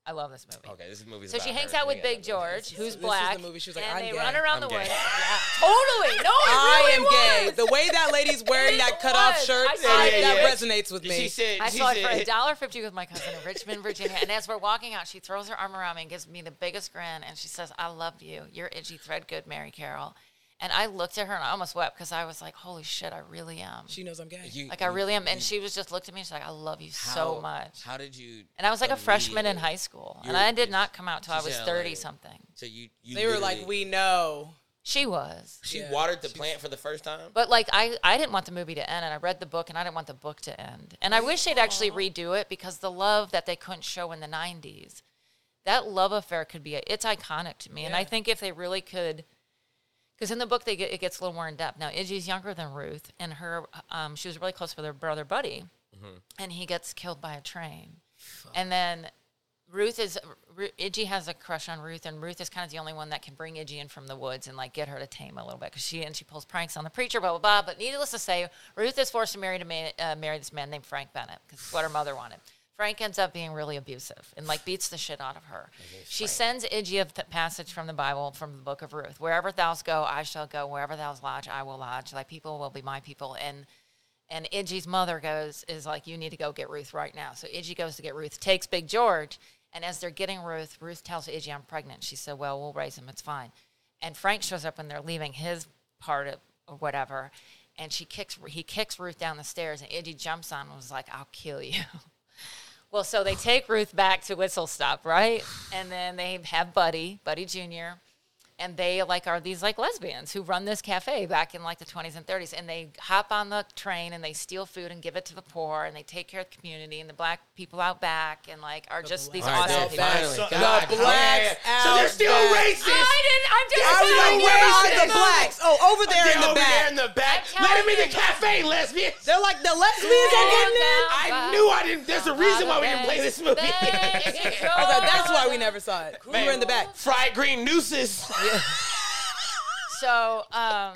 [SPEAKER 4] I love this movie.
[SPEAKER 1] Okay, Oh, this movie's.
[SPEAKER 4] So she hangs out with Big George, who's
[SPEAKER 3] This is the
[SPEAKER 4] black.
[SPEAKER 3] movie she was like,
[SPEAKER 4] and
[SPEAKER 3] "I'm
[SPEAKER 4] they
[SPEAKER 3] gay.
[SPEAKER 4] run around
[SPEAKER 1] I'm
[SPEAKER 4] the
[SPEAKER 1] gay."
[SPEAKER 4] way. Yeah, totally. No, it
[SPEAKER 3] I
[SPEAKER 4] really
[SPEAKER 3] am
[SPEAKER 4] was.
[SPEAKER 3] gay. The way that lady's wearing that cut off
[SPEAKER 4] was.
[SPEAKER 3] shirt,
[SPEAKER 4] I saw
[SPEAKER 1] it.
[SPEAKER 3] I- that
[SPEAKER 1] Yeah, yeah.
[SPEAKER 3] resonates with me.
[SPEAKER 1] She said.
[SPEAKER 4] I
[SPEAKER 1] she
[SPEAKER 4] saw it
[SPEAKER 1] said,
[SPEAKER 4] for a dollar fifty with my cousin in Richmond, Virginia. And as we're walking out, she throws her arm around me and gives me the biggest grin, and she says, "I love you. You're Iggy Threadgood, Mary Carroll." And I looked at her and I almost wept because I was like, "Holy shit, I really am."
[SPEAKER 3] she knows I'm gay.
[SPEAKER 1] You-
[SPEAKER 4] like I really am. And she was just looked at me and she's like, "I love you so
[SPEAKER 1] how-
[SPEAKER 4] much."
[SPEAKER 1] How did you?
[SPEAKER 4] And I was like a freshman in
[SPEAKER 1] immediately-
[SPEAKER 4] high school, and
[SPEAKER 1] You're-
[SPEAKER 4] I did not come out till I
[SPEAKER 1] she's
[SPEAKER 4] was
[SPEAKER 1] in
[SPEAKER 4] thirty
[SPEAKER 1] LA.
[SPEAKER 4] something.
[SPEAKER 1] So you, you
[SPEAKER 3] They were like,
[SPEAKER 1] literally-
[SPEAKER 3] we know.
[SPEAKER 4] She was.
[SPEAKER 1] She
[SPEAKER 3] Yeah,
[SPEAKER 1] watered the plant for the first time.
[SPEAKER 4] But like I, I didn't want the movie to end, and I read the book, and I didn't want the book to end. And I wish they'd actually redo it because the love that they couldn't show in the '90s, that love affair could be. It's iconic to me, and I
[SPEAKER 3] Yeah.
[SPEAKER 4] think if they really could, because in the book they get it gets a little more in depth. Now Iggy's younger than Ruth, and her, um, she was really close with her brother Buddy, and he gets killed by a train, and then. Ruth is Ru- Iggy has a crush on Ruth, and Ruth is kind of the only one that can bring Iggy in from the woods and like get her to tame a little bit because she and she pulls pranks on the preacher, blah blah blah. But needless to say, Ruth is forced to marry to man, uh, marry this man named Frank Bennett because it's what her mother wanted. Frank ends up being really abusive and like beats the shit out of her. She sends Iggy a th- passage from the Bible from the book of Ruth: "Wherever thou's go, I shall go; wherever thou's lodge, I will lodge. Thy people will be my people." And and Iggy's mother goes, is like, you need to go get Ruth right now. So Iggy goes to get Ruth, takes Big George. And as they're getting Ruth, Ruth tells Iggy, I'm pregnant. She said, Well, we'll raise him. It's fine. And Frank shows up when they're leaving his part of, or whatever. And she kicks, he kicks Ruth down the stairs. And Iggy jumps on and was like, I'll kill you. Well, so they take Ruth back to Whistle Stop, right? And then they have Buddy, Buddy Jr. And they like are these like lesbians who run this cafe back in like the 20s and 30s. And they hop on the train and they steal food and give it to the poor and they take care of the community and the black people out back and like are just these
[SPEAKER 1] All right,
[SPEAKER 4] awesome
[SPEAKER 1] then,
[SPEAKER 3] out
[SPEAKER 4] people.
[SPEAKER 1] finally,
[SPEAKER 2] So-
[SPEAKER 1] God,
[SPEAKER 3] The
[SPEAKER 1] yeah, yeah,
[SPEAKER 3] blacks
[SPEAKER 1] yeah. So they're
[SPEAKER 3] out
[SPEAKER 1] still
[SPEAKER 3] back.
[SPEAKER 4] Ah,
[SPEAKER 1] racist.
[SPEAKER 4] I didn't, I'm
[SPEAKER 3] I
[SPEAKER 4] just
[SPEAKER 3] was
[SPEAKER 1] Everybody
[SPEAKER 4] telling
[SPEAKER 3] like,
[SPEAKER 4] you
[SPEAKER 3] where
[SPEAKER 4] about
[SPEAKER 3] are
[SPEAKER 1] racist.
[SPEAKER 4] this
[SPEAKER 3] the blacks? Oh, over there
[SPEAKER 1] They're
[SPEAKER 3] in the
[SPEAKER 1] over there in
[SPEAKER 3] back.
[SPEAKER 1] the back. Let them
[SPEAKER 4] I'm telling
[SPEAKER 1] in the
[SPEAKER 4] you.
[SPEAKER 1] cafe, lesbians.
[SPEAKER 3] They're like, the lesbians are getting in.
[SPEAKER 4] Down
[SPEAKER 1] I
[SPEAKER 4] by-
[SPEAKER 1] knew I didn't. There's a reason why we didn't play this movie.
[SPEAKER 4] Thanks,
[SPEAKER 3] I was like, that's why we never saw it. We were in the back.
[SPEAKER 1] Fried green nooses.
[SPEAKER 4] So um,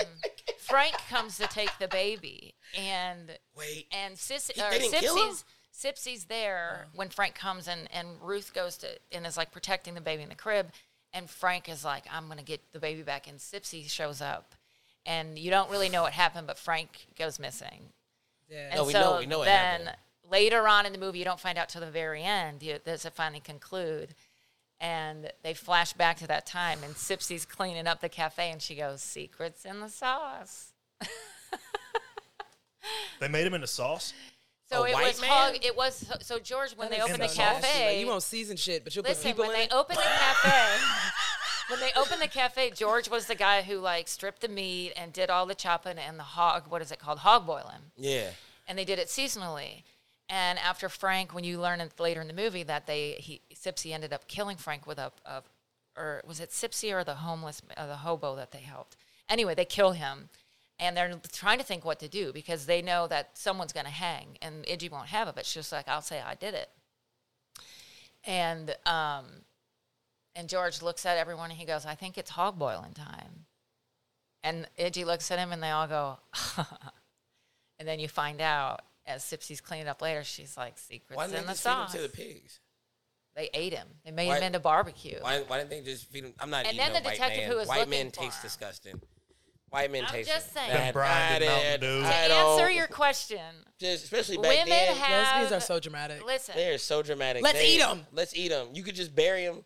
[SPEAKER 4] Frank comes to take the baby, and
[SPEAKER 1] Wait.
[SPEAKER 4] and Sis,
[SPEAKER 1] He-
[SPEAKER 4] or
[SPEAKER 1] they didn't kill him?
[SPEAKER 4] Sipsy's Sipsy's there when Frank comes, and and Ruth goes to and is like protecting the baby in the crib, and Frank is like, I'm gonna get the baby back, and Sipsy shows up, and you don't really know what happened, but Frank goes missing,
[SPEAKER 3] Yeah.
[SPEAKER 4] and
[SPEAKER 1] No, we
[SPEAKER 4] so
[SPEAKER 1] know- we know it
[SPEAKER 4] then
[SPEAKER 1] happened.
[SPEAKER 4] later on in the movie, you don't find out till the very end. You, does it finally conclude? And they flash back to that time, and Sipsy's cleaning up the cafe, and she goes, "Secrets in the sauce."
[SPEAKER 2] They made him into sauce.
[SPEAKER 4] So
[SPEAKER 1] A
[SPEAKER 4] it
[SPEAKER 1] white
[SPEAKER 4] was
[SPEAKER 1] man?
[SPEAKER 4] hug. It was so, so George when they
[SPEAKER 3] That is
[SPEAKER 4] opened the
[SPEAKER 3] so nasty. Like,
[SPEAKER 4] cafe.
[SPEAKER 3] you won't season shit, but you'll put
[SPEAKER 4] Listen,
[SPEAKER 3] people
[SPEAKER 4] when
[SPEAKER 3] in
[SPEAKER 4] they
[SPEAKER 3] it.
[SPEAKER 4] opened the cafe, when they opened the cafe, George was the guy who like stripped the meat and did all the chopping and the hog. What is it called? Hog boiling.
[SPEAKER 1] Yeah.
[SPEAKER 4] and they did it seasonally. And after Frank, when you learn it later in the movie that they he Sipsy ended up killing Frank with a, a or was it Sipsy or the homeless uh, the hobo that they helped? Anyway, they kill him, and they're trying to think what to do because they know that someone's going to hang, and Iggy won't have it. But she's like, "I'll say I did it," and um, and George looks at everyone and he goes, "I think it's hog boiling time," and Iggy looks at him and they all go. And then you find out as Sipsy's cleaning up later, she's like, secrets
[SPEAKER 1] Why didn't
[SPEAKER 4] in
[SPEAKER 1] they
[SPEAKER 4] the
[SPEAKER 1] just feed him
[SPEAKER 4] sauce.
[SPEAKER 1] to the pigs?
[SPEAKER 4] they ate him. They made
[SPEAKER 1] Why-
[SPEAKER 4] him into barbecue.
[SPEAKER 1] Why, why didn't they just feed him? I'm not
[SPEAKER 4] And
[SPEAKER 1] eating
[SPEAKER 4] then
[SPEAKER 1] a
[SPEAKER 4] the
[SPEAKER 1] white
[SPEAKER 4] detective
[SPEAKER 1] man.
[SPEAKER 4] who was
[SPEAKER 1] white
[SPEAKER 4] looking
[SPEAKER 1] men
[SPEAKER 4] for
[SPEAKER 1] taste
[SPEAKER 4] him.
[SPEAKER 1] disgusting. White men
[SPEAKER 4] I'm
[SPEAKER 1] taste
[SPEAKER 4] just saying.
[SPEAKER 1] That,
[SPEAKER 2] Been brined in
[SPEAKER 1] I
[SPEAKER 2] Mountain
[SPEAKER 1] did-
[SPEAKER 2] Dew.
[SPEAKER 1] I
[SPEAKER 2] To
[SPEAKER 1] don't-
[SPEAKER 4] Answer your question.
[SPEAKER 1] just, especially back
[SPEAKER 4] Women
[SPEAKER 1] then.
[SPEAKER 4] have.
[SPEAKER 3] Lesbians are so dramatic.
[SPEAKER 4] Listen,
[SPEAKER 1] They are so dramatic.
[SPEAKER 3] Let's
[SPEAKER 1] They-
[SPEAKER 3] eat 'em.
[SPEAKER 1] Let's eat them. You could just bury them.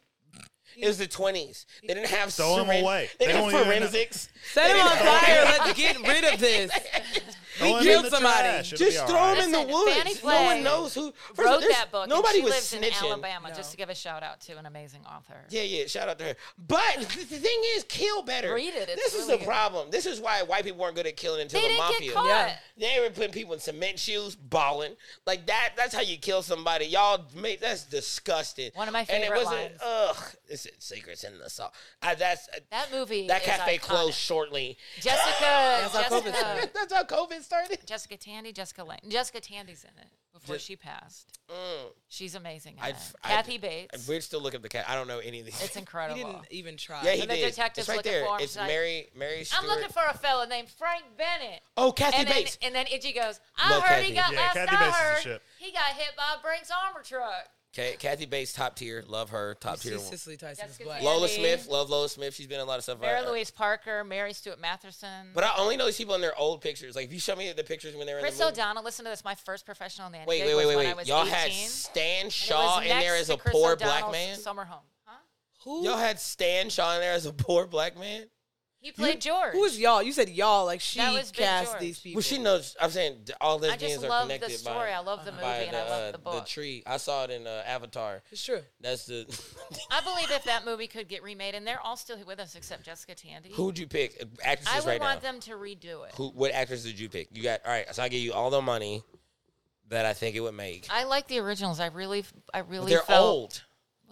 [SPEAKER 1] It was the 20s. They didn't have
[SPEAKER 2] Throw 'em
[SPEAKER 1] seren-
[SPEAKER 2] away.
[SPEAKER 1] They
[SPEAKER 2] They
[SPEAKER 1] didn't
[SPEAKER 2] don't
[SPEAKER 1] have
[SPEAKER 2] even know.
[SPEAKER 1] forensics.
[SPEAKER 3] Set him on fire. Let's get rid of this.
[SPEAKER 2] Throw him in
[SPEAKER 3] killed
[SPEAKER 2] the
[SPEAKER 3] somebody.
[SPEAKER 2] trash. It'll be
[SPEAKER 1] Just
[SPEAKER 2] all
[SPEAKER 1] throw
[SPEAKER 2] right.
[SPEAKER 1] them in the
[SPEAKER 4] Listen, Fannie
[SPEAKER 1] woods. No one
[SPEAKER 4] Flagg
[SPEAKER 1] knows who first of all,
[SPEAKER 4] wrote
[SPEAKER 1] there's-
[SPEAKER 4] that book.
[SPEAKER 1] Nobody
[SPEAKER 4] and she
[SPEAKER 1] was
[SPEAKER 4] lives
[SPEAKER 1] snitching.
[SPEAKER 4] in Alabama. Just
[SPEAKER 3] No.
[SPEAKER 4] to give a shout out to an amazing author.
[SPEAKER 1] Yeah, yeah. Shout out to her. But th- the thing is, kill better.
[SPEAKER 4] Read it, it's
[SPEAKER 1] this is
[SPEAKER 4] really
[SPEAKER 1] the
[SPEAKER 4] good.
[SPEAKER 1] problem. This is why white people weren't good at killing until
[SPEAKER 4] They
[SPEAKER 1] the
[SPEAKER 4] didn't
[SPEAKER 1] mafia.
[SPEAKER 4] get caught.
[SPEAKER 3] Yeah.
[SPEAKER 1] They were putting people in cement shoes, balling like that. That's how you kill somebody. Y'all, made, that's disgusting.
[SPEAKER 4] One of my
[SPEAKER 1] And it
[SPEAKER 4] favorite
[SPEAKER 1] wasn't.
[SPEAKER 4] lines.
[SPEAKER 1] Ugh, it's it's secrets in the sauce. I, that's uh,
[SPEAKER 4] That movie.
[SPEAKER 1] that
[SPEAKER 4] is
[SPEAKER 1] cafe
[SPEAKER 4] iconic.
[SPEAKER 1] closed shortly.
[SPEAKER 4] Jessica.
[SPEAKER 3] how COVID
[SPEAKER 4] Jessica.
[SPEAKER 3] started.
[SPEAKER 1] that's how COVID started?
[SPEAKER 4] Jessica Tandy, Jessica Lane. Jessica Tandy's in it before
[SPEAKER 1] Ju-
[SPEAKER 4] she passed.
[SPEAKER 1] Mm.
[SPEAKER 4] She's amazing. In
[SPEAKER 1] I-
[SPEAKER 4] it.
[SPEAKER 1] I-
[SPEAKER 4] Kathy Bates.
[SPEAKER 1] We're still looking at the cat. I don't know any of these.
[SPEAKER 4] it's
[SPEAKER 3] He
[SPEAKER 4] incredible.
[SPEAKER 3] didn't even try.
[SPEAKER 1] yeah, he
[SPEAKER 4] and the
[SPEAKER 1] did.
[SPEAKER 4] detective's
[SPEAKER 1] it's right
[SPEAKER 4] looking
[SPEAKER 1] there.
[SPEAKER 4] for him.
[SPEAKER 1] It's
[SPEAKER 4] She's like,
[SPEAKER 1] Mary. Mary Stewart.
[SPEAKER 4] I'm looking for a fella named Frank Bennett.
[SPEAKER 1] Oh, Kathy
[SPEAKER 4] And then,
[SPEAKER 1] Bates.
[SPEAKER 4] and then Itchy goes, I
[SPEAKER 1] Love
[SPEAKER 4] heard
[SPEAKER 1] Kathy.
[SPEAKER 4] he got
[SPEAKER 2] Yeah,
[SPEAKER 4] last
[SPEAKER 2] Kathy
[SPEAKER 4] I
[SPEAKER 2] Bates is the
[SPEAKER 4] heard,
[SPEAKER 2] shit.
[SPEAKER 4] he got hit by a Brink's armor truck.
[SPEAKER 1] Ka- Kathy Bates, top tier. Love her. Top
[SPEAKER 3] See,
[SPEAKER 1] tier.
[SPEAKER 3] Cicely Tyson is
[SPEAKER 4] Jessica
[SPEAKER 3] black.
[SPEAKER 4] Tandy.
[SPEAKER 1] Lola Smith. Love Lola Smith. She's been in a lot of stuff.
[SPEAKER 4] Mary
[SPEAKER 1] I- I-
[SPEAKER 4] Louise Parker, Mary Stuart Matheson.
[SPEAKER 1] But I only know these people in their old pictures. Like, if you show me the pictures when they were
[SPEAKER 4] Chris
[SPEAKER 1] in the movie.
[SPEAKER 4] O'Donnell, listen to this. My first professional nanny
[SPEAKER 1] Wait,
[SPEAKER 4] gig
[SPEAKER 1] wait, wait,
[SPEAKER 4] was
[SPEAKER 1] wait,
[SPEAKER 4] when I
[SPEAKER 1] wait.
[SPEAKER 4] was
[SPEAKER 1] Y'all
[SPEAKER 4] 18.
[SPEAKER 1] had
[SPEAKER 4] and
[SPEAKER 1] Stan
[SPEAKER 4] it
[SPEAKER 1] Shaw
[SPEAKER 4] was
[SPEAKER 1] in there
[SPEAKER 4] next
[SPEAKER 1] as a
[SPEAKER 4] to Chris
[SPEAKER 1] poor black
[SPEAKER 4] O'Donnell's
[SPEAKER 1] man.
[SPEAKER 4] Summer home. Huh?
[SPEAKER 3] Who?
[SPEAKER 1] Y'all had Stan Shaw in there as a poor black man.
[SPEAKER 4] He played George.
[SPEAKER 3] Who is y'all? You said y'all. Like she
[SPEAKER 4] That was Big
[SPEAKER 3] cast
[SPEAKER 4] George.
[SPEAKER 3] these people.
[SPEAKER 1] Well, she knows. I'm saying d- all
[SPEAKER 4] I just
[SPEAKER 1] lesbians are
[SPEAKER 4] love the
[SPEAKER 1] connected
[SPEAKER 4] story. I
[SPEAKER 1] by,
[SPEAKER 4] love the movie
[SPEAKER 1] by
[SPEAKER 4] and I
[SPEAKER 1] uh,
[SPEAKER 4] love the book.
[SPEAKER 1] tree. I saw it in uh, Avatar.
[SPEAKER 3] It's true.
[SPEAKER 1] That's the.
[SPEAKER 4] I believe if that movie could get remade, and they're all still with us except Jessica Tandy.
[SPEAKER 1] Who would you pick?
[SPEAKER 4] I
[SPEAKER 1] Actresses
[SPEAKER 4] would
[SPEAKER 1] right now.
[SPEAKER 4] want them to redo it.
[SPEAKER 1] Who? What actors did you pick? You got all right. So I give you all the money that I think it would make.
[SPEAKER 4] I like the originals. I really, I really
[SPEAKER 1] They're
[SPEAKER 4] felt
[SPEAKER 1] old.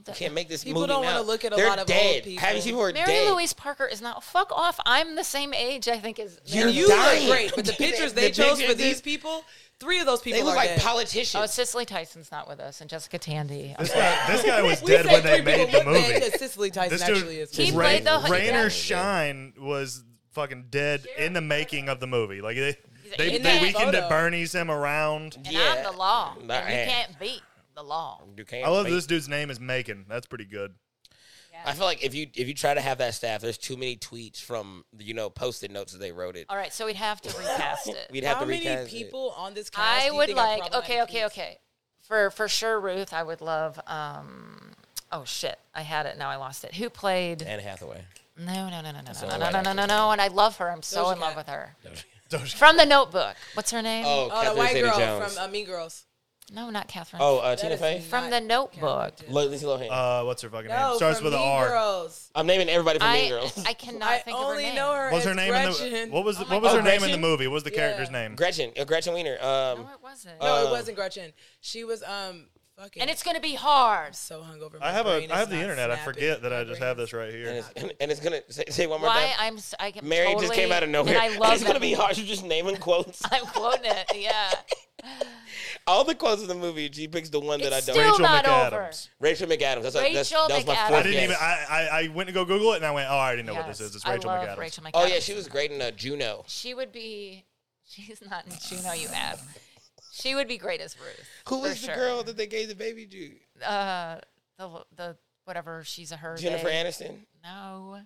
[SPEAKER 1] You can't make this
[SPEAKER 3] People
[SPEAKER 1] movie
[SPEAKER 3] don't wanna
[SPEAKER 1] now.
[SPEAKER 3] look at a
[SPEAKER 1] They're
[SPEAKER 3] lot of old
[SPEAKER 1] dead.
[SPEAKER 3] people.
[SPEAKER 1] Half these people are
[SPEAKER 4] Mary
[SPEAKER 1] dead.
[SPEAKER 4] Louise Parker is not. Fuck off. I'm the same age. I think is.
[SPEAKER 1] You're
[SPEAKER 3] you
[SPEAKER 1] dying.
[SPEAKER 3] look great, but the pictures
[SPEAKER 1] The
[SPEAKER 3] they chose for
[SPEAKER 1] pictures
[SPEAKER 3] these
[SPEAKER 1] is-
[SPEAKER 3] people, three of those people
[SPEAKER 1] They look
[SPEAKER 3] are
[SPEAKER 1] like
[SPEAKER 3] dead.
[SPEAKER 1] politicians.
[SPEAKER 4] Oh, Cicely Tyson's not with us, and Jessica Tandy.
[SPEAKER 2] This guy, this guy was
[SPEAKER 3] We
[SPEAKER 2] dead
[SPEAKER 3] say
[SPEAKER 2] when they
[SPEAKER 3] three
[SPEAKER 2] made
[SPEAKER 3] people
[SPEAKER 2] the
[SPEAKER 3] look dead,
[SPEAKER 2] movie.
[SPEAKER 3] that Cicely Tyson
[SPEAKER 2] This
[SPEAKER 3] actually
[SPEAKER 2] dude,
[SPEAKER 3] is.
[SPEAKER 4] He
[SPEAKER 2] Rain,
[SPEAKER 4] played the-
[SPEAKER 2] Rain
[SPEAKER 4] Yeah.
[SPEAKER 2] or Shine was fucking dead in the making of the movie. Like they, they,
[SPEAKER 4] in
[SPEAKER 2] they
[SPEAKER 4] that
[SPEAKER 2] weakened
[SPEAKER 3] photo.
[SPEAKER 2] at Bernie's him around.
[SPEAKER 4] And
[SPEAKER 1] yeah.
[SPEAKER 4] I'm the law. And
[SPEAKER 1] Nah, eh.
[SPEAKER 4] you can't beat the law.
[SPEAKER 1] You can't
[SPEAKER 2] I love
[SPEAKER 1] make-
[SPEAKER 2] this dude's name is Macon. That's pretty good.
[SPEAKER 1] I feel like if you if you try to have that staff, there's too many tweets from you know post-it notes that they wrote it.
[SPEAKER 4] All right, so we'd have to recast it.
[SPEAKER 1] We'd have
[SPEAKER 3] How
[SPEAKER 1] to
[SPEAKER 3] many
[SPEAKER 1] recast it.
[SPEAKER 3] people on this cast? do
[SPEAKER 4] I
[SPEAKER 3] you
[SPEAKER 4] would
[SPEAKER 3] think are
[SPEAKER 4] like. Okay,
[SPEAKER 3] problematic
[SPEAKER 4] okay,
[SPEAKER 3] people?
[SPEAKER 4] okay. For for sure, Ruth. I would love. um Oh shit! I had it. Now I lost it. Who played?
[SPEAKER 1] Anne Hathaway.
[SPEAKER 4] No, no, no, no, no,
[SPEAKER 1] the
[SPEAKER 4] no,
[SPEAKER 1] only
[SPEAKER 4] no, no, no,
[SPEAKER 1] actress
[SPEAKER 4] no, no. And I love her. I'm so
[SPEAKER 3] Doja
[SPEAKER 4] in love
[SPEAKER 3] Cat.
[SPEAKER 4] with her.
[SPEAKER 2] Doja-
[SPEAKER 4] From the Notebook. What's her name?
[SPEAKER 1] Oh,
[SPEAKER 3] Oh, the
[SPEAKER 1] Catherine
[SPEAKER 3] white girl
[SPEAKER 1] Zeta-Jones.
[SPEAKER 3] from uh, Mean Girls.
[SPEAKER 4] No, not Catherine.
[SPEAKER 1] oh, uh, Tina
[SPEAKER 3] is
[SPEAKER 1] Fey.
[SPEAKER 3] not-
[SPEAKER 4] from the Notebook.
[SPEAKER 1] Lo- Lindsay Lohan.
[SPEAKER 2] Uh, what's her fucking
[SPEAKER 3] No,
[SPEAKER 2] name? Starts
[SPEAKER 3] Oh, from
[SPEAKER 2] with an
[SPEAKER 3] mean
[SPEAKER 2] R.
[SPEAKER 3] Girls.
[SPEAKER 1] I'm naming everybody from Mean
[SPEAKER 4] I
[SPEAKER 1] Girls.
[SPEAKER 4] I cannot
[SPEAKER 3] I
[SPEAKER 4] think of her
[SPEAKER 3] only
[SPEAKER 4] name.
[SPEAKER 3] know her
[SPEAKER 2] What was
[SPEAKER 3] as
[SPEAKER 2] her name? In the,
[SPEAKER 3] Gretchen.
[SPEAKER 2] what was
[SPEAKER 4] Oh my
[SPEAKER 2] what was her
[SPEAKER 1] God.
[SPEAKER 2] name in the
[SPEAKER 1] Gretchen?
[SPEAKER 2] movie? What was the
[SPEAKER 3] Yeah.
[SPEAKER 2] character's name?
[SPEAKER 1] Gretchen. Uh, Gretchen Wiener. Um,
[SPEAKER 4] No, it wasn't.
[SPEAKER 3] No,
[SPEAKER 1] Uh,
[SPEAKER 3] it wasn't Gretchen. She was um fucking.
[SPEAKER 4] and it's gonna be hard.
[SPEAKER 3] so hungover.
[SPEAKER 2] I
[SPEAKER 3] My
[SPEAKER 2] have
[SPEAKER 3] brain
[SPEAKER 2] a I
[SPEAKER 3] is
[SPEAKER 2] have the
[SPEAKER 3] not
[SPEAKER 2] internet. I
[SPEAKER 3] snapping.
[SPEAKER 2] forget that
[SPEAKER 3] My
[SPEAKER 2] I just
[SPEAKER 3] brain
[SPEAKER 2] have
[SPEAKER 3] is-
[SPEAKER 2] this right here.
[SPEAKER 1] and, it's, and it's gonna say, say it one more
[SPEAKER 4] Why
[SPEAKER 1] time.
[SPEAKER 4] I'm s- I can
[SPEAKER 1] Mary
[SPEAKER 4] totally,
[SPEAKER 1] just came out of nowhere.
[SPEAKER 4] And I love
[SPEAKER 1] it's gonna
[SPEAKER 4] that
[SPEAKER 1] be
[SPEAKER 4] movie.
[SPEAKER 1] hard. She's just naming quotes.
[SPEAKER 4] I'm quoting it. Yeah,
[SPEAKER 1] All the quotes in the movie. She picks the one that
[SPEAKER 4] it's
[SPEAKER 1] I
[SPEAKER 4] still
[SPEAKER 1] don't.
[SPEAKER 2] Rachel
[SPEAKER 4] not
[SPEAKER 2] McAdams.
[SPEAKER 1] Rachel McAdams. That's, Rachel that's,
[SPEAKER 4] Rachel
[SPEAKER 1] that was my
[SPEAKER 4] McAdams.
[SPEAKER 1] fourth
[SPEAKER 2] I didn't
[SPEAKER 1] guess.
[SPEAKER 2] even I, I I went to go Google it and I went oh I already know
[SPEAKER 4] over.
[SPEAKER 2] what this
[SPEAKER 4] Yes.
[SPEAKER 2] is. It's Rachel
[SPEAKER 4] I love
[SPEAKER 2] McAdams.
[SPEAKER 4] Rachel McAdams.
[SPEAKER 1] Oh yeah, she was great in uh, Juno.
[SPEAKER 4] She would be. She's not in Juno. You add. She would be great as Ruth.
[SPEAKER 1] Who
[SPEAKER 4] for
[SPEAKER 1] was the
[SPEAKER 4] sure.
[SPEAKER 1] girl that they gave the baby to?
[SPEAKER 4] Uh, the the whatever she's a her.
[SPEAKER 1] Jennifer
[SPEAKER 4] they-
[SPEAKER 1] Aniston.
[SPEAKER 4] No.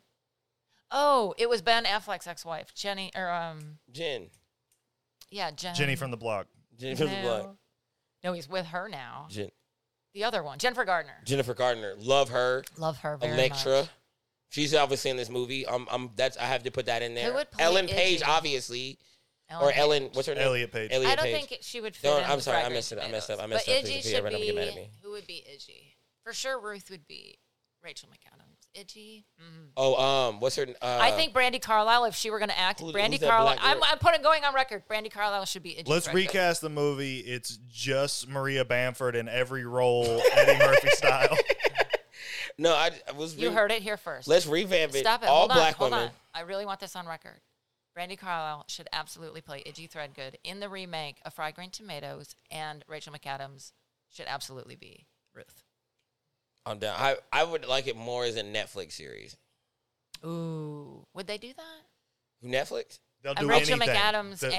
[SPEAKER 4] Oh, it was Ben Affleck's ex-wife, Jenny, or um,
[SPEAKER 1] Jen.
[SPEAKER 4] yeah, Jen.
[SPEAKER 2] Jenny from the block.
[SPEAKER 1] Jennifer
[SPEAKER 4] no.
[SPEAKER 1] Blood.
[SPEAKER 4] No, he's with her now.
[SPEAKER 1] Jen-
[SPEAKER 4] The other one, Jennifer Gardner.
[SPEAKER 1] Jennifer Gardner. Love her.
[SPEAKER 4] Love her very
[SPEAKER 1] Electra.
[SPEAKER 4] much.
[SPEAKER 1] She's obviously in this movie. Um, um, that's I have to put that in there.
[SPEAKER 4] would play
[SPEAKER 1] Ellen Page,
[SPEAKER 4] Izzy?
[SPEAKER 1] obviously,
[SPEAKER 4] Ellen
[SPEAKER 1] or
[SPEAKER 4] Page.
[SPEAKER 1] Ellen. What's her name?
[SPEAKER 2] Elliot Page.
[SPEAKER 1] Elliot
[SPEAKER 4] I don't
[SPEAKER 1] Page.
[SPEAKER 4] think it- she would fit.
[SPEAKER 1] No,
[SPEAKER 4] in
[SPEAKER 1] I'm
[SPEAKER 4] with
[SPEAKER 1] sorry, I
[SPEAKER 4] Rotten
[SPEAKER 1] messed it up, I messed
[SPEAKER 4] Tomatoes.
[SPEAKER 1] up, I messed
[SPEAKER 4] but
[SPEAKER 1] up. Please,
[SPEAKER 4] Iggy
[SPEAKER 1] if you
[SPEAKER 4] should
[SPEAKER 1] ever gonna
[SPEAKER 4] be.
[SPEAKER 1] get mad at me.
[SPEAKER 4] Who would be Iggy? For sure, Ruth would be Rachel McAdams. Iggy. Mm.
[SPEAKER 1] Oh, um, what's her? Uh,
[SPEAKER 4] I think Brandy Carlisle, if she were going to act,
[SPEAKER 1] who-
[SPEAKER 4] Brandy
[SPEAKER 1] who's that
[SPEAKER 4] Carlisle.
[SPEAKER 1] black
[SPEAKER 4] I'm,
[SPEAKER 1] girl?
[SPEAKER 4] I'm putting going on record. Brandy Carlisle should be Iggy.
[SPEAKER 2] Let's recast the movie. It's just Maria Bamford in every role, Eddie Murphy style.
[SPEAKER 1] no. I, I was.
[SPEAKER 4] You
[SPEAKER 1] re-
[SPEAKER 4] heard it here first.
[SPEAKER 1] Let's revamp it.
[SPEAKER 4] Stop it.
[SPEAKER 1] All
[SPEAKER 4] hold
[SPEAKER 1] black
[SPEAKER 4] on, hold
[SPEAKER 1] women.
[SPEAKER 4] on. I really want this on record. Brandy Carlisle should absolutely play Iggy Threadgood in the remake of Fried Green Tomatoes, and Rachel McAdams should absolutely be Ruth.
[SPEAKER 1] I'm down. I, I would like it more as a Netflix series.
[SPEAKER 4] Ooh, would they do that?
[SPEAKER 1] Netflix.
[SPEAKER 2] They'll do
[SPEAKER 4] And Rachel
[SPEAKER 2] anything.
[SPEAKER 4] McAdams
[SPEAKER 2] The-
[SPEAKER 4] and,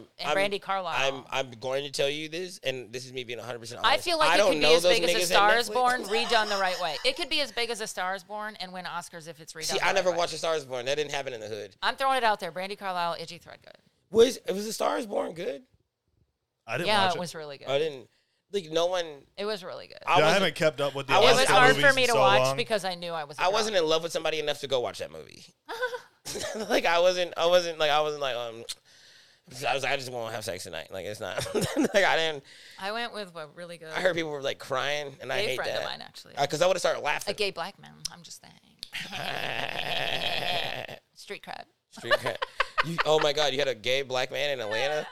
[SPEAKER 1] Um,
[SPEAKER 4] and
[SPEAKER 1] I'm-
[SPEAKER 4] Brandy Carlisle.
[SPEAKER 1] I'm I'm going to tell you this, and this is me being 100 percent
[SPEAKER 4] i
[SPEAKER 1] honest.
[SPEAKER 4] feel like it
[SPEAKER 1] don't
[SPEAKER 4] could
[SPEAKER 1] know
[SPEAKER 4] be as
[SPEAKER 1] those
[SPEAKER 4] big as
[SPEAKER 1] niggas
[SPEAKER 4] A
[SPEAKER 1] at
[SPEAKER 4] Star Is
[SPEAKER 1] Netflix.
[SPEAKER 4] Born redone the right way. It could be as big as A Star Is Born and win Oscars if it's redone.
[SPEAKER 1] See,
[SPEAKER 4] the
[SPEAKER 1] I
[SPEAKER 4] right
[SPEAKER 1] never
[SPEAKER 4] way.
[SPEAKER 1] watched A Star Is Born. That didn't happen in the hood.
[SPEAKER 4] I'm throwing it out there. Brandy Carlisle, Iggy Threadgood.
[SPEAKER 1] Was it was A Star Is Born good?
[SPEAKER 2] I didn't
[SPEAKER 4] Yeah,
[SPEAKER 2] watch
[SPEAKER 4] it
[SPEAKER 2] it.
[SPEAKER 4] was really good.
[SPEAKER 1] I didn't. Like no one.
[SPEAKER 4] It was really good.
[SPEAKER 1] I
[SPEAKER 2] Yeah, I,
[SPEAKER 1] wasn't-
[SPEAKER 2] haven't kept up with the
[SPEAKER 1] I
[SPEAKER 4] it
[SPEAKER 1] wasn't-
[SPEAKER 4] was
[SPEAKER 2] Oscar
[SPEAKER 1] I
[SPEAKER 4] hard
[SPEAKER 2] movies
[SPEAKER 4] for me
[SPEAKER 2] in
[SPEAKER 4] to
[SPEAKER 2] so
[SPEAKER 4] watch
[SPEAKER 2] long.
[SPEAKER 4] because I knew I was. I
[SPEAKER 1] I wasn't in love with somebody enough to go watch that movie. like I wasn't, I wasn't like I wasn't like um, I was I just want to have sex tonight. Like it's not like I didn't.
[SPEAKER 4] I went with what really good.
[SPEAKER 1] I heard people were like crying, and I
[SPEAKER 4] gay
[SPEAKER 1] hate
[SPEAKER 4] friend
[SPEAKER 1] that
[SPEAKER 4] of mine actually,
[SPEAKER 1] because I would have started
[SPEAKER 4] a
[SPEAKER 1] laughing.
[SPEAKER 4] gay black man. I'm just saying. Street cred.
[SPEAKER 1] Street cred. You- oh my god, you had a gay black man in Atlanta.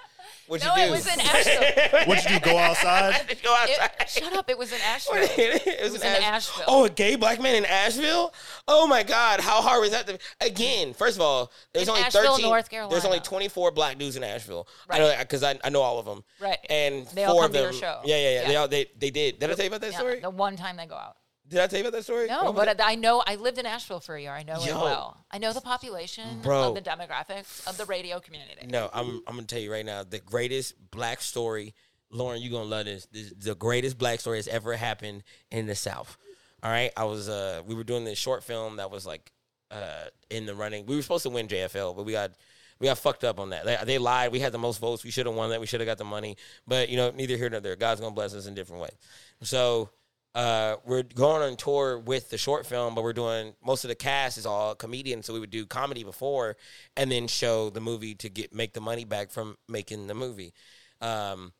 [SPEAKER 1] What'd
[SPEAKER 4] No,
[SPEAKER 1] you
[SPEAKER 4] it
[SPEAKER 1] do?
[SPEAKER 4] was in Asheville.
[SPEAKER 2] What'd you do? Go outside?
[SPEAKER 1] Did you go outside?
[SPEAKER 4] It- shut up! It was in Asheville.
[SPEAKER 1] it, was
[SPEAKER 4] was
[SPEAKER 1] in
[SPEAKER 4] in
[SPEAKER 1] Ash-
[SPEAKER 4] Asheville.
[SPEAKER 1] Oh, a gay black man in Asheville? Oh my God, how hard was that? To- Again, first of all, there's
[SPEAKER 4] In
[SPEAKER 1] only
[SPEAKER 4] Asheville,
[SPEAKER 1] 13.
[SPEAKER 4] North
[SPEAKER 1] There's only
[SPEAKER 4] Carolina.
[SPEAKER 1] 24 black dudes in Asheville. I
[SPEAKER 4] Right.
[SPEAKER 1] know because I, I know all of them.
[SPEAKER 4] Right.
[SPEAKER 1] And
[SPEAKER 4] They all
[SPEAKER 1] four
[SPEAKER 4] come
[SPEAKER 1] of
[SPEAKER 4] to your
[SPEAKER 1] them.
[SPEAKER 4] show.
[SPEAKER 1] Yeah, yeah, yeah. They
[SPEAKER 4] Yeah.
[SPEAKER 1] all they, they did. Did I tell you about that
[SPEAKER 4] Yeah,
[SPEAKER 1] story?
[SPEAKER 4] the one time they go out.
[SPEAKER 1] Did I tell you about that story?
[SPEAKER 4] No,
[SPEAKER 1] What was
[SPEAKER 4] but
[SPEAKER 1] it?
[SPEAKER 4] I know I lived in Asheville for a year. I know it
[SPEAKER 1] Yo.
[SPEAKER 4] well. I know the population
[SPEAKER 1] Bro.
[SPEAKER 4] of the demographics of the radio community.
[SPEAKER 1] no, I'm I'm gonna tell you right now the greatest black story. Lauren, you gonna love this. This is the greatest black story that's ever happened in the South. All right, I was uh we were doing this short film that was like uh in the running. We were supposed to win JFL, but we got we got fucked up on that. They, they lied. We had the most votes. We should have won that. We should have got the money. But you know, neither here nor there. God's gonna bless us in different ways. So uh, we're going on tour with the short film, but we're doing most of the cast is all comedians, so we would do comedy before and then show the movie to get make the money back from making the movie. Um,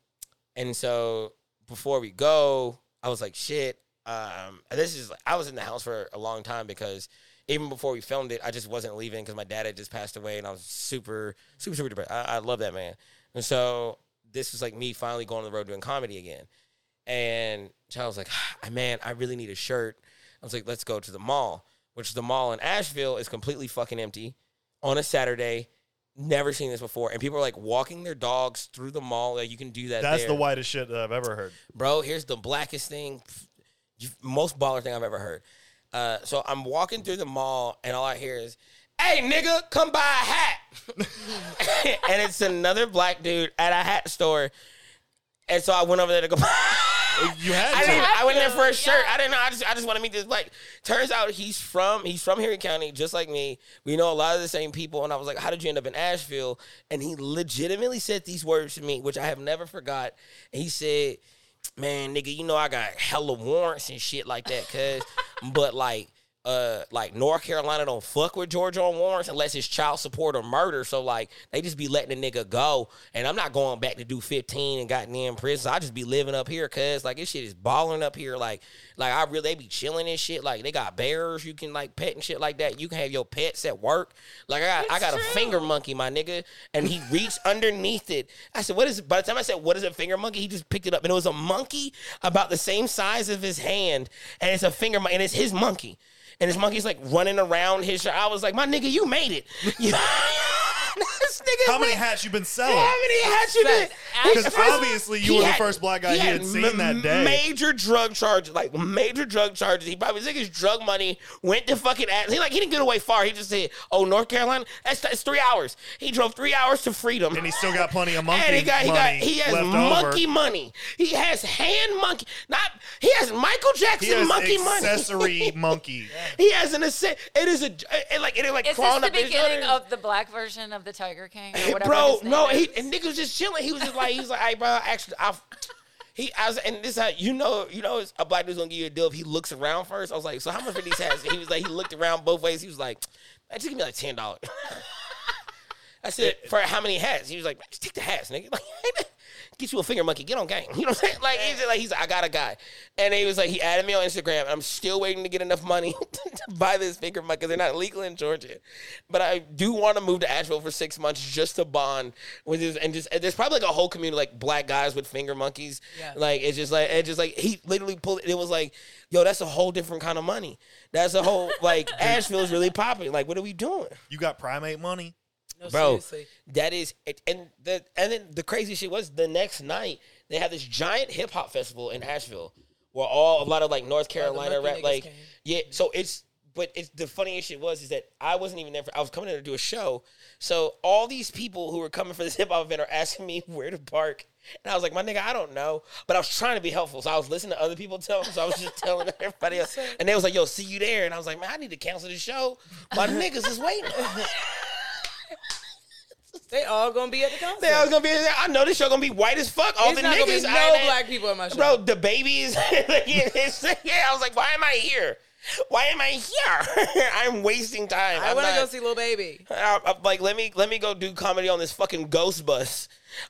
[SPEAKER 1] and so before we go, I was like, shit. Um, and this is I was in the house for a long time because even before we filmed it, I just wasn't leaving because my dad had just passed away, and I was super, super, super depressed. I, I love that man, and so this was like me finally going on the road doing comedy again. And so I was like, "Ah, man, I really need a shirt. I was like, let's go to the mall, which the mall in Asheville is completely fucking empty on a Saturday. Never seen this before. And people are like walking their dogs through the mall. Like, you can do that.
[SPEAKER 2] That's
[SPEAKER 1] there
[SPEAKER 2] the whitest shit that I've ever heard.
[SPEAKER 1] bro, here's the blackest thing, you- most baller thing I've ever heard. Uh, so I'm walking through the mall, and all I hear is, "Hey, nigga, come buy a hat." and it's another black dude at a hat store, and so I went over there to go. buy
[SPEAKER 2] You
[SPEAKER 1] I, didn't,
[SPEAKER 2] had
[SPEAKER 1] I went there for a
[SPEAKER 4] Yeah.
[SPEAKER 1] shirt. I didn't know. I just, I just want to meet this black. Turns out he's from he's from Henry County, just like me. We know a lot of the same people. And I was like, "How did you end up in Asheville?" And he legitimately said these words to me, which I have never forgot. And he said, "Man, nigga, you know I got hella warrants and shit like that, cuz, but like." Uh, like North Carolina don't fuck with Georgia on warrants unless it's child support or murder. So like they just be letting the nigga go, and I'm not going back to do 15 and gotten in prison. I just be living up here, cause like this shit is balling up here. Like like I really they be chilling and shit. Like they got bears you can like pet and shit like that. You can have your pets at work. Like I got I got a finger monkey, my nigga, and he reached underneath it. I said, "What is?" By the time I said, "What is a finger monkey?" He just picked it up, and it was a monkey about the same size of his hand, and it's a finger monkey, and it's his monkey and his monkey's like running around his shirt. I was like, my nigga, you made it. You- this nigga
[SPEAKER 2] How many
[SPEAKER 1] made-
[SPEAKER 2] hats you been
[SPEAKER 1] How
[SPEAKER 2] selling?
[SPEAKER 1] many hats you did?
[SPEAKER 4] Because
[SPEAKER 1] His first-
[SPEAKER 2] obviously you
[SPEAKER 1] he
[SPEAKER 2] were the
[SPEAKER 1] had-
[SPEAKER 2] first black guy he had seen that day.
[SPEAKER 1] Major drug charges, like major drug charges. He probably took his drug money, went to fucking ass. He like he didn't get away far. He just said, "Oh, North Carolina, that's, that's three hours." He drove three hours to freedom,
[SPEAKER 2] And he still got plenty of monkey
[SPEAKER 1] and he got he got
[SPEAKER 2] money
[SPEAKER 1] he has
[SPEAKER 2] left
[SPEAKER 1] monkey
[SPEAKER 2] over.
[SPEAKER 1] money. He has hand monkey. Not he has Michael Jackson
[SPEAKER 2] He has
[SPEAKER 1] monkey money.
[SPEAKER 2] accessory monkey.
[SPEAKER 1] He has an ascent. It is a it like it like
[SPEAKER 4] Is this
[SPEAKER 1] crawling
[SPEAKER 4] the
[SPEAKER 1] up his
[SPEAKER 4] beginning
[SPEAKER 1] shoulders.
[SPEAKER 4] of the black version of the Tiger King? Or
[SPEAKER 1] Hey,
[SPEAKER 4] whatever
[SPEAKER 1] bro,
[SPEAKER 4] his name
[SPEAKER 1] no,
[SPEAKER 4] is?
[SPEAKER 1] he and nigga was just chilling. He was just like he was like, hey, bro, actually, I. He, I was, and this, how, you know, you know, it's- a black dude's gonna give you a deal if he looks around first. I was like, so how much for these hats? And he was like, he looked around both ways. He was like, that took me like ten dollars. I said, for how many hats? He was like, "Man, just take the hats, nigga. Like, get you a finger monkey, get on game. You know what I'm saying? Like, he's like, he's like, I got a guy. And he was like, he added me on Instagram. I'm still waiting to get enough money to buy this finger monkey because they're not legal in Georgia. But I do want to move to Asheville for six months just to bond with this. And just, and there's probably like a whole community, like black guys with finger monkeys.
[SPEAKER 3] Yeah.
[SPEAKER 1] Like, it's just like, it's just like, he literally pulled it. It was like, yo, that's a whole different kind of money. That's a whole, like, Asheville's really popping. Like, what are we doing?
[SPEAKER 2] You got primate money.
[SPEAKER 3] No,
[SPEAKER 1] bro.
[SPEAKER 3] seriously.
[SPEAKER 1] That is, it- and the and then the crazy shit was the next night they had this giant hip hop festival in Asheville, where all a lot of like North Carolina
[SPEAKER 3] monkey
[SPEAKER 1] rap,
[SPEAKER 3] niggas
[SPEAKER 1] like
[SPEAKER 3] came.
[SPEAKER 1] yeah. So it's but it's the funniest shit was is that I wasn't even there. For, I was coming there to do a show, so all these people who were coming for this hip hop event are asking me where to park. And I was like, my nigga, I don't know. But I was trying to be helpful. So I was listening to other people tell them. So I was just telling everybody else. And they was like, yo, see you there. And I was like, man, I need to cancel the show. My niggas is waiting.
[SPEAKER 3] They all gonna be at the concert.
[SPEAKER 1] Yeah, I was gonna be there. I know this show gonna be white as fuck. All
[SPEAKER 3] It's
[SPEAKER 1] the
[SPEAKER 3] not gonna be
[SPEAKER 1] niggas, I
[SPEAKER 3] no
[SPEAKER 1] ain't-
[SPEAKER 3] black people in my show.
[SPEAKER 1] Bro, the babies. Like, it's- yeah, I was like, why am I here? Why am I here? I'm wasting time.
[SPEAKER 3] I
[SPEAKER 1] I'm
[SPEAKER 3] want to
[SPEAKER 1] not-
[SPEAKER 3] go see Lil Baby.
[SPEAKER 1] I- I'm like, let me let me go do comedy on this fucking ghost bus.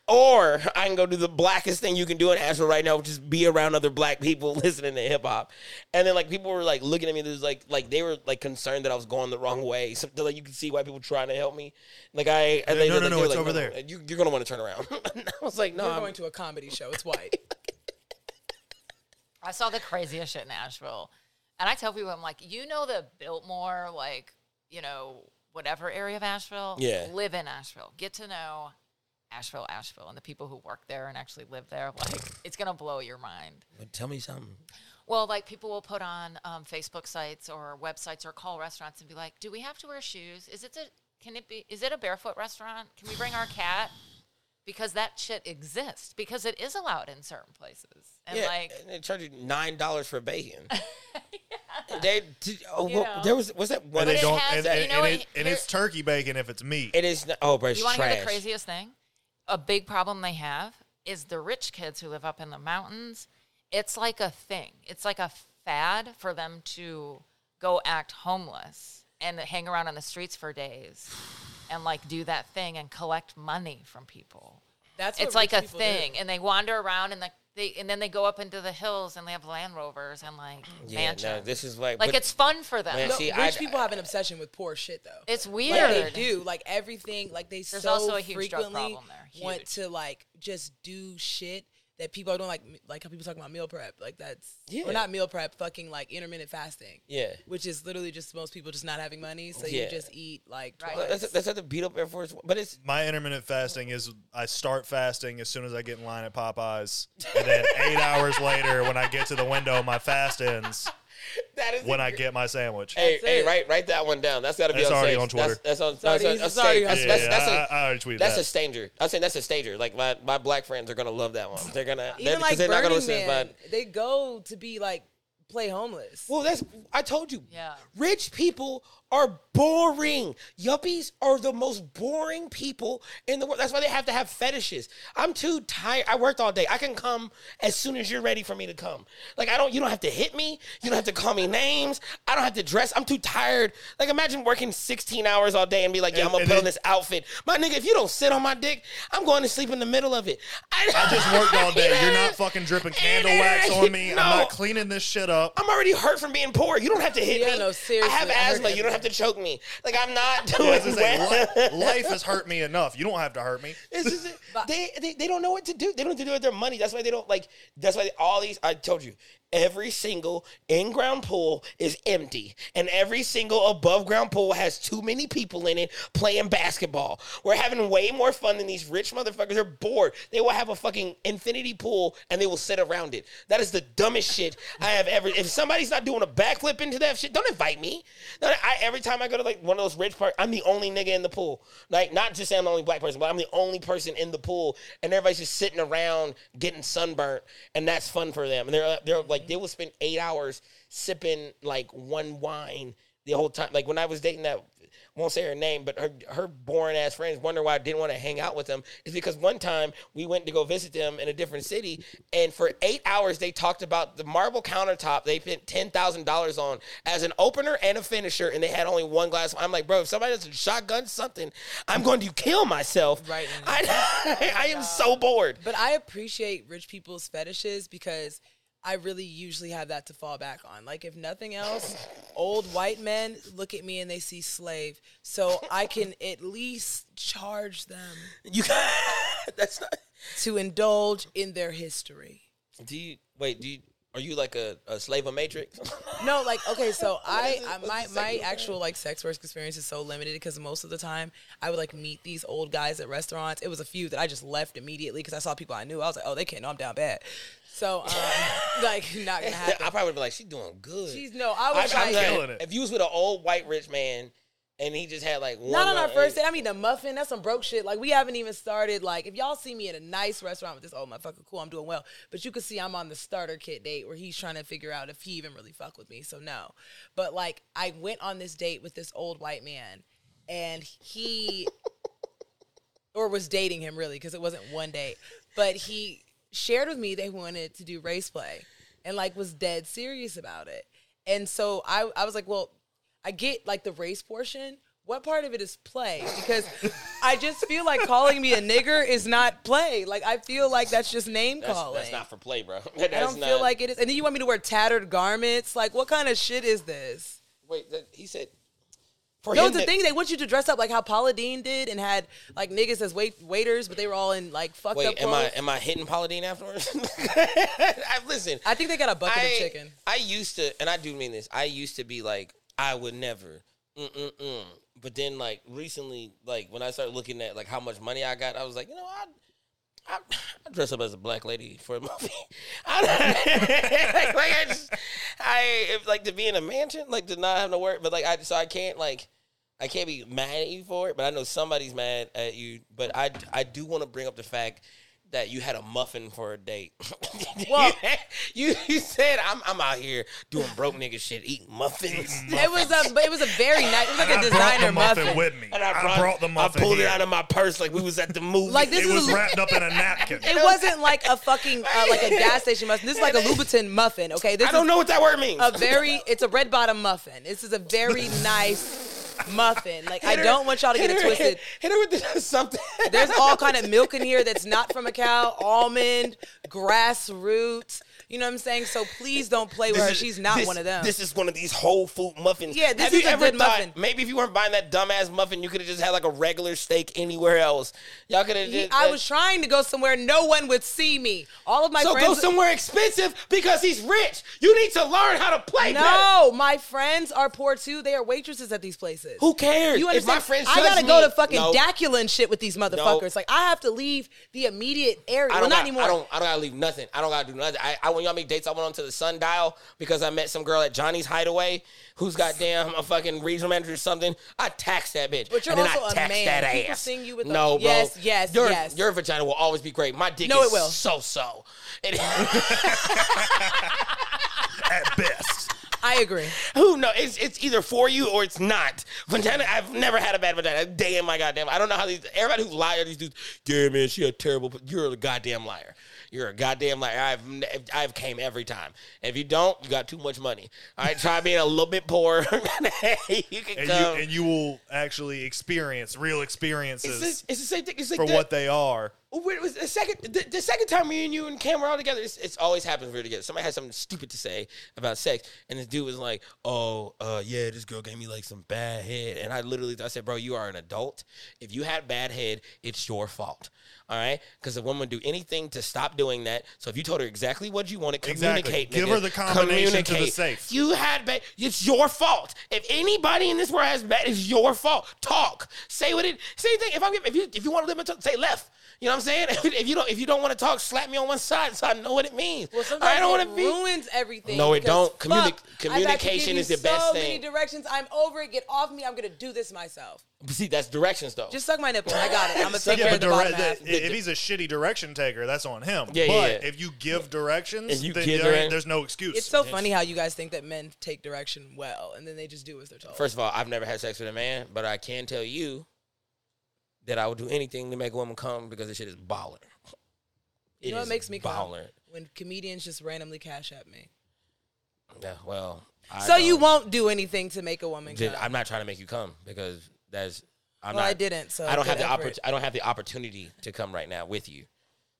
[SPEAKER 1] Or I can go do the blackest thing you can do in Asheville right now, which is be around other black people listening to hip hop. And then like people were like looking at me, there's like like they were like concerned that I was going the wrong way. So like you can see white people trying to help me. Like I and
[SPEAKER 2] No,
[SPEAKER 1] they,
[SPEAKER 2] no,
[SPEAKER 1] were,
[SPEAKER 2] no,
[SPEAKER 1] like,
[SPEAKER 2] no,
[SPEAKER 1] they were
[SPEAKER 2] it's
[SPEAKER 1] like,
[SPEAKER 2] over there.
[SPEAKER 1] You, you're gonna want to turn around. And I was like, no,
[SPEAKER 3] We're
[SPEAKER 1] I'm-
[SPEAKER 3] going to a comedy show. It's white.
[SPEAKER 4] I saw the craziest shit in Nashville. And I tell people, I'm like, you know the Biltmore, like, you know, whatever area of Asheville?
[SPEAKER 1] Yeah.
[SPEAKER 4] Live in Asheville. Get to know Asheville, Asheville, and the people who work there and actually live there. Like, it's going to blow your mind.
[SPEAKER 1] tell me something.
[SPEAKER 4] Well, like, people will put on um, Facebook sites or websites or call restaurants and be like, do we have to wear shoes? Is it a, can it be, is it a barefoot restaurant? Can we bring our cat? Because that shit exists because it is allowed in certain places. And
[SPEAKER 1] yeah,
[SPEAKER 4] like,
[SPEAKER 1] and they charge you nine dollars for bacon. They did, oh,
[SPEAKER 4] You
[SPEAKER 1] well,
[SPEAKER 4] know.
[SPEAKER 1] there was was that one.
[SPEAKER 2] And they
[SPEAKER 4] it
[SPEAKER 2] don't. And,
[SPEAKER 4] has- you
[SPEAKER 2] and, and
[SPEAKER 4] know what?
[SPEAKER 2] it, and it's turkey bacon if it's meat.
[SPEAKER 1] It is not, oh, bro, it's
[SPEAKER 4] You want to
[SPEAKER 1] trash.
[SPEAKER 4] hear the craziest thing? A big problem they have is the rich kids who live up in the mountains. It's like a thing. It's like a fad for them to go act homeless and hang around on the streets for days and like do that thing and collect money from people.
[SPEAKER 3] That's what
[SPEAKER 4] it's like
[SPEAKER 3] rich
[SPEAKER 4] a
[SPEAKER 3] people
[SPEAKER 4] thing,
[SPEAKER 3] Do.
[SPEAKER 4] and they wander around and like they and then they go up into the hills and they have Land Rovers and like
[SPEAKER 1] Yeah,
[SPEAKER 4] mansions.
[SPEAKER 1] no, this is like
[SPEAKER 4] like
[SPEAKER 1] but-
[SPEAKER 4] it's fun for them.
[SPEAKER 1] Man,
[SPEAKER 3] No,
[SPEAKER 1] See,
[SPEAKER 3] rich
[SPEAKER 1] I-
[SPEAKER 3] people have an obsession with poor shit though.
[SPEAKER 4] it's weird.
[SPEAKER 3] Like they do, like everything, like they
[SPEAKER 4] There's
[SPEAKER 3] so
[SPEAKER 4] also a huge drug
[SPEAKER 3] frequently
[SPEAKER 4] problem there.
[SPEAKER 3] want
[SPEAKER 4] Huge.
[SPEAKER 3] to like just do shit that people are doing, like like how people talking about meal prep, like that's
[SPEAKER 1] Yeah.
[SPEAKER 3] or not meal prep, fucking like intermittent fasting,
[SPEAKER 1] yeah.
[SPEAKER 3] which is literally just most people just not having money, so
[SPEAKER 1] Yeah.
[SPEAKER 3] you just eat like
[SPEAKER 4] Right.
[SPEAKER 3] twice.
[SPEAKER 1] That's that's not the beat up Air Force, One, but it's
[SPEAKER 2] My intermittent fasting is I start fasting as soon as I get in line at Popeyes, and then eight hours later, when I get to the window, my fast ends
[SPEAKER 1] that is
[SPEAKER 2] when I get my sandwich.
[SPEAKER 1] Hey,
[SPEAKER 3] That's
[SPEAKER 1] hey,
[SPEAKER 3] it.
[SPEAKER 1] write write that one down. That's got to be
[SPEAKER 2] That's
[SPEAKER 1] on
[SPEAKER 2] already
[SPEAKER 1] stage.
[SPEAKER 2] on Twitter.
[SPEAKER 1] That's, that's on.
[SPEAKER 3] already-
[SPEAKER 1] That's, on- that's,
[SPEAKER 3] it's already
[SPEAKER 1] stage.
[SPEAKER 3] on
[SPEAKER 1] that's,
[SPEAKER 2] yeah,
[SPEAKER 1] that's, that's a-
[SPEAKER 2] I, I already tweeted
[SPEAKER 1] that's a
[SPEAKER 2] that.
[SPEAKER 1] stanger. I'm saying that's a stanger. Like my, my black friends are gonna love that one. They're gonna they're,
[SPEAKER 3] Even
[SPEAKER 1] 'cause
[SPEAKER 3] like
[SPEAKER 1] they're not gonna
[SPEAKER 3] Burning
[SPEAKER 1] listen. to
[SPEAKER 3] Man,
[SPEAKER 1] mine.
[SPEAKER 3] they go to be like play homeless.
[SPEAKER 1] Well, that's I told you.
[SPEAKER 4] Yeah.
[SPEAKER 1] Rich people are boring. Yuppies are the most boring people in the world. That's why they have to have fetishes. I'm too tired. I worked all day. I can come as soon as you're ready for me to come. Like I don't you don't have to hit me. You don't have to call me names. I don't have to dress. I'm too tired. Like imagine working 16 hours all day and be like, yeah,
[SPEAKER 2] And-
[SPEAKER 1] I'm gonna
[SPEAKER 2] and
[SPEAKER 1] put on
[SPEAKER 2] then-
[SPEAKER 1] this outfit. My nigga, if you don't sit on my dick, I'm going to sleep in the middle of it. I,
[SPEAKER 2] I just worked all day. You're not fucking dripping candle wax on me. I'm
[SPEAKER 1] No.
[SPEAKER 2] not cleaning this shit up.
[SPEAKER 1] I'm already hurt from being poor. You don't have to hit
[SPEAKER 3] Yeah,
[SPEAKER 1] me.
[SPEAKER 3] no,
[SPEAKER 1] I
[SPEAKER 3] seriously,
[SPEAKER 1] have
[SPEAKER 3] I heard
[SPEAKER 1] asthma. You don't have to choke me. Like I'm not doing
[SPEAKER 2] Yeah, it's just like,
[SPEAKER 1] well.
[SPEAKER 2] li- life has hurt me enough. You don't have to hurt me.
[SPEAKER 1] It's just- they, they they don't know what to do. They don't know what to do with their money. That's why they don't like. That's why all these. I told you, every single in-ground pool is empty, and every single above-ground pool has too many people in it playing basketball. We're having way more fun than these rich motherfuckers. They're bored. They will have a fucking infinity pool and they will sit around it. That is the dumbest shit I have ever. If somebody's not doing a backflip into that shit, don't invite me. No, I, every time I go to like one of those rich parts, I'm the only nigga in the pool. Like, not just saying I'm the only black person, but I'm the only person in the pool, and everybody's just sitting around getting sunburnt, and that's fun for them. And they're they're like they will spend eight hours sipping like one wine the whole time. Like when I was dating that, I won't say her name, but her her boring ass friends wonder why I didn't want to hang out with them. Is because one time we went to go visit them in a different city, and for eight hours they talked about the marble countertop they spent ten thousand dollars on as an opener and a finisher, and they had only one glass. I'm like, bro, if somebody doesn't shotgun something, I'm going to kill myself.
[SPEAKER 3] Right.
[SPEAKER 1] I, I am so bored.
[SPEAKER 3] But I appreciate rich people's fetishes because I really usually have that to fall back on. Like if nothing else, old white men look at me and they see slave, so I can at least charge them
[SPEAKER 1] You. that's not.
[SPEAKER 3] to indulge in their history.
[SPEAKER 1] Do you wait? Do you? Are you like a, a slave of Matrix?
[SPEAKER 3] No, like okay, so I,
[SPEAKER 1] is it-
[SPEAKER 3] I
[SPEAKER 1] what's
[SPEAKER 3] my
[SPEAKER 1] the
[SPEAKER 3] my
[SPEAKER 1] second
[SPEAKER 3] actual like sex work experience is so limited because most of the time I would like meet these old guys at restaurants. It was a few that I just left immediately because I saw people I knew. I was like, oh, they can't know I'm down bad. So um, like not gonna
[SPEAKER 1] I
[SPEAKER 3] happen.
[SPEAKER 1] probably would be like, she's doing good.
[SPEAKER 3] Jeez, no, I was
[SPEAKER 1] I'm- I'm
[SPEAKER 3] like,
[SPEAKER 1] saying,
[SPEAKER 2] killing it.
[SPEAKER 1] If you was with an old white rich man and he just had like one,
[SPEAKER 3] not on our
[SPEAKER 1] little-
[SPEAKER 3] first date. I'm eating a muffin. That's some broke shit. Like we haven't even started. Like if y'all see me at a nice restaurant with this old motherfucker, cool, I'm doing well. But you can see I'm on the starter kit date where he's trying to figure out if he even really fuck with me. So no. But like I went on this date with this old white man, and he or was dating him really because it wasn't one date. But he shared with me they wanted to do race play and like was dead serious about it. And so I, I was like, well, I get like the race portion. what part of it is play? Because I just feel like calling me a nigger is not play. Like I feel like that's just name
[SPEAKER 1] That's,
[SPEAKER 3] calling.
[SPEAKER 1] that's not for play, bro.
[SPEAKER 3] I don't feel like it is. And then you want me to wear tattered garments? Like what kind of shit is this?
[SPEAKER 1] Wait, that, he said. For
[SPEAKER 3] No,
[SPEAKER 1] him
[SPEAKER 3] it's a
[SPEAKER 1] to-
[SPEAKER 3] thing. They want you to dress up like how Paula Deen did and had like niggas as wait- waiters, but they were all in like fucked up
[SPEAKER 1] Wait, am
[SPEAKER 3] clothes.
[SPEAKER 1] I
[SPEAKER 3] I,
[SPEAKER 1] am I hitting Pauladine afterwards? I listen.
[SPEAKER 3] think they got a bucket
[SPEAKER 1] I,
[SPEAKER 3] of chicken.
[SPEAKER 1] I used to, and I do mean this. I used to be like, I would never. Mm-mm-mm. But then, like recently, like when I started looking at like how much money I got, I was like, you know, I. I, I dress up as a black lady for a movie. I, don't- like, like I just, I if, like to be in a mansion, like to not have no work, but like I so I can't like I can't be mad at you for it. But I know somebody's mad at you. But I I do want to bring up the fact that you had a muffin for a date.
[SPEAKER 3] Well-
[SPEAKER 1] you you said I'm I'm out here doing broke nigga shit, eating muffins.
[SPEAKER 3] It was a, but it was a very nice. It was like
[SPEAKER 2] And
[SPEAKER 3] a
[SPEAKER 2] I brought
[SPEAKER 3] designer
[SPEAKER 2] the muffin,
[SPEAKER 3] muffin.
[SPEAKER 2] with me.
[SPEAKER 1] And
[SPEAKER 2] I brought, the muffin.
[SPEAKER 1] I pulled
[SPEAKER 2] here.
[SPEAKER 1] it out of my purse like we was at the movie.
[SPEAKER 3] Like this
[SPEAKER 2] It
[SPEAKER 3] is
[SPEAKER 2] was
[SPEAKER 3] a, lu-
[SPEAKER 2] wrapped up in a napkin.
[SPEAKER 3] it wasn't like a fucking uh, like a gas station muffin. This is like a Louboutin muffin. Okay, this
[SPEAKER 1] I don't
[SPEAKER 3] is
[SPEAKER 1] know what that word means.
[SPEAKER 3] a very. It's a red bottom muffin. This is a very nice muffin. Like I
[SPEAKER 1] Hit her-
[SPEAKER 3] don't want y'all to get
[SPEAKER 1] hit
[SPEAKER 3] it
[SPEAKER 1] her-
[SPEAKER 3] twisted.
[SPEAKER 1] Hit her with the- something.
[SPEAKER 3] There's all kind of milk in here that's not from a cow, almond, grassroots. You know what I'm saying? So please don't play with
[SPEAKER 1] This
[SPEAKER 3] her.
[SPEAKER 1] is-
[SPEAKER 3] She's not
[SPEAKER 1] this-
[SPEAKER 3] one of them.
[SPEAKER 1] This is one of these whole food muffins.
[SPEAKER 3] Yeah, this
[SPEAKER 1] Have
[SPEAKER 3] is
[SPEAKER 1] you
[SPEAKER 3] a
[SPEAKER 1] ever
[SPEAKER 3] good
[SPEAKER 1] thought,
[SPEAKER 3] muffin.
[SPEAKER 1] Maybe if you weren't buying that dumbass muffin, you could have just had like a regular steak anywhere else. Y'all could have.
[SPEAKER 3] He-
[SPEAKER 1] just.
[SPEAKER 3] I was trying to go somewhere no one would see me. All of my
[SPEAKER 1] so
[SPEAKER 3] friends.
[SPEAKER 1] go somewhere expensive because he's rich. You need to learn how to play. better.
[SPEAKER 3] no, my friends are poor too. They are waitresses at these places.
[SPEAKER 1] who cares?
[SPEAKER 3] You
[SPEAKER 1] if
[SPEAKER 3] understand?
[SPEAKER 1] my friend
[SPEAKER 3] I
[SPEAKER 1] shuts
[SPEAKER 3] gotta
[SPEAKER 1] me-
[SPEAKER 3] go to fucking
[SPEAKER 1] no,
[SPEAKER 3] Dacula and shit with these motherfuckers. Like I have to leave the immediate area.
[SPEAKER 1] I
[SPEAKER 3] well,
[SPEAKER 1] don't,
[SPEAKER 3] not
[SPEAKER 1] got,
[SPEAKER 3] anymore.
[SPEAKER 1] I don't. I don't gotta leave nothing. I don't gotta do nothing. I, I when y'all make dates, I went on to the sundial because I met some girl at Johnny's Hideaway who's goddamn a fucking regional manager or something. I taxed that bitch.
[SPEAKER 3] But you're
[SPEAKER 1] and then
[SPEAKER 3] also
[SPEAKER 1] I
[SPEAKER 3] a
[SPEAKER 1] taxed
[SPEAKER 3] man.
[SPEAKER 1] That
[SPEAKER 3] People
[SPEAKER 1] ass.
[SPEAKER 3] seeing you with a-
[SPEAKER 1] no, bro.
[SPEAKER 3] Yes, yes,
[SPEAKER 1] your,
[SPEAKER 3] yes.
[SPEAKER 1] Your vagina will always be great. My dick
[SPEAKER 3] No,
[SPEAKER 1] is
[SPEAKER 3] it will.
[SPEAKER 1] so so.
[SPEAKER 2] at best.
[SPEAKER 3] I agree.
[SPEAKER 1] who knows? It's it's either for you or it's not. Vagina. I've never had a bad vagina. A day in my goddamn. I don't know how these. Everybody who liar these dudes. Yeah, man, she a terrible. You're a goddamn liar. You're a goddamn liar. I've n- I've came every time. If you don't, you got too much money. All right, try being a little bit poor. you can
[SPEAKER 2] And you,
[SPEAKER 1] come.
[SPEAKER 2] and you will actually experience real
[SPEAKER 1] it's,
[SPEAKER 2] experiences
[SPEAKER 1] the- it's the same thing. It's like
[SPEAKER 2] for
[SPEAKER 1] the,
[SPEAKER 2] what they are.
[SPEAKER 1] Wait, it was the second the, the second time me and you and Cam were all together. It's, it's always happens when we're together. Somebody had something stupid to say about sex, and this dude was like, "Oh, uh, yeah, this girl gave me like some bad head," and I literally I said, "Bro, you are an adult. If you had bad head, it's your fault." All right, because a woman would do anything to stop doing that. So if you told her exactly what you wanted,
[SPEAKER 2] Exactly.
[SPEAKER 1] communicate.
[SPEAKER 2] Give
[SPEAKER 1] nigga.
[SPEAKER 2] her the combination to the
[SPEAKER 1] Communicate.
[SPEAKER 2] safe.
[SPEAKER 1] You had bad. It's your fault. If anybody in this world has bad, it's your fault. Talk. Say what it. Same thing. If I'm giving- if you if you want to live, in t- say left. You know what I'm saying? If, you don't if you don't want to talk, slap me on one side so I know what it means.
[SPEAKER 3] Well, sometimes
[SPEAKER 1] I don't
[SPEAKER 3] it
[SPEAKER 1] want to be.
[SPEAKER 3] ruins everything.
[SPEAKER 1] No, it
[SPEAKER 3] because,
[SPEAKER 1] don't.
[SPEAKER 3] fuck,
[SPEAKER 1] Communi-
[SPEAKER 3] I've had to
[SPEAKER 1] communication
[SPEAKER 3] give you
[SPEAKER 1] is the best
[SPEAKER 3] so
[SPEAKER 1] thing.
[SPEAKER 3] many directions. I'm over it. Get off me. I'm gonna do this myself.
[SPEAKER 1] See, that's directions though.
[SPEAKER 3] Just suck my nipple. I got it. I'm gonna
[SPEAKER 1] Suck
[SPEAKER 3] take
[SPEAKER 1] it,
[SPEAKER 3] care of
[SPEAKER 2] but
[SPEAKER 3] the bottom
[SPEAKER 2] direct-
[SPEAKER 3] half.
[SPEAKER 2] i- if he's a shitty direction taker, that's on him.
[SPEAKER 1] Yeah, yeah,
[SPEAKER 2] but
[SPEAKER 1] yeah.
[SPEAKER 2] if you give directions,
[SPEAKER 1] If you
[SPEAKER 2] then
[SPEAKER 1] give
[SPEAKER 2] there ain't-
[SPEAKER 1] direct-
[SPEAKER 2] there's no excuse.
[SPEAKER 3] It's so funny how you guys think that men take direction well, and then they just do as they're told.
[SPEAKER 1] First of all, I've never had sex with a man, but I can tell you that I would do anything to make a woman come because this shit is baller.
[SPEAKER 3] you know
[SPEAKER 1] It
[SPEAKER 3] what
[SPEAKER 1] is
[SPEAKER 3] makes me calm?
[SPEAKER 1] baller.
[SPEAKER 3] when comedians just randomly cash at me.
[SPEAKER 1] Yeah, well, I
[SPEAKER 3] so you
[SPEAKER 1] don't-
[SPEAKER 3] won't do anything to make a woman
[SPEAKER 1] Did-
[SPEAKER 3] come.
[SPEAKER 1] I'm not trying to make you come because that's I'm
[SPEAKER 3] well,
[SPEAKER 1] not.
[SPEAKER 3] I didn't. So
[SPEAKER 1] I don't
[SPEAKER 3] good
[SPEAKER 1] have the
[SPEAKER 3] effort.
[SPEAKER 1] oppor- I don't have the opportunity to come right now with you.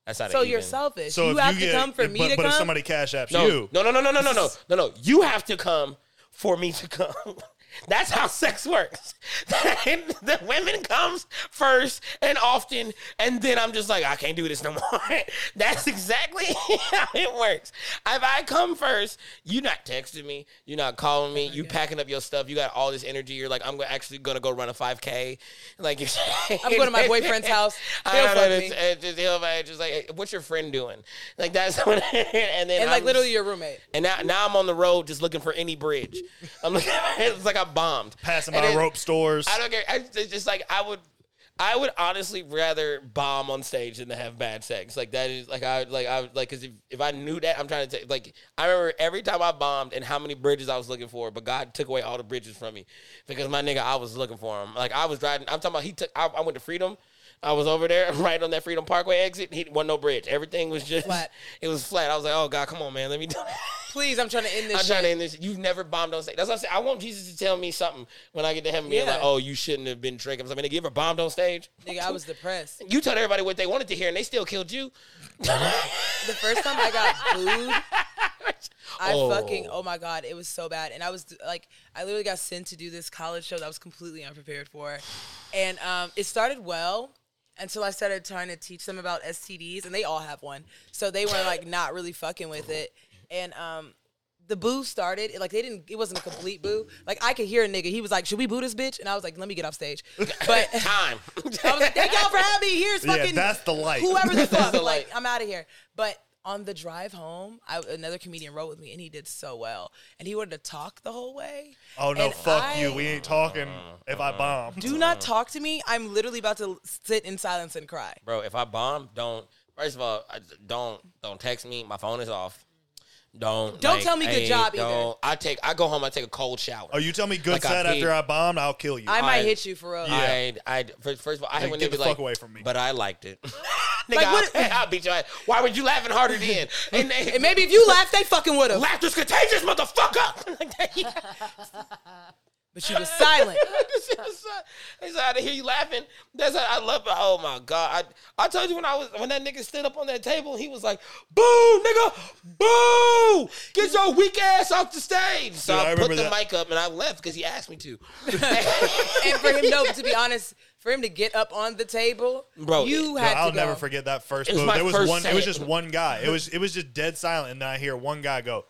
[SPEAKER 1] That's not.
[SPEAKER 3] So
[SPEAKER 1] an
[SPEAKER 3] you're
[SPEAKER 1] even-
[SPEAKER 3] selfish.
[SPEAKER 2] So
[SPEAKER 3] you
[SPEAKER 2] if
[SPEAKER 3] have
[SPEAKER 2] you
[SPEAKER 3] to
[SPEAKER 2] get-
[SPEAKER 3] come for
[SPEAKER 2] if-
[SPEAKER 3] me
[SPEAKER 2] but,
[SPEAKER 3] to
[SPEAKER 2] but
[SPEAKER 3] come.
[SPEAKER 2] if somebody cash apps
[SPEAKER 1] No,
[SPEAKER 2] you,
[SPEAKER 1] no, no, no, no, no, no, no, no, no. You have to come for me to come. That's how sex works. the women comes first and often, and then I'm just like, I can't do this no more. That's exactly how it works. If I come first, you not texting me, you not calling me, you packing up your stuff, you got all this energy. You're like, I'm go- actually gonna go run a 5K. Like, I'm
[SPEAKER 3] going to my boyfriend's house. He'll fuck me.
[SPEAKER 1] it's just, he'll be just like, "Hey, what's your friend doing? Like that's what, and then I'm
[SPEAKER 3] and like literally
[SPEAKER 1] just-
[SPEAKER 3] your roommate.
[SPEAKER 1] and now now I'm on the road just looking for any bridge. I'm looking, it's like I bombed.
[SPEAKER 2] passing
[SPEAKER 1] And
[SPEAKER 2] by
[SPEAKER 1] it-
[SPEAKER 2] rope stores.
[SPEAKER 1] I don't care. I, it's just like I would, I would honestly rather bomb on stage than to have bad sex. Like that is like I like I like because if, if I knew that I'm trying to take like I remember every time I bombed and how many bridges I was looking for, but God took away all the bridges from me because my nigga I was looking for him. Like I was driving. I'm talking about he took. I, I went to Freedom. I was over there right on that Freedom Parkway exit. He wasn't no bridge. Everything was just
[SPEAKER 3] Flat.
[SPEAKER 1] It was flat. I was like, oh God, come on, man, let me. Do
[SPEAKER 3] Please, I'm trying to end
[SPEAKER 1] I'm
[SPEAKER 3] this.
[SPEAKER 1] trying to
[SPEAKER 3] shit.
[SPEAKER 1] end this. You've never bombed on stage. That's what I'm saying. I want Jesus to tell me something when I get to heaven. Being
[SPEAKER 3] Yeah.
[SPEAKER 1] like, oh, you shouldn't have been drinking. I'm like, man, you ever bombed on stage?
[SPEAKER 3] Nigga, I was depressed.
[SPEAKER 1] You told everybody what they wanted to hear, and they still killed you.
[SPEAKER 3] The first time I got booed, I
[SPEAKER 1] Oh.
[SPEAKER 3] fucking oh my god, it was so bad. And I was like, I literally got sent to do this college show that I was completely unprepared for, and um, it started well until I started trying to teach them about STDs, and they all have one, so they were like not really fucking with it, and um. The boo started it, like they didn't. It wasn't a complete boo. Like I could hear a nigga. He was like, "Should we boo this bitch?" And I was like, "Let me get off stage." But
[SPEAKER 1] Time.
[SPEAKER 3] I was like, thank y'all for having me. Here's
[SPEAKER 2] Yeah,
[SPEAKER 3] fucking
[SPEAKER 2] that's the light.
[SPEAKER 3] Whoever the fuck,
[SPEAKER 1] the light.
[SPEAKER 3] like I'm out of here. But on the drive home, I, another comedian rode with me, and he did so well. And he wanted to talk the whole way.
[SPEAKER 2] Oh no,
[SPEAKER 3] And
[SPEAKER 2] fuck
[SPEAKER 3] I-
[SPEAKER 2] you. We ain't talking
[SPEAKER 1] Uh,
[SPEAKER 2] if I bomb.
[SPEAKER 3] Do not talk to me. I'm literally about to sit in silence and cry.
[SPEAKER 1] bro. If I bomb, don't. First of all, I, don't don't text me. My phone is off. Don't
[SPEAKER 3] Don't
[SPEAKER 1] like,
[SPEAKER 3] tell me good
[SPEAKER 1] hey,
[SPEAKER 3] job either.
[SPEAKER 1] don't. I take I go home. I take a cold shower.
[SPEAKER 2] Oh, you tell me good
[SPEAKER 1] Like I
[SPEAKER 2] set
[SPEAKER 1] peed.
[SPEAKER 2] after I bombed, I'll kill you.
[SPEAKER 3] I might
[SPEAKER 1] I-
[SPEAKER 3] hit you for real.
[SPEAKER 2] Yeah.
[SPEAKER 1] I I first, first of all I hate
[SPEAKER 2] Like,
[SPEAKER 1] when
[SPEAKER 2] get
[SPEAKER 1] they be
[SPEAKER 2] the fuck
[SPEAKER 1] like,
[SPEAKER 2] away from me.
[SPEAKER 1] But I liked it. Nigga,
[SPEAKER 3] Like,
[SPEAKER 1] I'll,
[SPEAKER 3] what-
[SPEAKER 1] I'll beat your ass. Why were you laughing harder then? And, they,
[SPEAKER 3] And maybe if you laughed, they fucking would have.
[SPEAKER 1] laughter's contagious, motherfucker.
[SPEAKER 3] But you was silent.
[SPEAKER 1] He's out of hear you laughing. That's how I love. Oh my god! I, I told you when I was when that nigga stood up on that table, he was like, "Boo, nigga, boo! Get your weak ass off the stage." So
[SPEAKER 2] Dude, I
[SPEAKER 1] I, put
[SPEAKER 2] remember
[SPEAKER 1] the
[SPEAKER 2] that.
[SPEAKER 1] mic up and I left because he asked me to.
[SPEAKER 3] And for him, no. To be honest, for him to get up on the table,
[SPEAKER 1] Bro,
[SPEAKER 3] you
[SPEAKER 1] it-
[SPEAKER 2] Yo,
[SPEAKER 3] had
[SPEAKER 2] I'll
[SPEAKER 3] to go.
[SPEAKER 2] never forget that first
[SPEAKER 1] It was
[SPEAKER 2] boo.
[SPEAKER 1] my
[SPEAKER 2] There was
[SPEAKER 1] first
[SPEAKER 2] one. It was
[SPEAKER 1] set.
[SPEAKER 2] just one guy. It was it was just dead silent, and then I hear one guy go,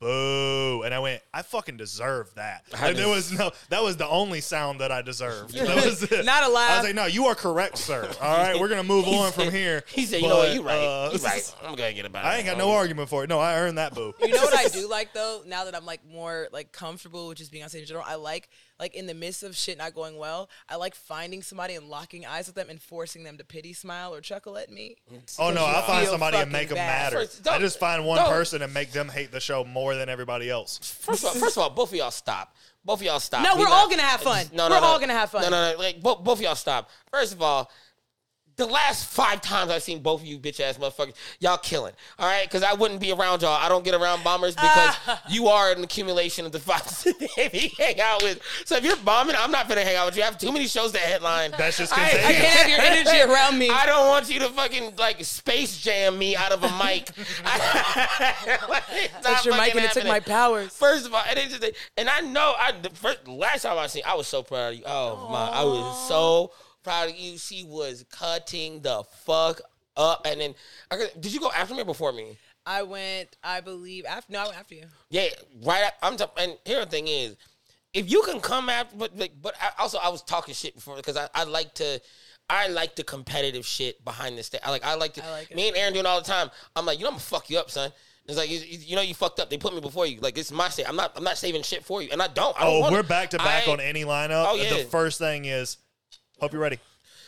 [SPEAKER 2] "Boo!" And I went, "I fucking deserve that."
[SPEAKER 1] I
[SPEAKER 2] Like, there
[SPEAKER 1] do.
[SPEAKER 2] was no. That was the only sound that I deserved. That was it.
[SPEAKER 3] Not a
[SPEAKER 2] I
[SPEAKER 3] laugh.
[SPEAKER 2] was like, "No, you are correct, sir. All right, we're gonna move on from here."
[SPEAKER 1] He said, "You know what?
[SPEAKER 2] But,
[SPEAKER 1] You right.
[SPEAKER 2] uh,
[SPEAKER 1] you right. I'm gonna get about it. Oh,
[SPEAKER 2] I ain't got no
[SPEAKER 1] homie."
[SPEAKER 2] argument for it. No, I earned that boo.
[SPEAKER 3] You know what I do like though? Now that I'm like more like comfortable with just being on stage in general, I like like in the midst of shit not going well, I like finding somebody and locking eyes with them and forcing them to pity smile or chuckle at me.
[SPEAKER 2] Oh no, I find
[SPEAKER 3] feel
[SPEAKER 2] somebody and
[SPEAKER 3] fucking
[SPEAKER 2] make them
[SPEAKER 3] bad.
[SPEAKER 2] matter.
[SPEAKER 1] First,
[SPEAKER 2] I
[SPEAKER 1] don't-
[SPEAKER 2] just find one
[SPEAKER 1] don't-
[SPEAKER 2] person and make them hate the show more than everybody else.
[SPEAKER 1] First of all, first of all, both of y'all stop. Both of y'all stop.
[SPEAKER 3] No,
[SPEAKER 1] We
[SPEAKER 3] we're all gonna have fun. We're all gonna have fun.
[SPEAKER 1] No, no, no. Like bo- both of y'all stop. First of all, the last five times I've seen both of you bitch ass motherfuckers, y'all killing. All right, because I wouldn't be around y'all. I don't get around bombers because you are an accumulation of the fives that we hang out with. So if you're bombing, I'm not gonna hang out with you. I have too many shows to headline.
[SPEAKER 2] That's just
[SPEAKER 1] I- I
[SPEAKER 2] contagious.
[SPEAKER 3] Can't have your energy around me.
[SPEAKER 1] I don't want you to fucking like space jam me out of a mic.
[SPEAKER 3] That's
[SPEAKER 1] That's
[SPEAKER 3] your mic and it took my powers.
[SPEAKER 1] First of all, and it just and I know I the first the last time I seen I was so proud of you. Oh my, I was so proud of you. She was cutting the fuck up, and then I, could- did you go after me or before me?
[SPEAKER 3] I went, I believe after no, I went after you.
[SPEAKER 1] Yeah, right. a- I'm talking. And here the thing is, if you can come after, but but, but I, also I was talking shit before because I, I like to. I like the competitive shit behind this thing. I like I like, to,
[SPEAKER 3] I like it.
[SPEAKER 1] me and Aaron doing all the time. I'm like, you know, I'm gonna fuck you up, son. It's like you, you you know you fucked up. They put me before you. Like this is my shit. I'm not I'm not saving shit for you, and I don't. I don't
[SPEAKER 2] Oh,
[SPEAKER 1] wanna.
[SPEAKER 2] we're back to back
[SPEAKER 1] I-
[SPEAKER 2] on any lineup.
[SPEAKER 1] Oh, yeah.
[SPEAKER 2] The first thing is, hope you're ready.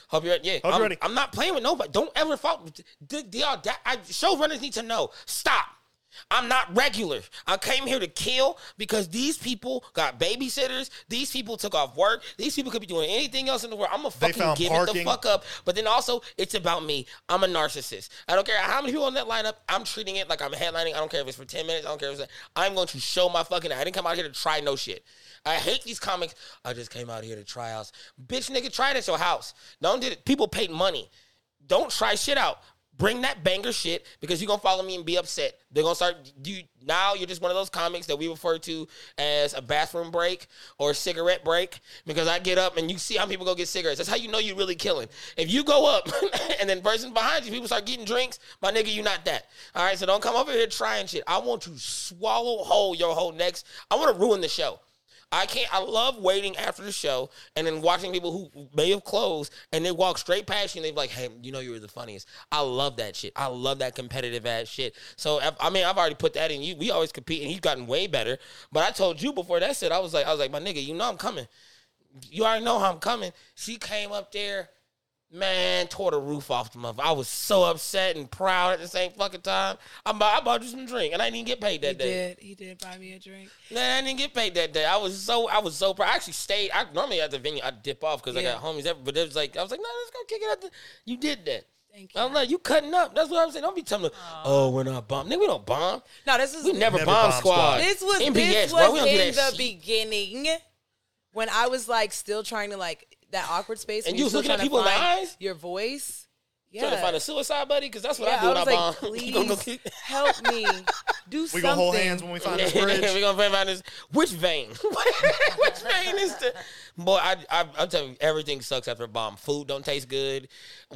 [SPEAKER 1] Hope you're yeah.
[SPEAKER 2] you're
[SPEAKER 1] I'm,
[SPEAKER 2] ready.
[SPEAKER 1] I'm not playing with nobody. Don't ever fault the, the auda- I, show runners need to know. Stop. I'm not regular. I came here to kill because these people got babysitters. These people took off work. These people could be doing anything else in the world. I'm gonna fucking
[SPEAKER 2] found
[SPEAKER 1] give it
[SPEAKER 2] parking.
[SPEAKER 1] the fuck up. But then also, it's about me. I'm a narcissist. I don't care how many people on that lineup. I'm treating it like I'm headlining. I don't care if it's for ten minutes. I don't care if it's. I'm going to show my fucking. I didn't come out here to try no shit. I hate these comics. I just came out here to try out. Bitch, nigga, try it at your house. Don't did it. People paid money. Don't try shit out. Bring that banger shit because you're gonna follow me and be upset. They're gonna start you now. You're just one of those comics that we refer to as a bathroom break or a cigarette break because I get up and you see how people go get cigarettes. That's how you know you're really killing. If you go up and then person behind you, people start getting drinks. My nigga, you not that. All right, so don't come over here trying shit. I want to swallow whole your whole next. I want to ruin the show. I can't. I love waiting after the show and then watching people who may have closed and they walk straight past you and they're like, "Hey, you know you were the funniest." I love that shit. I love that competitive ass shit. So I, I mean, I've already put that in. You, we always compete, and he's gotten way better. But I told you before that shit, I was like, I was like, my nigga, you know I'm coming. You already know how I'm coming. She came up there. Man, tore the roof off the mother. I was so upset and proud at the same fucking time. I bought, I bought you some drink, and I didn't even get paid that
[SPEAKER 3] He
[SPEAKER 1] day.
[SPEAKER 3] did. He did buy me a drink.
[SPEAKER 1] Man, I didn't get paid that day. I was so I was so proud. I actually stayed. I normally at the venue I dip off because I
[SPEAKER 3] Yeah.
[SPEAKER 1] got homies. every- But it was like I was like, no, let's go kick it out. The, you did that.
[SPEAKER 3] Thank you.
[SPEAKER 1] I'm like, you cutting up. That's what I'm saying. Don't be telling me, oh, we're not bomb. Nigga, we don't bomb.
[SPEAKER 3] no, this is
[SPEAKER 1] We never,
[SPEAKER 2] Never
[SPEAKER 1] bomb,
[SPEAKER 2] bomb
[SPEAKER 1] squad.
[SPEAKER 2] squad.
[SPEAKER 3] This was
[SPEAKER 1] NBS,
[SPEAKER 3] this
[SPEAKER 1] bro.
[SPEAKER 3] was
[SPEAKER 1] We don't do that
[SPEAKER 3] in the
[SPEAKER 1] shit.
[SPEAKER 3] beginning when I was like still trying to like that awkward space.
[SPEAKER 1] And
[SPEAKER 3] when
[SPEAKER 1] you
[SPEAKER 3] you're
[SPEAKER 1] was
[SPEAKER 3] still
[SPEAKER 1] looking at
[SPEAKER 3] trying to
[SPEAKER 1] people in the
[SPEAKER 3] find
[SPEAKER 1] eyes?
[SPEAKER 3] Your voice. Yeah.
[SPEAKER 1] Trying to find a suicide buddy because that's what
[SPEAKER 3] yeah,
[SPEAKER 1] I do when I,
[SPEAKER 3] was like,
[SPEAKER 1] bomb.
[SPEAKER 3] please
[SPEAKER 1] You gonna go kick-
[SPEAKER 3] help me do something.
[SPEAKER 2] We gonna hold hands when we find this
[SPEAKER 1] we
[SPEAKER 2] bridge.
[SPEAKER 1] gonna find out this which vein, which vein is the boy. I, I I'm telling you, everything sucks after a bomb. Food don't taste good,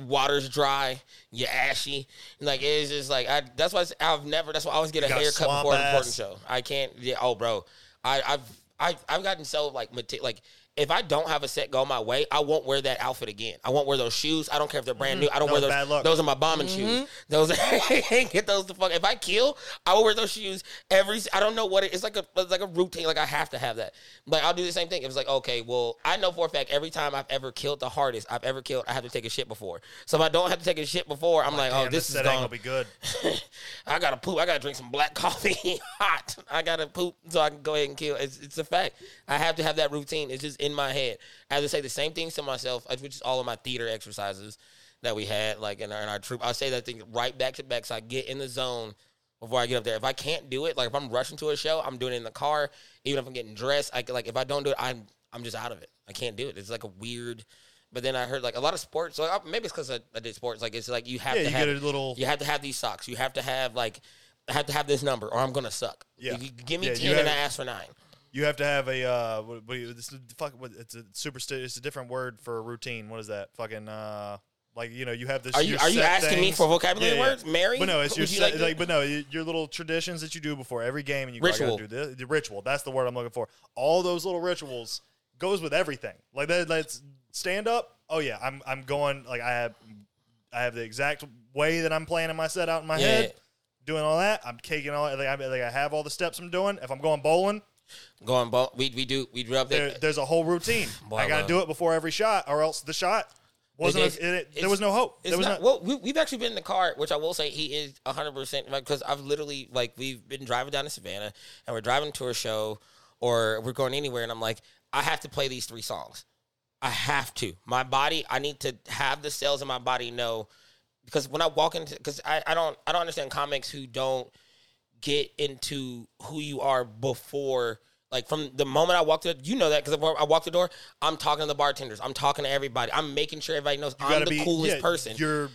[SPEAKER 1] water's dry, you're ashy. Like it's just like I. That's why I s- I've never. That's why I always get a
[SPEAKER 2] got a
[SPEAKER 1] haircut
[SPEAKER 2] swamp
[SPEAKER 1] before an important
[SPEAKER 2] ass.
[SPEAKER 1] show. I can't. Yeah. Oh, bro. I I've I, I've gotten so like mate- like. If I don't have a set go my way, I won't wear that outfit again. I won't wear those shoes. I don't care if they're brand new. I don't
[SPEAKER 2] No,
[SPEAKER 1] wear those.
[SPEAKER 2] Mm-hmm. bad luck. Mm-hmm.
[SPEAKER 1] Those are my bombing shoes. Those get those the fuck. If I kill, I will wear those shoes every. I don't know what it, it's like a it's like a routine. Like I have to have that. Like I'll do the same thing. It was like okay, well I know for a fact every time I've ever killed the hardest I've ever killed, I have to take a shit before. So if I don't have to take a shit before, I'm like, oh
[SPEAKER 2] Damn,
[SPEAKER 1] this
[SPEAKER 2] this
[SPEAKER 1] is
[SPEAKER 2] set ain't
[SPEAKER 1] gone.
[SPEAKER 2] gonna be good.
[SPEAKER 1] I gotta poop. I gotta drink some black coffee hot. I gotta poop so I can go ahead and kill. It's, it's a fact. I have to have that routine. It's just in my head. I have to say the same things to myself, uh, which is all of my theater exercises that we had, like in our, in our troop. I say that thing right back to back, so I get in the zone before I get up there. If I can't do it, like if I'm rushing to a show, I'm doing it in the car. Even if I'm getting dressed, I c- like if I don't do it, I'm I'm just out of it. I can't do it. It's like a weird. But then I heard like a lot of sports. Like I- maybe it's because I, I did sports. Like it's like you have
[SPEAKER 2] Yeah,
[SPEAKER 1] to
[SPEAKER 2] you
[SPEAKER 1] have
[SPEAKER 2] get a little-
[SPEAKER 1] you have to have these socks. You have to have like I have to have this number, or I'm gonna suck.
[SPEAKER 2] Yeah.
[SPEAKER 1] You give me
[SPEAKER 2] Yeah, you
[SPEAKER 1] ten, and I
[SPEAKER 2] have-
[SPEAKER 1] ask for nine.
[SPEAKER 2] You have to have a uh, what, what, this is- fuck. What, it's a superstition. It's a different word for a routine. What is that? Fucking uh, like you know, you have this.
[SPEAKER 1] Are you
[SPEAKER 2] your
[SPEAKER 1] are you
[SPEAKER 2] set
[SPEAKER 1] asking me
[SPEAKER 2] things.
[SPEAKER 1] for vocabulary
[SPEAKER 2] Yeah, yeah.
[SPEAKER 1] words? Mary?
[SPEAKER 2] But no, it's your
[SPEAKER 1] Would you
[SPEAKER 2] set,
[SPEAKER 1] like
[SPEAKER 2] like,
[SPEAKER 1] to-
[SPEAKER 2] but no, y- your little traditions that you do before every game, and you go, I
[SPEAKER 1] Ritual.
[SPEAKER 2] gotta do this. The ritual. That's the word I'm looking for. All those little rituals goes with everything. Like that. Let's stand up. Oh yeah, I'm I'm going. Like I have I have the exact way that I'm planning my set out in my
[SPEAKER 1] Yeah.
[SPEAKER 2] head. Doing all that, I'm taking all. Like I, like I have all the steps I'm doing. If I'm going bowling,
[SPEAKER 1] Going, bo- we we do we rub
[SPEAKER 2] there,
[SPEAKER 1] that.
[SPEAKER 2] there's a whole routine.
[SPEAKER 1] Boy,
[SPEAKER 2] I got
[SPEAKER 1] wow.
[SPEAKER 2] to do it before every shot, or else the shot wasn't.
[SPEAKER 1] is-
[SPEAKER 2] a, it, it-
[SPEAKER 1] it's-
[SPEAKER 2] there was no hope.
[SPEAKER 1] It's
[SPEAKER 2] There was
[SPEAKER 1] not,
[SPEAKER 2] not.
[SPEAKER 1] well, we, we've actually been in the car, which I will say he is 100% because I've literally, like, we've been driving down to Savannah and we're driving to a show or we're going anywhere, and I'm like, I have to play these three songs. I have to. My body, I need to have the cells in my body know because when I walk into, because I, I don't, I don't understand comics who don't get into who you are before like from the moment I walked the you know that because I walked the door, I'm talking to the bartenders, I'm talking to everybody, I'm making sure everybody knows
[SPEAKER 2] you gotta
[SPEAKER 1] I'm the
[SPEAKER 2] be-
[SPEAKER 1] coolest
[SPEAKER 2] yeah,
[SPEAKER 1] person
[SPEAKER 2] You're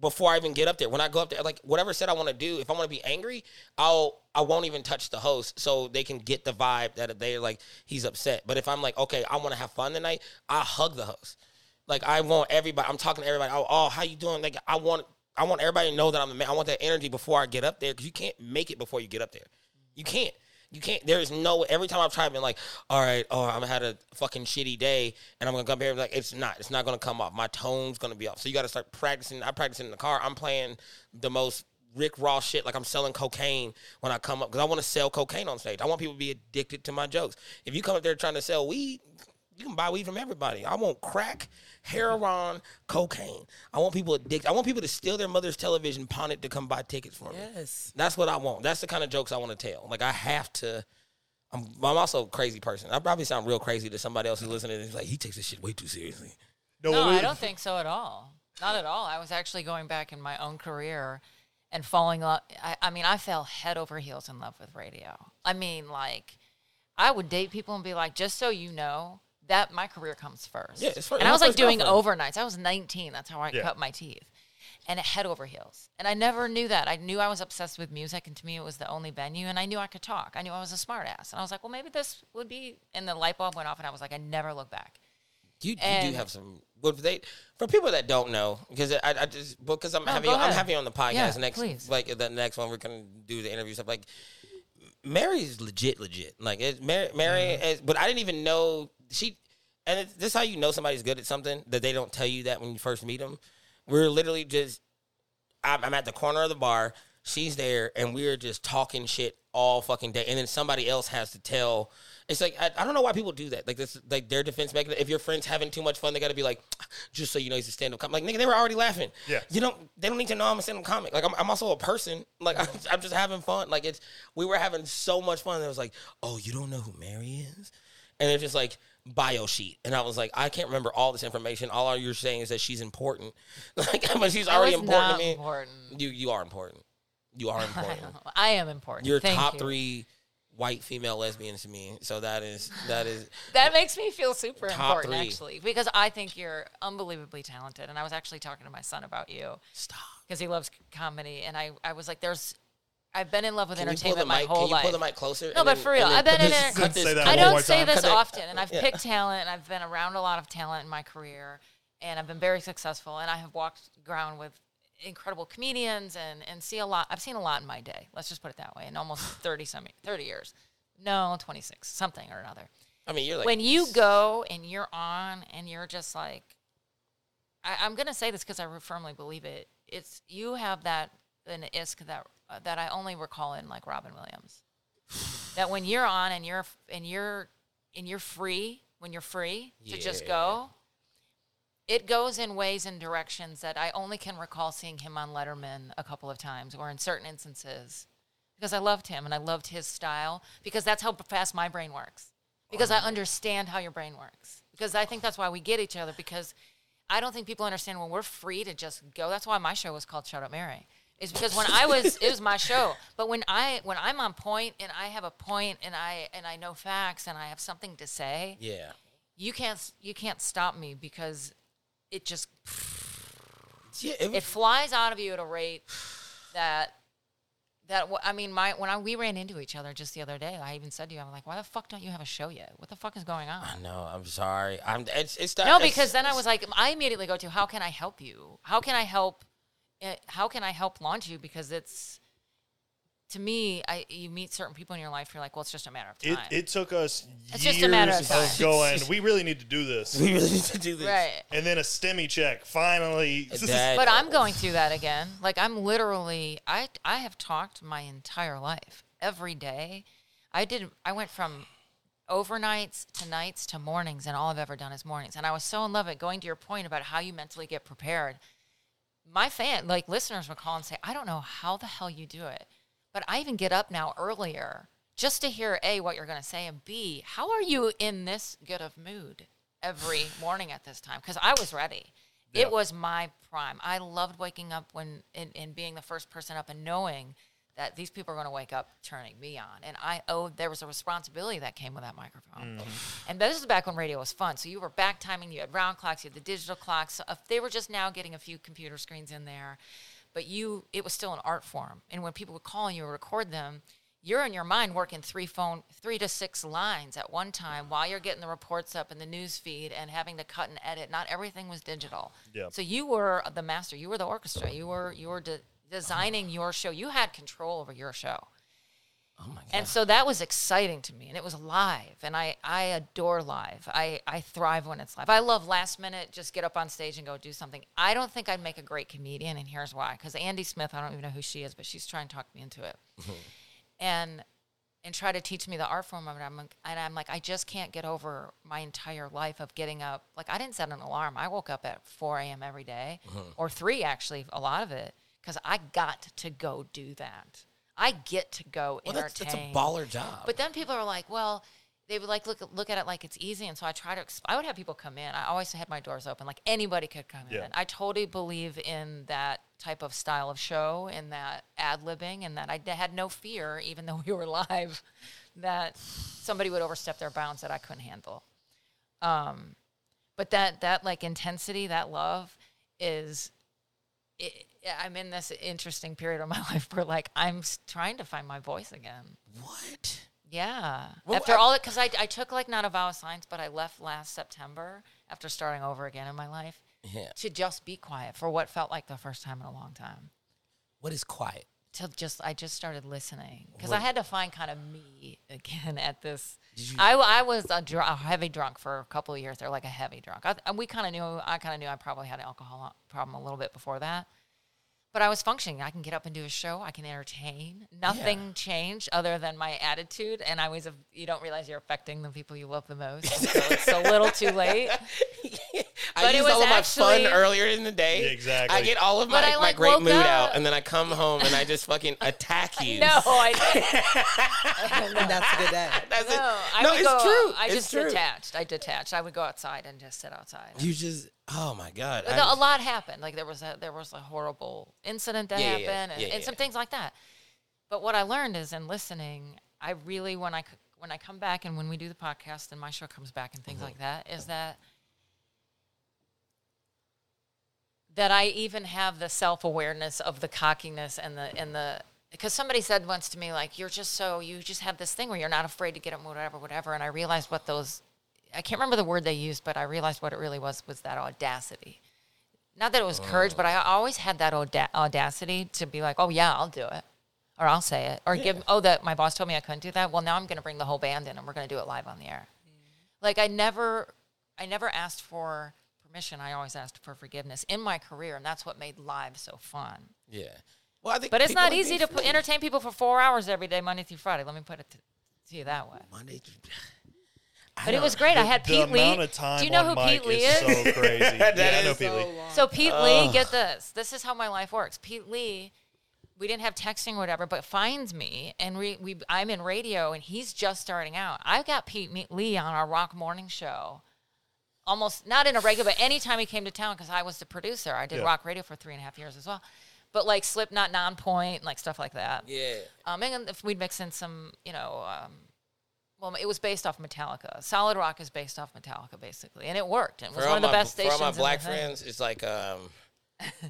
[SPEAKER 1] before I even get up there. When I go up there, like whatever set I want to do, if I want to be angry, I'll I won't even touch the host so they can get the vibe that they're like he's upset. But if I'm like, okay, I want to have fun tonight, I hug the host. Like I want everybody. I'm talking to everybody. Oh, oh, how you doing? Like I want I want everybody to know that I'm the man. I want that energy before I get up there because you can't make it before you get up there. You can't. You can't. There is no. Every time I've tried, I've been like, all right, oh, I'm had a fucking shitty day, and I'm gonna come here. and be Like, it's not. It's not gonna come off. My tone's gonna be off. So you got to start practicing. I practice in the car. I'm playing the most Rick Ross shit. Like I'm selling cocaine when I come up because I want to sell cocaine on stage. I want people to be addicted to my jokes. If you come up there trying to sell weed, you can buy weed from everybody. I want crack, heroin, cocaine. I want people addicted. I want people to steal their mother's television, pawn it to come buy tickets for me.
[SPEAKER 3] Yes.
[SPEAKER 1] That's what I want. That's the kind of jokes I want to tell. Like I have to. I'm, I'm also a crazy person. I probably sound real crazy to somebody else who's listening. And is like, he takes this shit way too seriously.
[SPEAKER 2] no.
[SPEAKER 4] No,
[SPEAKER 2] what we-
[SPEAKER 4] I don't think so at all. Not at all. I was actually going back in my own career and falling in love. I, I mean, I fell head over heels in love with radio. I mean, like, I would date people and be like, just so you know, that my career comes first.
[SPEAKER 1] Yeah, it's fir-
[SPEAKER 4] And I
[SPEAKER 1] my
[SPEAKER 4] was like
[SPEAKER 1] first
[SPEAKER 4] doing
[SPEAKER 1] girlfriend.
[SPEAKER 4] overnights. I was 19. That's how I
[SPEAKER 2] Yeah.
[SPEAKER 4] cut my teeth. And head over heels. And I never knew that. I knew I was obsessed with music, and to me, it was the only venue. And I knew I could talk. I knew I was a smartass. And I was like, well, maybe this would be. And the light bulb went off, and I was like, I never look back.
[SPEAKER 1] You, you do
[SPEAKER 4] And-
[SPEAKER 1] have some. Well, they for people that don't know, because I, I just because I'm having
[SPEAKER 4] go
[SPEAKER 1] I'm
[SPEAKER 4] ahead.
[SPEAKER 1] having on the podcast
[SPEAKER 4] Yeah,
[SPEAKER 1] next
[SPEAKER 4] please.
[SPEAKER 1] like the next one we're gonna do the interview stuff like. Mary's legit, legit. Like it, Mary, Mary
[SPEAKER 4] Mm-hmm.
[SPEAKER 1] is, but I didn't even know she. And it's, this is how you know somebody's good at something that they don't tell you that when you first meet them. We're literally just I'm, I'm at the corner of the bar. she's there and we're just talking shit all fucking day and then somebody else has to tell it's like I, I don't know why people do that like this like their defense mechanism if your friends having too much fun they gotta be like just so you know he's a stand-up comic like nigga they were already laughing
[SPEAKER 2] Yeah.
[SPEAKER 1] you don't they don't need to know i'm a stand-up comic like i'm, I'm also a person like I'm, I'm just having fun like it's we were having so much fun it was like oh you don't know who mary is and it's just like bio sheet and i was like i can't remember all this information all you're saying is that she's important like but she's
[SPEAKER 4] I
[SPEAKER 1] already
[SPEAKER 4] was
[SPEAKER 1] important
[SPEAKER 4] not
[SPEAKER 1] to me
[SPEAKER 4] important.
[SPEAKER 1] you you are important. You are important.
[SPEAKER 4] Uh-huh. I am important.
[SPEAKER 1] You're
[SPEAKER 4] Thank
[SPEAKER 1] top
[SPEAKER 4] you.
[SPEAKER 1] three white female lesbians to me. So that is that is
[SPEAKER 4] That makes me feel super
[SPEAKER 1] Top
[SPEAKER 4] important,
[SPEAKER 1] three.
[SPEAKER 4] actually, because I think you're unbelievably talented. And I was actually talking to my son about you
[SPEAKER 1] stop.
[SPEAKER 4] because he loves comedy. And I, I was like, there's, I've been in love with
[SPEAKER 1] Can you pull
[SPEAKER 4] entertainment
[SPEAKER 1] the
[SPEAKER 4] my
[SPEAKER 1] mic?
[SPEAKER 4] whole
[SPEAKER 1] Can you
[SPEAKER 4] life.
[SPEAKER 1] pull the mic closer?
[SPEAKER 4] No,
[SPEAKER 1] And
[SPEAKER 4] but
[SPEAKER 1] then-
[SPEAKER 4] for real,
[SPEAKER 1] and
[SPEAKER 4] I've
[SPEAKER 1] then
[SPEAKER 4] been in
[SPEAKER 1] cut this- cut
[SPEAKER 4] it-
[SPEAKER 2] Say
[SPEAKER 1] this-
[SPEAKER 2] that
[SPEAKER 4] I
[SPEAKER 2] one more
[SPEAKER 4] don't say
[SPEAKER 2] time.
[SPEAKER 4] this
[SPEAKER 1] Cut it.
[SPEAKER 4] often, and I've
[SPEAKER 1] Yeah.
[SPEAKER 4] picked talent, and I've been around a lot of talent in my career, and I've been very successful, and I have walked ground with incredible comedians, and and see a lot. I've seen a lot in my day. Let's just put it that way. In almost thirty some thirty years, no, twenty six something or another.
[SPEAKER 1] I mean, you're like
[SPEAKER 4] when you go and you're on, and you're just like, I, I'm gonna say this because I firmly believe it. It's you have that an isk that uh, that I only recall in like Robin Williams that when you're on and you're and you're and you're free when you're free to just
[SPEAKER 1] Yeah.
[SPEAKER 4] go it goes in ways and directions that i only can recall seeing him on letterman a couple of times or in certain instances because i loved him and i loved his style because that's how fast my brain works because i understand how your brain works because i think that's why we get each other because i don't think people understand when we're free to just go that's why my show was called shout out mary is because when I was it was my show. But when I when I'm on point and I have a point and I and I know facts and I have something to say,
[SPEAKER 1] yeah.
[SPEAKER 4] you can't you can't stop me because it just
[SPEAKER 1] Yeah, it
[SPEAKER 4] it
[SPEAKER 1] was,
[SPEAKER 4] flies out of you at a rate that that wh- I mean my when I we ran into each other just the other day, I even said to you, I'm like, why the fuck don't you have a show yet? What the fuck is going on?
[SPEAKER 1] I know. I'm sorry. I'm. It's it's that,
[SPEAKER 4] No,
[SPEAKER 1] it's-
[SPEAKER 4] because then I was like, I immediately go to, how can I help you? How can I help? eh, How can I help launch you? Because it's to me, I you meet certain people in your life, you're like, well, it's just a matter of
[SPEAKER 2] It,
[SPEAKER 4] time,
[SPEAKER 2] it took us
[SPEAKER 4] It's
[SPEAKER 2] years
[SPEAKER 4] just a matter of
[SPEAKER 2] of,
[SPEAKER 4] time.
[SPEAKER 2] going. We really need to do this,
[SPEAKER 1] we really need to do this.
[SPEAKER 4] right?
[SPEAKER 2] and then a STEMI check finally.
[SPEAKER 1] That-
[SPEAKER 4] But I'm going through that again. Like I'm literally, I I have talked my entire life, every day. I did. I went from overnights to nights to mornings, and all I've ever done is mornings. And I was so in love with going to your point about how you mentally get prepared. My fan, like listeners, would call and say, "I don't know how the hell you do it," but I even get up now earlier just to hear a what you're going to say and b how are you in this good of mood every morning at this time because I was ready.
[SPEAKER 2] Yeah.
[SPEAKER 4] It was my prime. I loved waking up when and, and being the first person up and knowing that these people are going to wake up turning me on. And I owed there was a responsibility that came with that microphone. And this is back when radio was fun. So you were back timing. You had round clocks. You had the digital clocks. So if they were just now getting a few computer screens in there, but you it was still an art form. And when people would call and you would record them. You're in your mind working three phone, three to six lines at one time while you're getting the reports up in the news feed and having to cut and edit. Not everything was digital.
[SPEAKER 2] Yeah.
[SPEAKER 4] So you were the master. You were the orchestra. You were you were de- designing your show. You had control over your show.
[SPEAKER 1] Oh my god.
[SPEAKER 4] And so that was exciting to me. And it was live. And I, I adore live. I, I thrive when it's live. I love last minute, just get up on stage and go do something. I don't think I'd make a great comedian. And here's why. Because Andy Smith, I don't even know who she is, but she's trying to talk me into it. and and try to teach me the art form of it. I'm like, and I'm like, I just can't get over my entire life of getting up. Like I didn't set an alarm. I woke up at 4 a.m. every day,
[SPEAKER 1] Uh-huh.
[SPEAKER 4] or three actually, a lot of it, because I got to go do that. I get to go
[SPEAKER 1] well, that's,
[SPEAKER 4] entertain.
[SPEAKER 1] that's a baller job.
[SPEAKER 4] But then people are like, well, they would like look look at it like it's easy, and so I try to. Exp- I would have people come in. I always had my doors open, like anybody could come
[SPEAKER 2] Yeah.
[SPEAKER 4] in. I totally believe in that type of style of show, and that ad libbing, and that I d- had no fear, even though we were live, that somebody would overstep their bounds that I couldn't handle. Um, but that that like intensity, that love, is it, I'm in this interesting period of my life where like I'm s- trying to find my voice again.
[SPEAKER 1] what?
[SPEAKER 4] Yeah.
[SPEAKER 1] Well,
[SPEAKER 4] after
[SPEAKER 1] I-
[SPEAKER 4] all, because I, I took like not a vow of science, but I left last September after starting over again in my life
[SPEAKER 1] Yeah.
[SPEAKER 4] to just be quiet for what felt like the first time in a long time.
[SPEAKER 1] What is quiet?
[SPEAKER 4] To just, I just started listening because I had to find kind of me again at this.
[SPEAKER 1] Did you-
[SPEAKER 4] I, I was a, dr- a heavy drunk for a couple of years. They're like a uh, heavy drunk. I, and we kind of knew, I kind of knew I probably had an alcohol problem a little bit before that. But I was functioning. I can get up and do a show. I can entertain. Nothing changed other than my attitude. And I was, a, you don't realize you're affecting the people you love the most. So it's a little too late.
[SPEAKER 1] I
[SPEAKER 4] But it
[SPEAKER 1] used
[SPEAKER 4] was
[SPEAKER 1] all of my
[SPEAKER 4] actually-
[SPEAKER 1] fun earlier in the day.
[SPEAKER 2] Exactly.
[SPEAKER 1] I get all of my,
[SPEAKER 4] But I,
[SPEAKER 1] my
[SPEAKER 4] like,
[SPEAKER 1] great
[SPEAKER 4] woke
[SPEAKER 1] mood out,
[SPEAKER 4] up-
[SPEAKER 1] and then I come home and I just fucking attack you.
[SPEAKER 4] No, I,
[SPEAKER 3] And that's a good day.
[SPEAKER 1] That's it.
[SPEAKER 4] no, I
[SPEAKER 1] no,
[SPEAKER 4] would
[SPEAKER 1] it's
[SPEAKER 4] go-
[SPEAKER 1] true.
[SPEAKER 4] I
[SPEAKER 1] It's
[SPEAKER 4] just
[SPEAKER 1] true.
[SPEAKER 4] detached. I detached. I would go outside and just sit outside.
[SPEAKER 1] You just, oh my god. I
[SPEAKER 4] But a
[SPEAKER 1] just-
[SPEAKER 4] lot happened. Like there was a there was a horrible incident that
[SPEAKER 1] Yeah, yeah,
[SPEAKER 4] happened,
[SPEAKER 1] yeah.
[SPEAKER 4] and,
[SPEAKER 1] Yeah,
[SPEAKER 4] and some
[SPEAKER 1] yeah.
[SPEAKER 4] things like that. But what I learned is in listening, I really when I c- when I come back and when we do the podcast and my show comes back and things like
[SPEAKER 1] Uh-huh.
[SPEAKER 4] that is that that I even have the self awareness of the cockiness and the and the because somebody said once to me like you're just so you just have this thing where you're not afraid to get them whatever whatever and I realized what those I can't remember the word they used but I realized what it really was was that audacity not that it was courage
[SPEAKER 2] Oh.
[SPEAKER 4] but I always had that auda- audacity to be like oh yeah I'll do it or I'll say it or give oh that my boss told me I couldn't do that well now I'm going to bring the whole band in and we're going to do it live on the air
[SPEAKER 2] Mm.
[SPEAKER 4] like i never i never asked for permission i always asked for forgiveness in my career and that's what made live so fun
[SPEAKER 1] yeah. Well, I think
[SPEAKER 4] but it's
[SPEAKER 1] people
[SPEAKER 4] not
[SPEAKER 1] like
[SPEAKER 4] easy to
[SPEAKER 1] being
[SPEAKER 4] put,
[SPEAKER 1] free.
[SPEAKER 4] entertain people for four hours every day monday through friday let me put it to, to you that way
[SPEAKER 1] Monday through- I
[SPEAKER 4] but it
[SPEAKER 1] don't-
[SPEAKER 4] was great i had
[SPEAKER 2] the
[SPEAKER 4] pete lee
[SPEAKER 2] amount of time
[SPEAKER 4] do you know
[SPEAKER 2] on
[SPEAKER 4] who
[SPEAKER 2] mic
[SPEAKER 4] pete lee
[SPEAKER 2] is,
[SPEAKER 4] is,
[SPEAKER 2] so crazy.
[SPEAKER 1] That
[SPEAKER 2] yeah, I know
[SPEAKER 1] is
[SPEAKER 2] Pete Lee.
[SPEAKER 4] So Pete Lee, get this. This is how my life works. Pete Lee, we didn't have texting or whatever, but finds me and we, we I'm in radio and he's just starting out. I got Pete Me- Lee on our rock morning show. Almost not in a regular, but anytime he came to town because I was the producer. I did
[SPEAKER 2] Yeah.
[SPEAKER 4] rock radio for three and a half years as well. But like Slipknot, Nonpoint, like stuff like that.
[SPEAKER 1] Yeah.
[SPEAKER 4] Um, and then if we'd mix in some, you know, um, well, it was based off Metallica. Solid Rock is based off Metallica, basically, and it worked. It was
[SPEAKER 1] For all,
[SPEAKER 4] one of the
[SPEAKER 1] my,
[SPEAKER 4] best
[SPEAKER 1] for all
[SPEAKER 4] stations.
[SPEAKER 1] my
[SPEAKER 4] in the
[SPEAKER 1] black
[SPEAKER 4] thing.
[SPEAKER 1] friends, it's like um,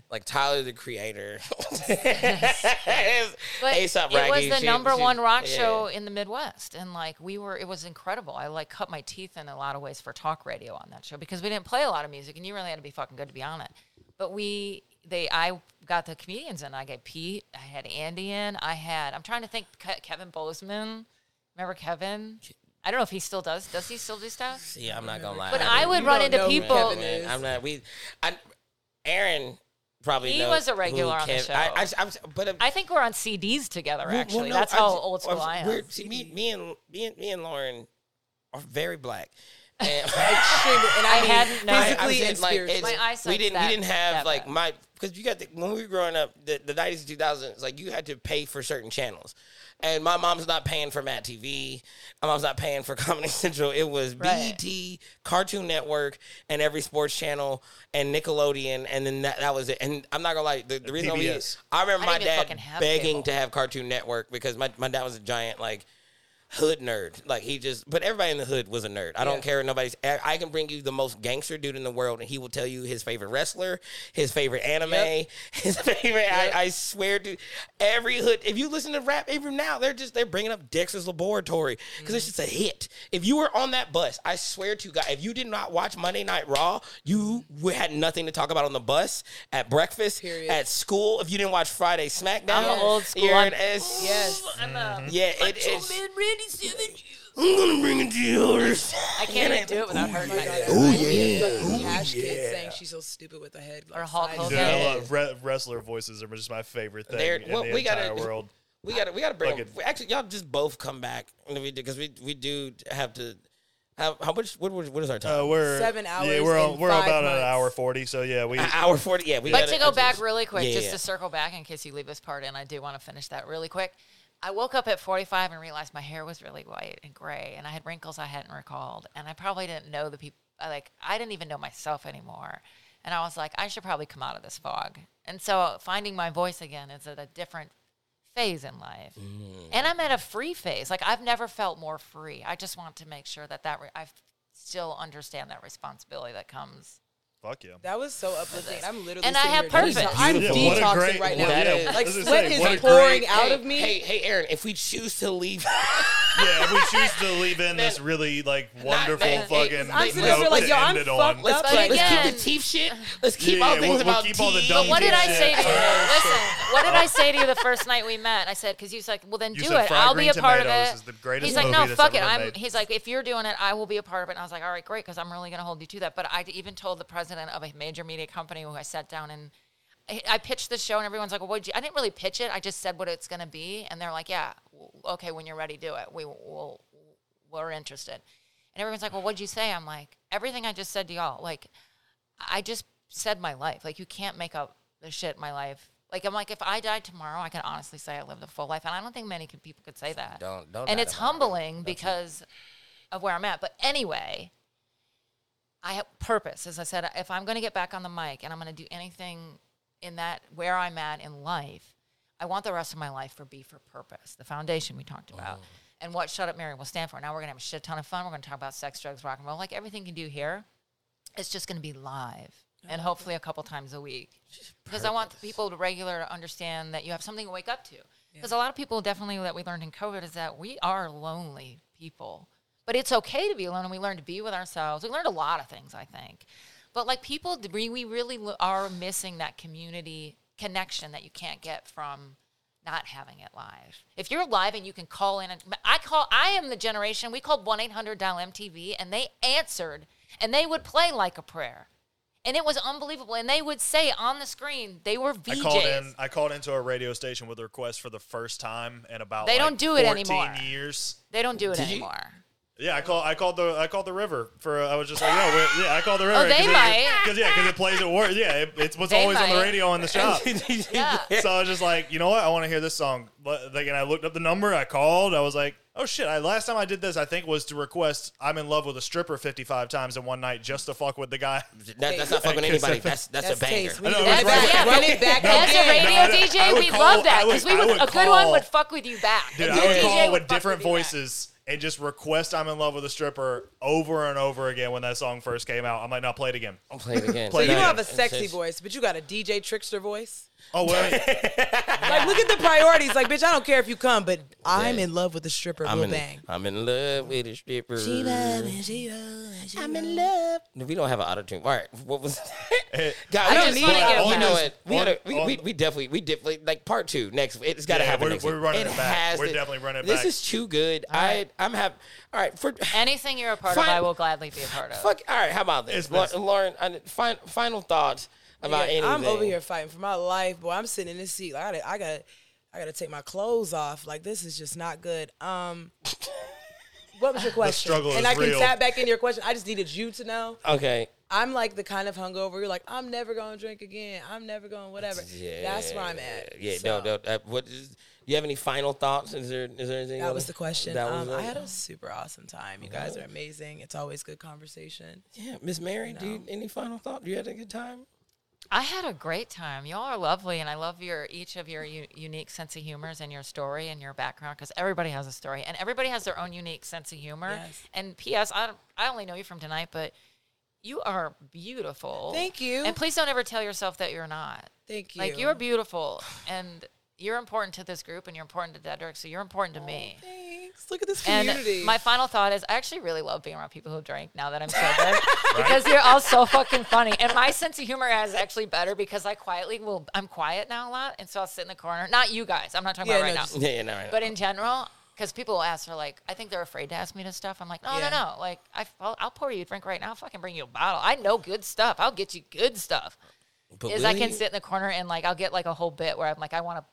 [SPEAKER 1] like Tyler the Creator, ASAP
[SPEAKER 4] it was
[SPEAKER 1] Rocky,
[SPEAKER 4] the
[SPEAKER 1] she-
[SPEAKER 4] number
[SPEAKER 1] she-
[SPEAKER 4] one rock
[SPEAKER 1] yeah.
[SPEAKER 4] show in the Midwest, and like we were, it was incredible. I like cut my teeth in a lot of ways for talk radio on that show because we didn't play a lot of music, and you really had to be fucking good to be on it. But we, they, I got the comedians in. I got Pete, I had Andy in, I had. I'm trying to think, Ke- Kevin Bozeman. Remember Kevin? I don't know if he still does. Does he still do stuff?
[SPEAKER 1] See, I'm not gonna lie.
[SPEAKER 4] But
[SPEAKER 1] don't
[SPEAKER 4] I
[SPEAKER 1] even
[SPEAKER 4] would
[SPEAKER 3] You
[SPEAKER 4] run
[SPEAKER 3] don't
[SPEAKER 4] into
[SPEAKER 3] know who
[SPEAKER 4] people.
[SPEAKER 3] Oh, Kevin is.
[SPEAKER 1] I'm not. We, I, Aaron probably.
[SPEAKER 4] He
[SPEAKER 1] knows
[SPEAKER 4] was a
[SPEAKER 1] who
[SPEAKER 4] regular on the
[SPEAKER 1] Kev-
[SPEAKER 4] show.
[SPEAKER 1] I, I, I'm, but uh,
[SPEAKER 4] I think we're on CDs together.
[SPEAKER 1] well,
[SPEAKER 4] Actually,
[SPEAKER 1] no,
[SPEAKER 4] that's
[SPEAKER 1] I
[SPEAKER 4] how
[SPEAKER 1] just-
[SPEAKER 4] old school I am.
[SPEAKER 1] we're- See, me, me and me and me and Lauren are very black. And
[SPEAKER 3] And
[SPEAKER 4] I
[SPEAKER 3] I, mean,
[SPEAKER 4] hadn't known-
[SPEAKER 1] I'm
[SPEAKER 3] physically
[SPEAKER 1] saying,
[SPEAKER 3] and
[SPEAKER 1] like,
[SPEAKER 3] spiritually.
[SPEAKER 1] it's-
[SPEAKER 4] My eyesight's
[SPEAKER 1] we didn't
[SPEAKER 4] that-
[SPEAKER 1] we didn't have
[SPEAKER 4] that
[SPEAKER 1] like
[SPEAKER 4] bad.
[SPEAKER 1] my because you got the, when we were growing up the the nineties two thousands like you had to pay for certain channels, and my mom's not paying for Matt TV, my mom's not paying for Comedy Central. It was
[SPEAKER 4] Right.
[SPEAKER 1] BET, Cartoon Network, and every sports channel and Nickelodeon, and then that, that was it. And I'm not gonna lie, the, the reason I, we,
[SPEAKER 2] PBS.
[SPEAKER 1] I remember
[SPEAKER 4] I
[SPEAKER 1] my
[SPEAKER 4] didn't even
[SPEAKER 1] dad
[SPEAKER 4] fucking have
[SPEAKER 1] begging
[SPEAKER 4] cable.
[SPEAKER 1] to have Cartoon Network because my my dad was a giant like hood nerd. Like he just, but everybody in the hood was a nerd. I don't care. Nobody's. I I can bring you the most gangster dude in the world, and he will tell you his favorite wrestler, his favorite anime, his favorite. I, I swear to every hood. If you listen to rap, even now, they're just they're bringing up Dexter's Laboratory because it's just a hit. If you were on that bus, I swear to God, if you did not watch Monday Night Raw, you w- had nothing to talk about on the bus, at breakfast,
[SPEAKER 3] Period.
[SPEAKER 1] at school. If you didn't watch Friday SmackDown,
[SPEAKER 4] I'm old school.
[SPEAKER 1] you're
[SPEAKER 4] I'm-
[SPEAKER 1] an S-
[SPEAKER 3] Yes.
[SPEAKER 1] yeah, it is. I'm gonna bring it to yours.
[SPEAKER 4] I can't even do it without hurting my
[SPEAKER 3] God,
[SPEAKER 1] Ooh,
[SPEAKER 3] I hate
[SPEAKER 1] yeah.
[SPEAKER 3] fucking
[SPEAKER 1] Ooh,
[SPEAKER 3] Cash
[SPEAKER 1] yeah.
[SPEAKER 3] kid saying she's so stupid with the head.
[SPEAKER 4] Or
[SPEAKER 3] like,
[SPEAKER 4] Hulk
[SPEAKER 3] side
[SPEAKER 2] Dude,
[SPEAKER 4] Hogan.
[SPEAKER 3] is-
[SPEAKER 2] I
[SPEAKER 1] Yeah.
[SPEAKER 2] love re- wrestler voices are just my favorite thing
[SPEAKER 1] They're-
[SPEAKER 2] in
[SPEAKER 1] well,
[SPEAKER 2] the
[SPEAKER 1] we gotta-
[SPEAKER 2] entire world.
[SPEAKER 1] We gotta, we gotta bring.
[SPEAKER 2] Fucking-
[SPEAKER 1] we- Actually, y'all just both come back because we we do have to. Have, how much? What, what what is our time?
[SPEAKER 2] Uh, we're
[SPEAKER 3] Seven
[SPEAKER 2] Yeah,
[SPEAKER 3] hours
[SPEAKER 2] we're
[SPEAKER 3] and
[SPEAKER 2] we're
[SPEAKER 3] five
[SPEAKER 2] about an
[SPEAKER 3] months.
[SPEAKER 2] hour forty. So yeah, we
[SPEAKER 1] An hour forty. Yeah, we.
[SPEAKER 4] But
[SPEAKER 1] gotta-
[SPEAKER 4] to go
[SPEAKER 1] I'm
[SPEAKER 4] back
[SPEAKER 1] just-
[SPEAKER 4] really quick,
[SPEAKER 1] yeah,
[SPEAKER 4] just
[SPEAKER 1] yeah.
[SPEAKER 4] to circle back in case you leave this part in, I do want to finish that really quick. I woke up at 45 and realized my hair was really white and gray, and I had wrinkles I hadn't recalled, and I probably didn't know the people. Like I didn't even know myself anymore, and I was like, I should probably come out of this fog. And so uh, finding my voice again is at a different phase in life,
[SPEAKER 1] Mm.
[SPEAKER 4] and I'm at a free phase. Like I've never felt more free. I just want to make sure that that re- I still understand that responsibility that comes
[SPEAKER 2] fuck yeah.
[SPEAKER 3] That was so uplifting. I'm literally
[SPEAKER 4] And I
[SPEAKER 3] sitting
[SPEAKER 4] have
[SPEAKER 3] here detoxing.
[SPEAKER 4] purpose.
[SPEAKER 3] I'm
[SPEAKER 2] Yeah, what a
[SPEAKER 3] detoxing
[SPEAKER 2] great-
[SPEAKER 3] right
[SPEAKER 2] what
[SPEAKER 3] now.
[SPEAKER 1] a-
[SPEAKER 2] a-
[SPEAKER 1] That is-
[SPEAKER 3] Like
[SPEAKER 2] I was gonna
[SPEAKER 3] sweat
[SPEAKER 2] say,
[SPEAKER 3] is
[SPEAKER 2] what a
[SPEAKER 3] pouring
[SPEAKER 2] great-
[SPEAKER 3] out of me.
[SPEAKER 1] Hey, hey, Aaron, if we choose to leave,
[SPEAKER 2] Yeah, we choose to leave in this really like wonderful
[SPEAKER 1] not-
[SPEAKER 2] fucking
[SPEAKER 1] I'm
[SPEAKER 2] note
[SPEAKER 1] sitting over here like,
[SPEAKER 2] to
[SPEAKER 3] yo,
[SPEAKER 2] end
[SPEAKER 3] I'm
[SPEAKER 2] it on.
[SPEAKER 3] fucked
[SPEAKER 1] let's,
[SPEAKER 3] But
[SPEAKER 1] keep- let's
[SPEAKER 4] again-
[SPEAKER 1] keep the teeth shit. Let's keep
[SPEAKER 2] Yeah,
[SPEAKER 1] all
[SPEAKER 2] yeah,
[SPEAKER 1] things
[SPEAKER 2] we'll- we'll
[SPEAKER 1] about
[SPEAKER 2] keep all the
[SPEAKER 1] tea.
[SPEAKER 2] dumb
[SPEAKER 4] What did I
[SPEAKER 2] Yeah.
[SPEAKER 4] say to you? Listen, what did I say to you the first night we met? I said, because he's like, well, then
[SPEAKER 2] You
[SPEAKER 4] do
[SPEAKER 2] said
[SPEAKER 4] it.
[SPEAKER 2] Fried
[SPEAKER 4] I'll be
[SPEAKER 2] Green
[SPEAKER 4] a part of
[SPEAKER 2] Tomatoes
[SPEAKER 4] it.
[SPEAKER 2] is the greatest
[SPEAKER 4] he's like,
[SPEAKER 2] movie
[SPEAKER 4] no,
[SPEAKER 2] that's
[SPEAKER 4] fuck it.
[SPEAKER 2] ever been
[SPEAKER 4] I'm.
[SPEAKER 2] made.
[SPEAKER 4] He's like, if you're doing it, I will be a part of it. And I was like, all right, great, because I'm really going to hold you to that. But I even told the president of a major media company who I sat down and I- I pitched the show and everyone's like, well, what'd you, I didn't really pitch it. I just said what it's going to be. And they're like, yeah, w- okay, when you're ready, do it. We will, we're interested. And everyone's like, well, what'd you say? I'm like, everything I just said to y'all. Like, I just said my life. Like, you can't make up the shit my life. Like, I'm like, if I died tomorrow, I can honestly say I lived a full life. And I don't think many could, people could say that.
[SPEAKER 1] Don't- don't
[SPEAKER 4] and
[SPEAKER 1] die
[SPEAKER 4] it's
[SPEAKER 1] tomorrow.
[SPEAKER 4] humbling because of where I'm at. But anyway, I have purpose. As I said, if I'm going to get back on the mic and I'm going to do anything in that where I'm at in life, I want the rest of my life for be for purpose, the foundation we talked about,
[SPEAKER 1] Mm.
[SPEAKER 4] and what Shut Up Mary will stand for. Now we're going to have a shit ton of fun. We're going to talk about sex, drugs, rock and roll, like everything you do here. It's just going to be live and hopefully a couple times a week because I want the people to regular to understand that you have something to wake up to. Because a lot of people definitely that we learned in COVID is that we are lonely people, but it's okay to be alone, and we learn to be with ourselves. We learned a lot of things, I think, but like people, d- we we really lo- are missing that community connection that you can't get from not having it live. If you're live and you can call in, and I call, I am the generation we called one eight hundred dial MTV, and they answered, and they would play like a prayer. And it was unbelievable. And they would say on the screen, they were VJs.
[SPEAKER 2] I called in. I called into a radio station with a request for the first time in about
[SPEAKER 4] They
[SPEAKER 2] like,
[SPEAKER 4] don't do it
[SPEAKER 2] 14
[SPEAKER 4] anymore.
[SPEAKER 2] Years.
[SPEAKER 4] They don't do it
[SPEAKER 1] Did you-
[SPEAKER 4] anymore.
[SPEAKER 2] Yeah, I call I called the I called the river for uh, I was just like yeah we- yeah I called the river
[SPEAKER 4] Oh, they might.
[SPEAKER 2] because yeah because it plays at work yeah it, it's what's
[SPEAKER 4] They
[SPEAKER 2] always on the
[SPEAKER 4] might.
[SPEAKER 2] radio in the shop
[SPEAKER 4] Yeah.
[SPEAKER 2] so I was just like you know what I want to hear this song but like and I looked up the number I called I was like oh shit I last time I did this I think was to request I'm in love with a stripper 55 times in one night just to fuck with the guy
[SPEAKER 1] That, that's not fucking anybody. That's that's,
[SPEAKER 3] That's
[SPEAKER 1] a banger.
[SPEAKER 3] taste. We
[SPEAKER 2] I know,
[SPEAKER 3] need to
[SPEAKER 2] it's
[SPEAKER 3] run it
[SPEAKER 2] right.
[SPEAKER 3] back.
[SPEAKER 4] Yeah,
[SPEAKER 3] Run
[SPEAKER 4] but-
[SPEAKER 3] it back.
[SPEAKER 4] As a
[SPEAKER 3] again.
[SPEAKER 4] radio
[SPEAKER 2] No, I-
[SPEAKER 4] DJ,
[SPEAKER 2] I would
[SPEAKER 4] we
[SPEAKER 2] call-
[SPEAKER 4] love that
[SPEAKER 2] I would-
[SPEAKER 4] because we
[SPEAKER 2] I
[SPEAKER 4] would,
[SPEAKER 2] would
[SPEAKER 4] a good one
[SPEAKER 2] call-
[SPEAKER 4] would fuck with you back.
[SPEAKER 2] Dude,
[SPEAKER 4] A
[SPEAKER 2] I
[SPEAKER 4] good
[SPEAKER 2] would
[SPEAKER 4] DJ
[SPEAKER 2] call
[SPEAKER 4] would
[SPEAKER 2] with
[SPEAKER 4] fuck
[SPEAKER 2] different
[SPEAKER 4] you back.
[SPEAKER 2] voices and just request "I'm in love with a stripper" over and over again when that song first came out. I might not play it again.
[SPEAKER 4] Oh.
[SPEAKER 1] I'm playing again.
[SPEAKER 2] Play
[SPEAKER 3] You don't
[SPEAKER 2] Yeah.
[SPEAKER 3] have a
[SPEAKER 1] It's
[SPEAKER 3] sexy
[SPEAKER 1] just-
[SPEAKER 3] voice, but you got a DJ trickster voice.
[SPEAKER 2] Oh well,
[SPEAKER 3] Like, look at the priorities. Like, bitch, I don't care if you come, but I'm
[SPEAKER 1] Yeah.
[SPEAKER 3] in love with the stripper.
[SPEAKER 1] I'm
[SPEAKER 3] Will
[SPEAKER 1] in,
[SPEAKER 3] bang.
[SPEAKER 1] I'm in love with a stripper. I'm in love. We don't have an auto tune. All right, what was that? God,
[SPEAKER 4] I
[SPEAKER 1] we
[SPEAKER 4] just
[SPEAKER 1] need
[SPEAKER 4] wanna
[SPEAKER 1] it.
[SPEAKER 4] get
[SPEAKER 1] You
[SPEAKER 4] back.
[SPEAKER 1] know what? We,
[SPEAKER 2] On-
[SPEAKER 1] gotta, we,
[SPEAKER 2] on-
[SPEAKER 1] we, we definitely, we definitely, like part two next. It's got to
[SPEAKER 2] Yeah,
[SPEAKER 1] happen
[SPEAKER 2] we're-
[SPEAKER 1] next
[SPEAKER 2] we're
[SPEAKER 1] week.
[SPEAKER 2] running
[SPEAKER 1] it
[SPEAKER 2] it back.
[SPEAKER 1] has
[SPEAKER 2] We're
[SPEAKER 1] to-
[SPEAKER 2] definitely running it back.
[SPEAKER 1] This is too good. I, I'm happy. All right, for
[SPEAKER 4] Anything you're a part
[SPEAKER 1] Fine.
[SPEAKER 4] of, I will gladly be a part of.
[SPEAKER 1] fuck. All right, how about this,
[SPEAKER 2] It's
[SPEAKER 1] La-
[SPEAKER 2] best.
[SPEAKER 1] Lauren? I, fin- final thoughts about
[SPEAKER 3] Yeah,
[SPEAKER 1] anything.
[SPEAKER 3] I'm over here fighting for my life, boy. I'm sitting in this seat. Like, I gotta, I gotta, I gotta take my clothes off. Like this is just not good. Um, what was your question?
[SPEAKER 2] struggle
[SPEAKER 3] and
[SPEAKER 2] is
[SPEAKER 3] I can
[SPEAKER 2] real.
[SPEAKER 3] tap back into your question. I just needed you to know.
[SPEAKER 1] Okay,
[SPEAKER 3] I'm like the kind of hungover. You're like, I'm never gonna drink again. I'm never gonna whatever.
[SPEAKER 1] yeah,
[SPEAKER 3] That's where I'm at.
[SPEAKER 1] Yeah,
[SPEAKER 3] So,
[SPEAKER 1] no, no. Uh, what is? You have any final thoughts? Is there? Is there anything? you
[SPEAKER 3] That was
[SPEAKER 1] wanna-
[SPEAKER 3] the question.
[SPEAKER 1] That
[SPEAKER 3] um,
[SPEAKER 1] was
[SPEAKER 3] I
[SPEAKER 1] it?
[SPEAKER 3] had a super awesome time. You guys are amazing. It's always good conversation.
[SPEAKER 1] Yeah, Miss Mary, do you, any final thought? You had a good time?
[SPEAKER 4] I had a great time. Y'all are lovely, and I love your each of your u- unique sense of humors and your story and your background because everybody has a story and everybody has their own unique sense of humor.
[SPEAKER 3] Yes.
[SPEAKER 4] And P.S. I I only know you from tonight, but you are beautiful.
[SPEAKER 3] Thank you.
[SPEAKER 4] And please don't ever tell yourself that you're not.
[SPEAKER 3] Thank you.
[SPEAKER 4] Like you are beautiful, and you're important to this group, and you're important to Dedrick, so you're important to me.
[SPEAKER 3] Thanks. Look at this
[SPEAKER 4] And
[SPEAKER 3] community.
[SPEAKER 4] my final thought is, I actually really love being around people who drink. Now that I'm sober, because they're all so fucking funny, and my sense of humor is actually better because I quietly will. I'm quiet now a lot, and so I'll sit in the corner. Not you guys. I'm not talking
[SPEAKER 3] Yeah,
[SPEAKER 4] about
[SPEAKER 3] no,
[SPEAKER 4] right
[SPEAKER 3] just-
[SPEAKER 4] now.
[SPEAKER 1] Yeah, yeah, no, right.
[SPEAKER 4] But in general, because people will ask for like, I think they're afraid to ask me to stuff. I'm like, no,
[SPEAKER 3] Yeah.
[SPEAKER 4] no, no. Like, I, I'll, I'll pour you a drink right now. I'll fucking bring you a bottle. I know good stuff. I'll get you good stuff.
[SPEAKER 1] But
[SPEAKER 4] is
[SPEAKER 1] will
[SPEAKER 4] I can
[SPEAKER 1] you?
[SPEAKER 4] sit in the corner and like I'll get like a whole bit where I'm like I want to.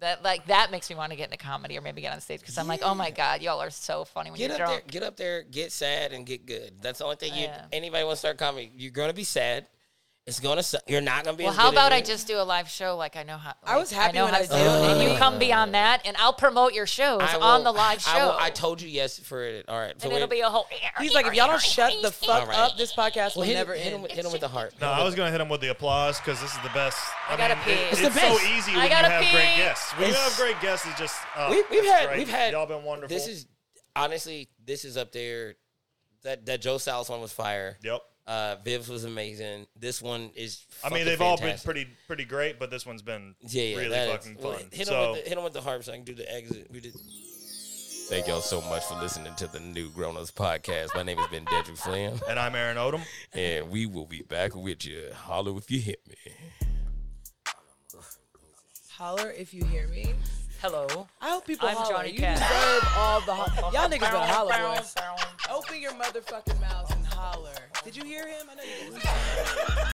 [SPEAKER 4] That like that makes me want to get into comedy or maybe get on stage because I'm like, oh my god, y'all are so funny when
[SPEAKER 1] Get
[SPEAKER 4] you're
[SPEAKER 1] up
[SPEAKER 4] drunk.
[SPEAKER 1] there, get up there, get sad and get good. That's the only thing you
[SPEAKER 4] Yeah.
[SPEAKER 1] anybody wants to start comedy. You're gonna be sad. It's gonna suck. You're not gonna be.
[SPEAKER 4] Well,
[SPEAKER 1] as
[SPEAKER 4] how
[SPEAKER 1] good as
[SPEAKER 4] about I
[SPEAKER 1] you-
[SPEAKER 4] just do a live show like I know how?
[SPEAKER 3] I
[SPEAKER 4] like,
[SPEAKER 3] was happy
[SPEAKER 4] know
[SPEAKER 3] when
[SPEAKER 4] how
[SPEAKER 3] I
[SPEAKER 4] to
[SPEAKER 3] was
[SPEAKER 4] do it, and
[SPEAKER 3] doing
[SPEAKER 4] you
[SPEAKER 3] it.
[SPEAKER 4] come beyond that, and I'll promote your shows
[SPEAKER 1] I
[SPEAKER 4] on
[SPEAKER 1] will-
[SPEAKER 4] the live show.
[SPEAKER 1] I, will- I told you yes for it. All right. So
[SPEAKER 4] and it'll
[SPEAKER 1] wait-
[SPEAKER 4] be a whole.
[SPEAKER 3] He's like, if y'all don't shut the fuck
[SPEAKER 1] All right.
[SPEAKER 3] up, this podcast will
[SPEAKER 1] well, hit,
[SPEAKER 3] never
[SPEAKER 1] hit him,
[SPEAKER 3] end.
[SPEAKER 1] with- hit him with the heart.
[SPEAKER 2] no, I was gonna hit him with the applause because this is the best. I,
[SPEAKER 4] gotta
[SPEAKER 2] mean,
[SPEAKER 4] pee.
[SPEAKER 2] it-
[SPEAKER 4] It's
[SPEAKER 2] it's
[SPEAKER 1] the best.
[SPEAKER 2] so easy
[SPEAKER 4] I
[SPEAKER 2] when you
[SPEAKER 4] gotta
[SPEAKER 2] have great
[SPEAKER 4] pee.
[SPEAKER 2] guests. When you
[SPEAKER 1] It's-
[SPEAKER 2] have great guests, it's just uh,
[SPEAKER 1] we, we've
[SPEAKER 2] it's
[SPEAKER 1] had
[SPEAKER 2] great.
[SPEAKER 1] we've had
[SPEAKER 2] y'all been wonderful.
[SPEAKER 1] This is honestly this is up there. That that Joe Salas one was fire.
[SPEAKER 2] yep.
[SPEAKER 1] Uh, Viv's was amazing. This one is.
[SPEAKER 2] I
[SPEAKER 1] fucking
[SPEAKER 2] mean, they've all been
[SPEAKER 1] fantastic.
[SPEAKER 2] pretty pretty great, but this one's been
[SPEAKER 1] Yeah, yeah,
[SPEAKER 2] really
[SPEAKER 1] that is-
[SPEAKER 2] fucking
[SPEAKER 1] well,
[SPEAKER 2] fun.
[SPEAKER 1] hit, him
[SPEAKER 2] so
[SPEAKER 1] with the, hit him with the harp so I can do the exit. We did. Thank y'all so much for listening to the new Grown Ups podcast. My name has been Dedrick Flynn,
[SPEAKER 2] and I'm Aaron Odom.
[SPEAKER 1] and we will be back with you. Holler if you hit me.
[SPEAKER 3] Holler if you hear me.
[SPEAKER 4] Hello.
[SPEAKER 3] I hope people
[SPEAKER 4] I'm
[SPEAKER 3] holler.
[SPEAKER 4] Johnny
[SPEAKER 3] you
[SPEAKER 4] Cash.
[SPEAKER 3] deserve all the ho- y'all niggas better holler, boys. Open your motherfucking mouths and holler. Did you hear him? I know you did.